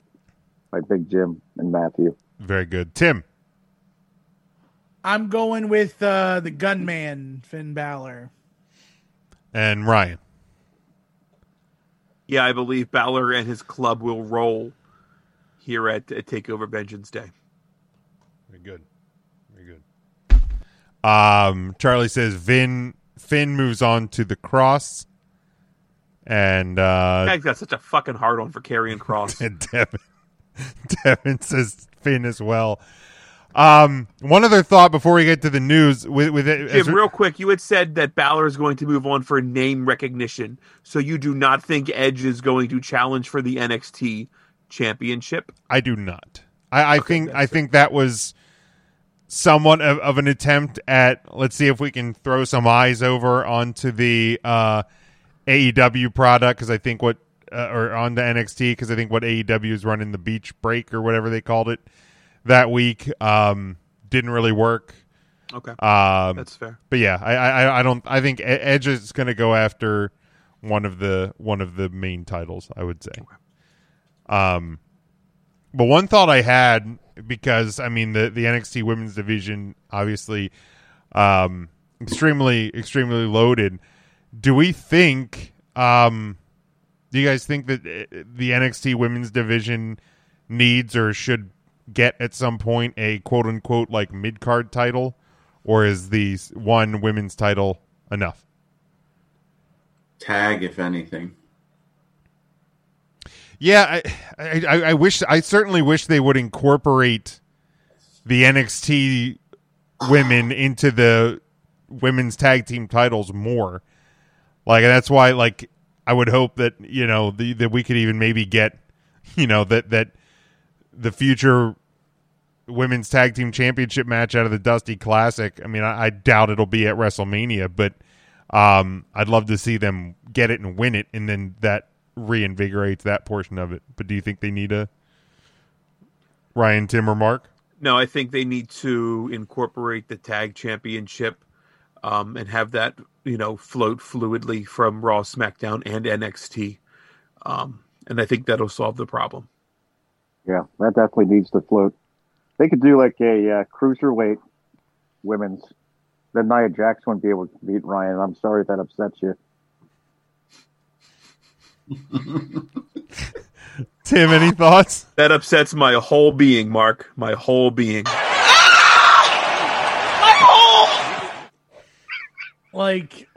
Speaker 14: by Big Jim and Matthew.
Speaker 1: Very good, Tim.
Speaker 13: I'm going with uh, the gunman, Finn Balor.
Speaker 1: And Ryan.
Speaker 11: Yeah, I believe Balor and his club will roll here at, at Takeover Vengeance Day.
Speaker 1: Very good. Very good. Um, Charlie says Vin Finn moves on to the cross, and uh,
Speaker 11: Guy's got such a fucking hard on for carrying Cross.
Speaker 1: and Devin, Devin says Finn as well. Um, one other thought before we get to the news with with it, as-
Speaker 11: Jim, real quick, you had said that Balor is going to move on for name recognition, so you do not think Edge is going to challenge for the NXT championship.
Speaker 1: I do not. I, I think I think that was somewhat of, of an attempt at let's see if we can throw some eyes over onto the uh, AEW product because I think what uh, or on the NXT because I think what AEW is running the beach break or whatever they called it that week um, didn't really work.
Speaker 11: Okay.
Speaker 1: um,
Speaker 11: That's fair.
Speaker 1: But yeah, I, I I don't I think E- Edge is going to go after one of the one of the main titles. I would say. Um, but one thought I had because I mean the the NXT Women's Division obviously um, extremely extremely loaded. Do we think? Um, do you guys think that uh, the NXT Women's Division needs or should get at some point a quote unquote like mid card title, or is the s- one women's title enough?
Speaker 12: Tag, if anything.
Speaker 1: Yeah, I, I, I- I wish I certainly wish they would incorporate the NXT women into the women's tag team titles more. Like and that's why like I would hope that you know the, that we could even maybe get you know that that the future women's tag team championship match out of the Dusty Classic. I mean, I, I doubt it'll be at WrestleMania, but um, I'd love to see them get it and win it, and then that reinvigorates that portion of it. But do you think they need a Ryan, Tim, or Mark?
Speaker 11: No, I think they need to incorporate the tag championship um, and have that, you know, float fluidly from Raw, SmackDown, and NXT. Um, and I think that'll solve the problem.
Speaker 14: Yeah, that definitely needs to float. They could do like a uh, cruiserweight women's. Then Nia Jax wouldn't be able to beat Ryan. I'm sorry if that upsets you.
Speaker 1: Tim, any thoughts?
Speaker 11: That upsets my whole being, Mark. My whole being.
Speaker 13: like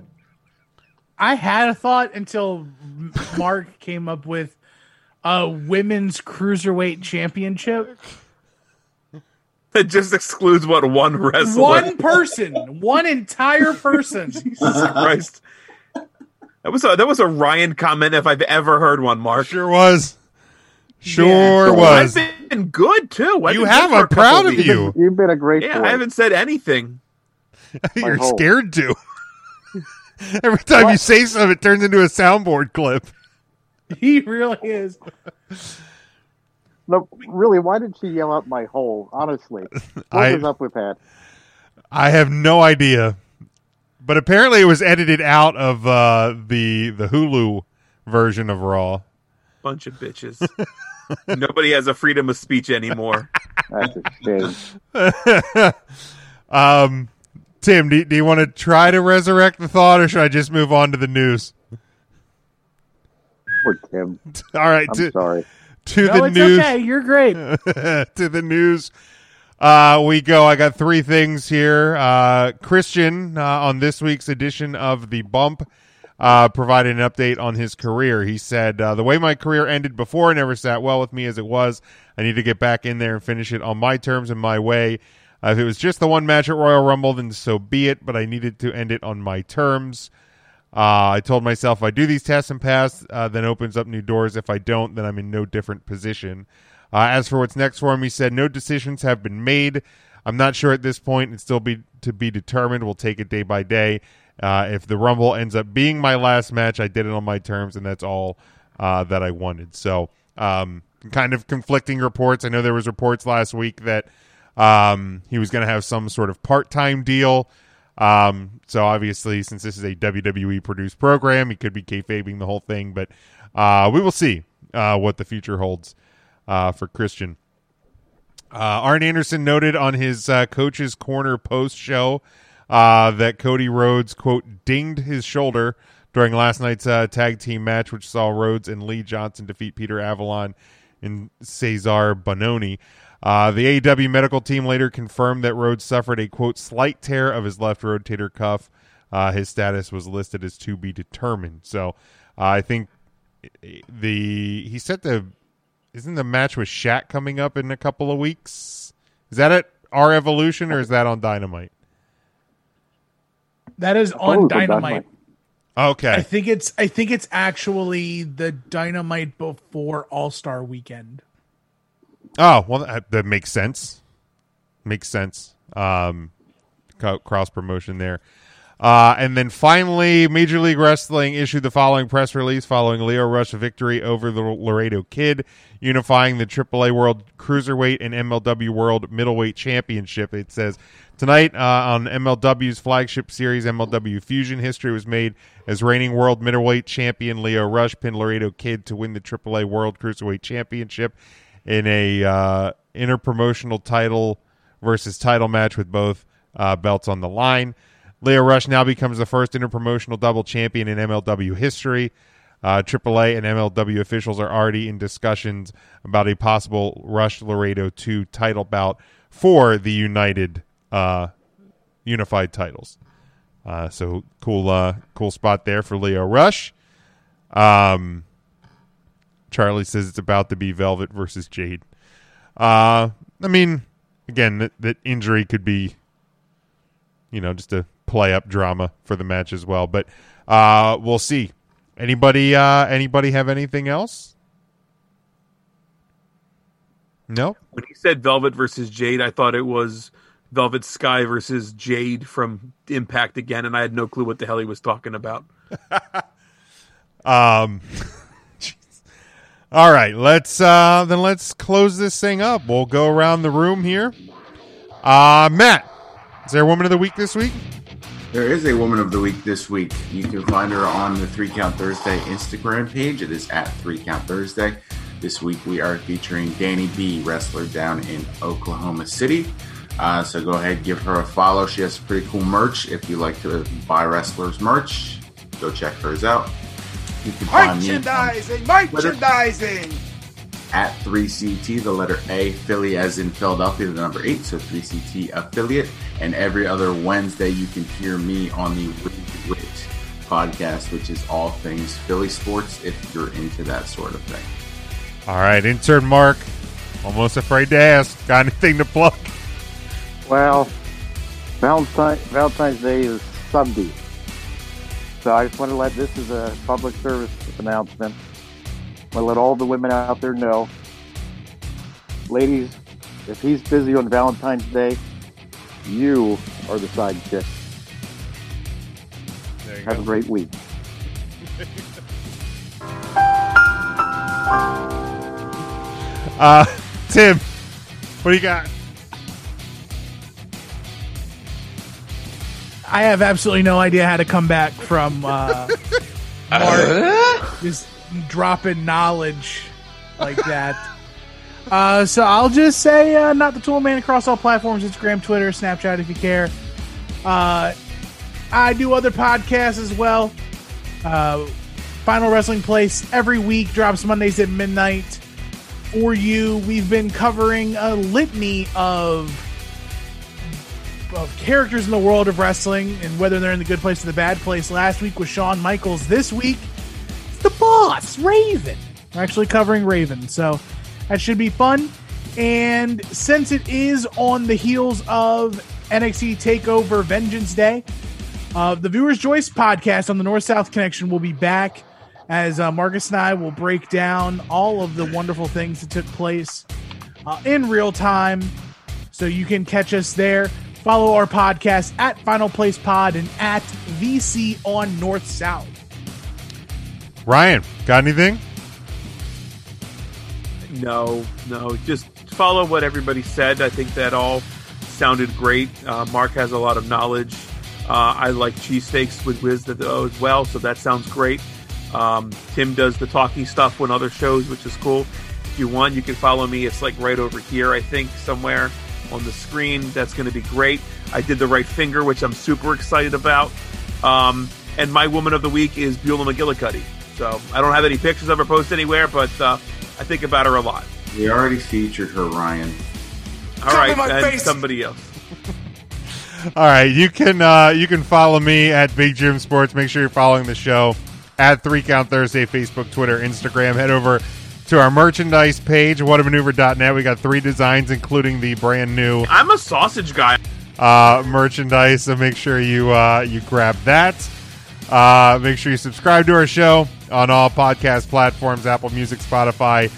Speaker 13: I had a thought until M- Mark came up with a women's cruiserweight championship.
Speaker 11: It just excludes what one wrestler.
Speaker 13: One person, one entire person.
Speaker 11: Jesus Christ. That was a that was a Ryan comment if I've ever heard one, Mark.
Speaker 1: Sure was. Sure was.
Speaker 11: I've been good too. I've
Speaker 1: You
Speaker 11: been
Speaker 1: have,
Speaker 11: good for
Speaker 1: I'm
Speaker 11: a couple
Speaker 1: proud of
Speaker 11: weeks.
Speaker 1: you.
Speaker 14: You've been a great
Speaker 11: Yeah,
Speaker 14: boy.
Speaker 11: I haven't said anything.
Speaker 1: You're scared to. Every time you say something, it turns into a soundboard clip.
Speaker 13: He really is.
Speaker 14: No, really, why did she yell out my hole? Honestly, what
Speaker 1: I-
Speaker 14: was up with that?
Speaker 1: I have no idea, but apparently it was edited out of uh, the the Hulu version of Raw.
Speaker 11: Bunch of bitches. Nobody has a freedom of speech anymore.
Speaker 14: That's a shame.
Speaker 1: um, Tim, do, do you want to try to resurrect the thought, or should I just move on to the news?
Speaker 14: Poor Tim.
Speaker 1: All right,
Speaker 14: I'm
Speaker 1: to,
Speaker 14: sorry.
Speaker 1: To
Speaker 13: No,
Speaker 1: the
Speaker 13: it's
Speaker 1: news.
Speaker 13: okay. You're great.
Speaker 1: to the news. Uh, we go. I got three things here. Uh, Christian uh, on this week's edition of the Bump uh, provided an update on his career. He said, uh, "The way my career ended before never sat well with me as it was. I need to get back in there and finish it on my terms and my way. Uh, if it was just the one match at Royal Rumble, then so be it. But I needed to end it on my terms." Uh, I told myself if I do these tests and pass, uh, then opens up new doors. If I don't, then I'm in no different position. Uh, as for what's next for him, he said no decisions have been made. I'm not sure at this point. It's still be to be determined. We'll take it day by day. Uh, if the Rumble ends up being my last match, I did it on my terms, and that's all uh, that I wanted. So, um, kind of conflicting reports. I know there was reports last week that um, he was going to have some sort of part-time deal. Um, so obviously, since this is a WWE produced program, he could be kayfabing the whole thing, but uh, we will see uh, what the future holds uh, for Christian. Uh, Arn Anderson noted on his uh, coach's corner post show uh, that Cody Rhodes quote dinged his shoulder during last night's uh, tag team match, which saw Rhodes and Lee Johnson defeat Peter Avalon and Cesar Bononi. Uh, the AEW medical team later confirmed that Rhodes suffered a quote slight tear of his left rotator cuff. Uh, his status was listed as to be determined. So uh, I think eh, the he said the isn't the match with Shaq coming up in a couple of weeks? Is that it? our evolution, or is that on Dynamite?
Speaker 13: That is on Dynamite.
Speaker 1: Okay.
Speaker 13: I think it's I think it's actually the Dynamite before All Star Weekend.
Speaker 1: Oh well, that, that makes sense. Makes sense. Um, cross promotion there. Uh, and then finally, Major League Wrestling issued the following press release following Leo Rush's victory over the Laredo Kid, unifying the AAA World Cruiserweight and MLW World Middleweight Championship. It says tonight uh, on MLW's flagship series, MLW Fusion, history was made as reigning World Middleweight Champion Leo Rush pinned Laredo Kid to win the AAA World Cruiserweight Championship in a uh, interpromotional title versus title match with both uh, belts on the line. Leo Rush now becomes the first interpromotional double champion in MLW history. Uh, AAA and MLW officials are already in discussions about a possible Rush Laredo 2 title bout for the United uh, Unified titles. Uh, so cool, uh, cool spot there for Leo Rush. Um, Charlie says it's about to be Velvet versus Jade. Uh, I mean, again, that, that injury could be you know, just a play up drama for the match as well. But uh, we'll see. Anybody uh, anybody have anything else? No.
Speaker 11: When he said Velvet versus Jade, I thought it was Velvet Sky versus Jade from Impact again, and I had no clue what the hell he was talking about.
Speaker 1: Um jeez. All right, let's uh then let's close this thing up. We'll go around the room here. Uh Matt, is there a woman of the week this week?
Speaker 12: There is a woman of the week this week. You can find her on the Three Count Thursday Instagram page. It is at Three Count Thursday. This week we are featuring Danny B, wrestler down in Oklahoma City. Uh, so go ahead, give her a follow. She has pretty cool merch. If you like to buy wrestlers merch, go check hers out. You can find me on
Speaker 17: Merchandising, merchandising.
Speaker 12: at 3CT, the letter A, Philly as in Philadelphia, the number 8, so 3CT affiliate. And every other Wednesday, you can hear me on the Wicked Wit podcast, which is all things Philly sports if you're into that sort of thing.
Speaker 1: All right, intern Mark, almost afraid to ask. Got anything to plug?
Speaker 14: Well, Valentine, Valentine's Day is Sunday. So I just want to let this is a public service announcement. I want to let all the women out there know. Ladies, if he's busy on Valentine's Day, you are the side chick. Have a great week.
Speaker 1: Uh, Tim, what do you got?
Speaker 13: I have absolutely no idea how to come back from uh, Mark just dropping knowledge like that. Uh, so I'll just say, uh, not the tool man across all platforms Instagram, Twitter, Snapchat, if you care. Uh, I do other podcasts as well. Uh, Final Wrestling Place every week drops Mondays at midnight for you. We've been covering a litany of of characters in the world of wrestling and whether they're in the good place or the bad place. Last week was Shawn Michaels. This week, it's the boss, Raven. We're actually covering Raven, so that should be fun. And since it is on the heels of NXT Takeover Vengeance Day, uh, the Viewers Choice podcast on the North South Connection will be back as uh, Marcus and I will break down all of the wonderful things that took place uh, in real time. So you can catch us there. Follow our podcast at Final Place Pod and at VC on North South.
Speaker 1: Ryan, got anything?
Speaker 11: No, no. Just follow what everybody said. I think that all sounded great. Uh, Mark has a lot of knowledge. Uh, I like cheesesteaks with Wiz that- oh, as well, so that sounds great. Um, Tim does the talky stuff on other shows, which is cool. If you want, you can follow me. It's like right over here, I think, somewhere on the screen. That's going to be great. I did the right finger, which I'm super excited about. Um, and my woman of the week is Beulah McGillicuddy. So I don't have any pictures of her posted anywhere, but uh, I think about her a lot.
Speaker 12: We already featured her, Ryan.
Speaker 11: All
Speaker 12: Come
Speaker 11: right,
Speaker 12: in my
Speaker 11: and
Speaker 12: face.
Speaker 11: somebody else.
Speaker 1: All right, you can uh, you can follow me at Big Jim Sports. Make sure you're following the show at Three Count Thursday, Facebook, Twitter, Instagram. Head over to our merchandise page, whatamaneuver.net. We got three designs, including the brand new
Speaker 11: I'm a sausage guy.
Speaker 1: uh, merchandise. So make sure you uh, you grab that. Uh, make sure you subscribe to our show on all podcast platforms: Apple Music, Spotify,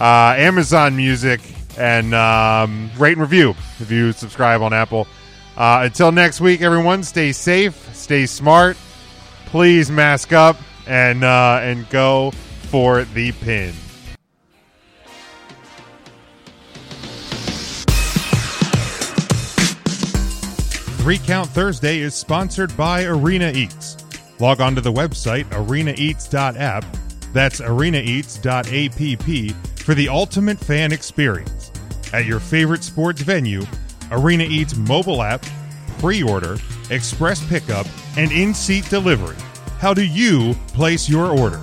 Speaker 1: uh, Amazon Music, and um, rate and review if you subscribe on Apple. Uh, until next week, everyone, stay safe, stay smart. Please mask up and uh, and go for the pin. Three Count Thursday is sponsored by Arena Eats. Log on to the website arenaeats.app. That's arenaeats.app for the ultimate fan experience. At your favorite sports venue, Arena Eats mobile app, pre order, express pickup, and in seat delivery. How do you place your order?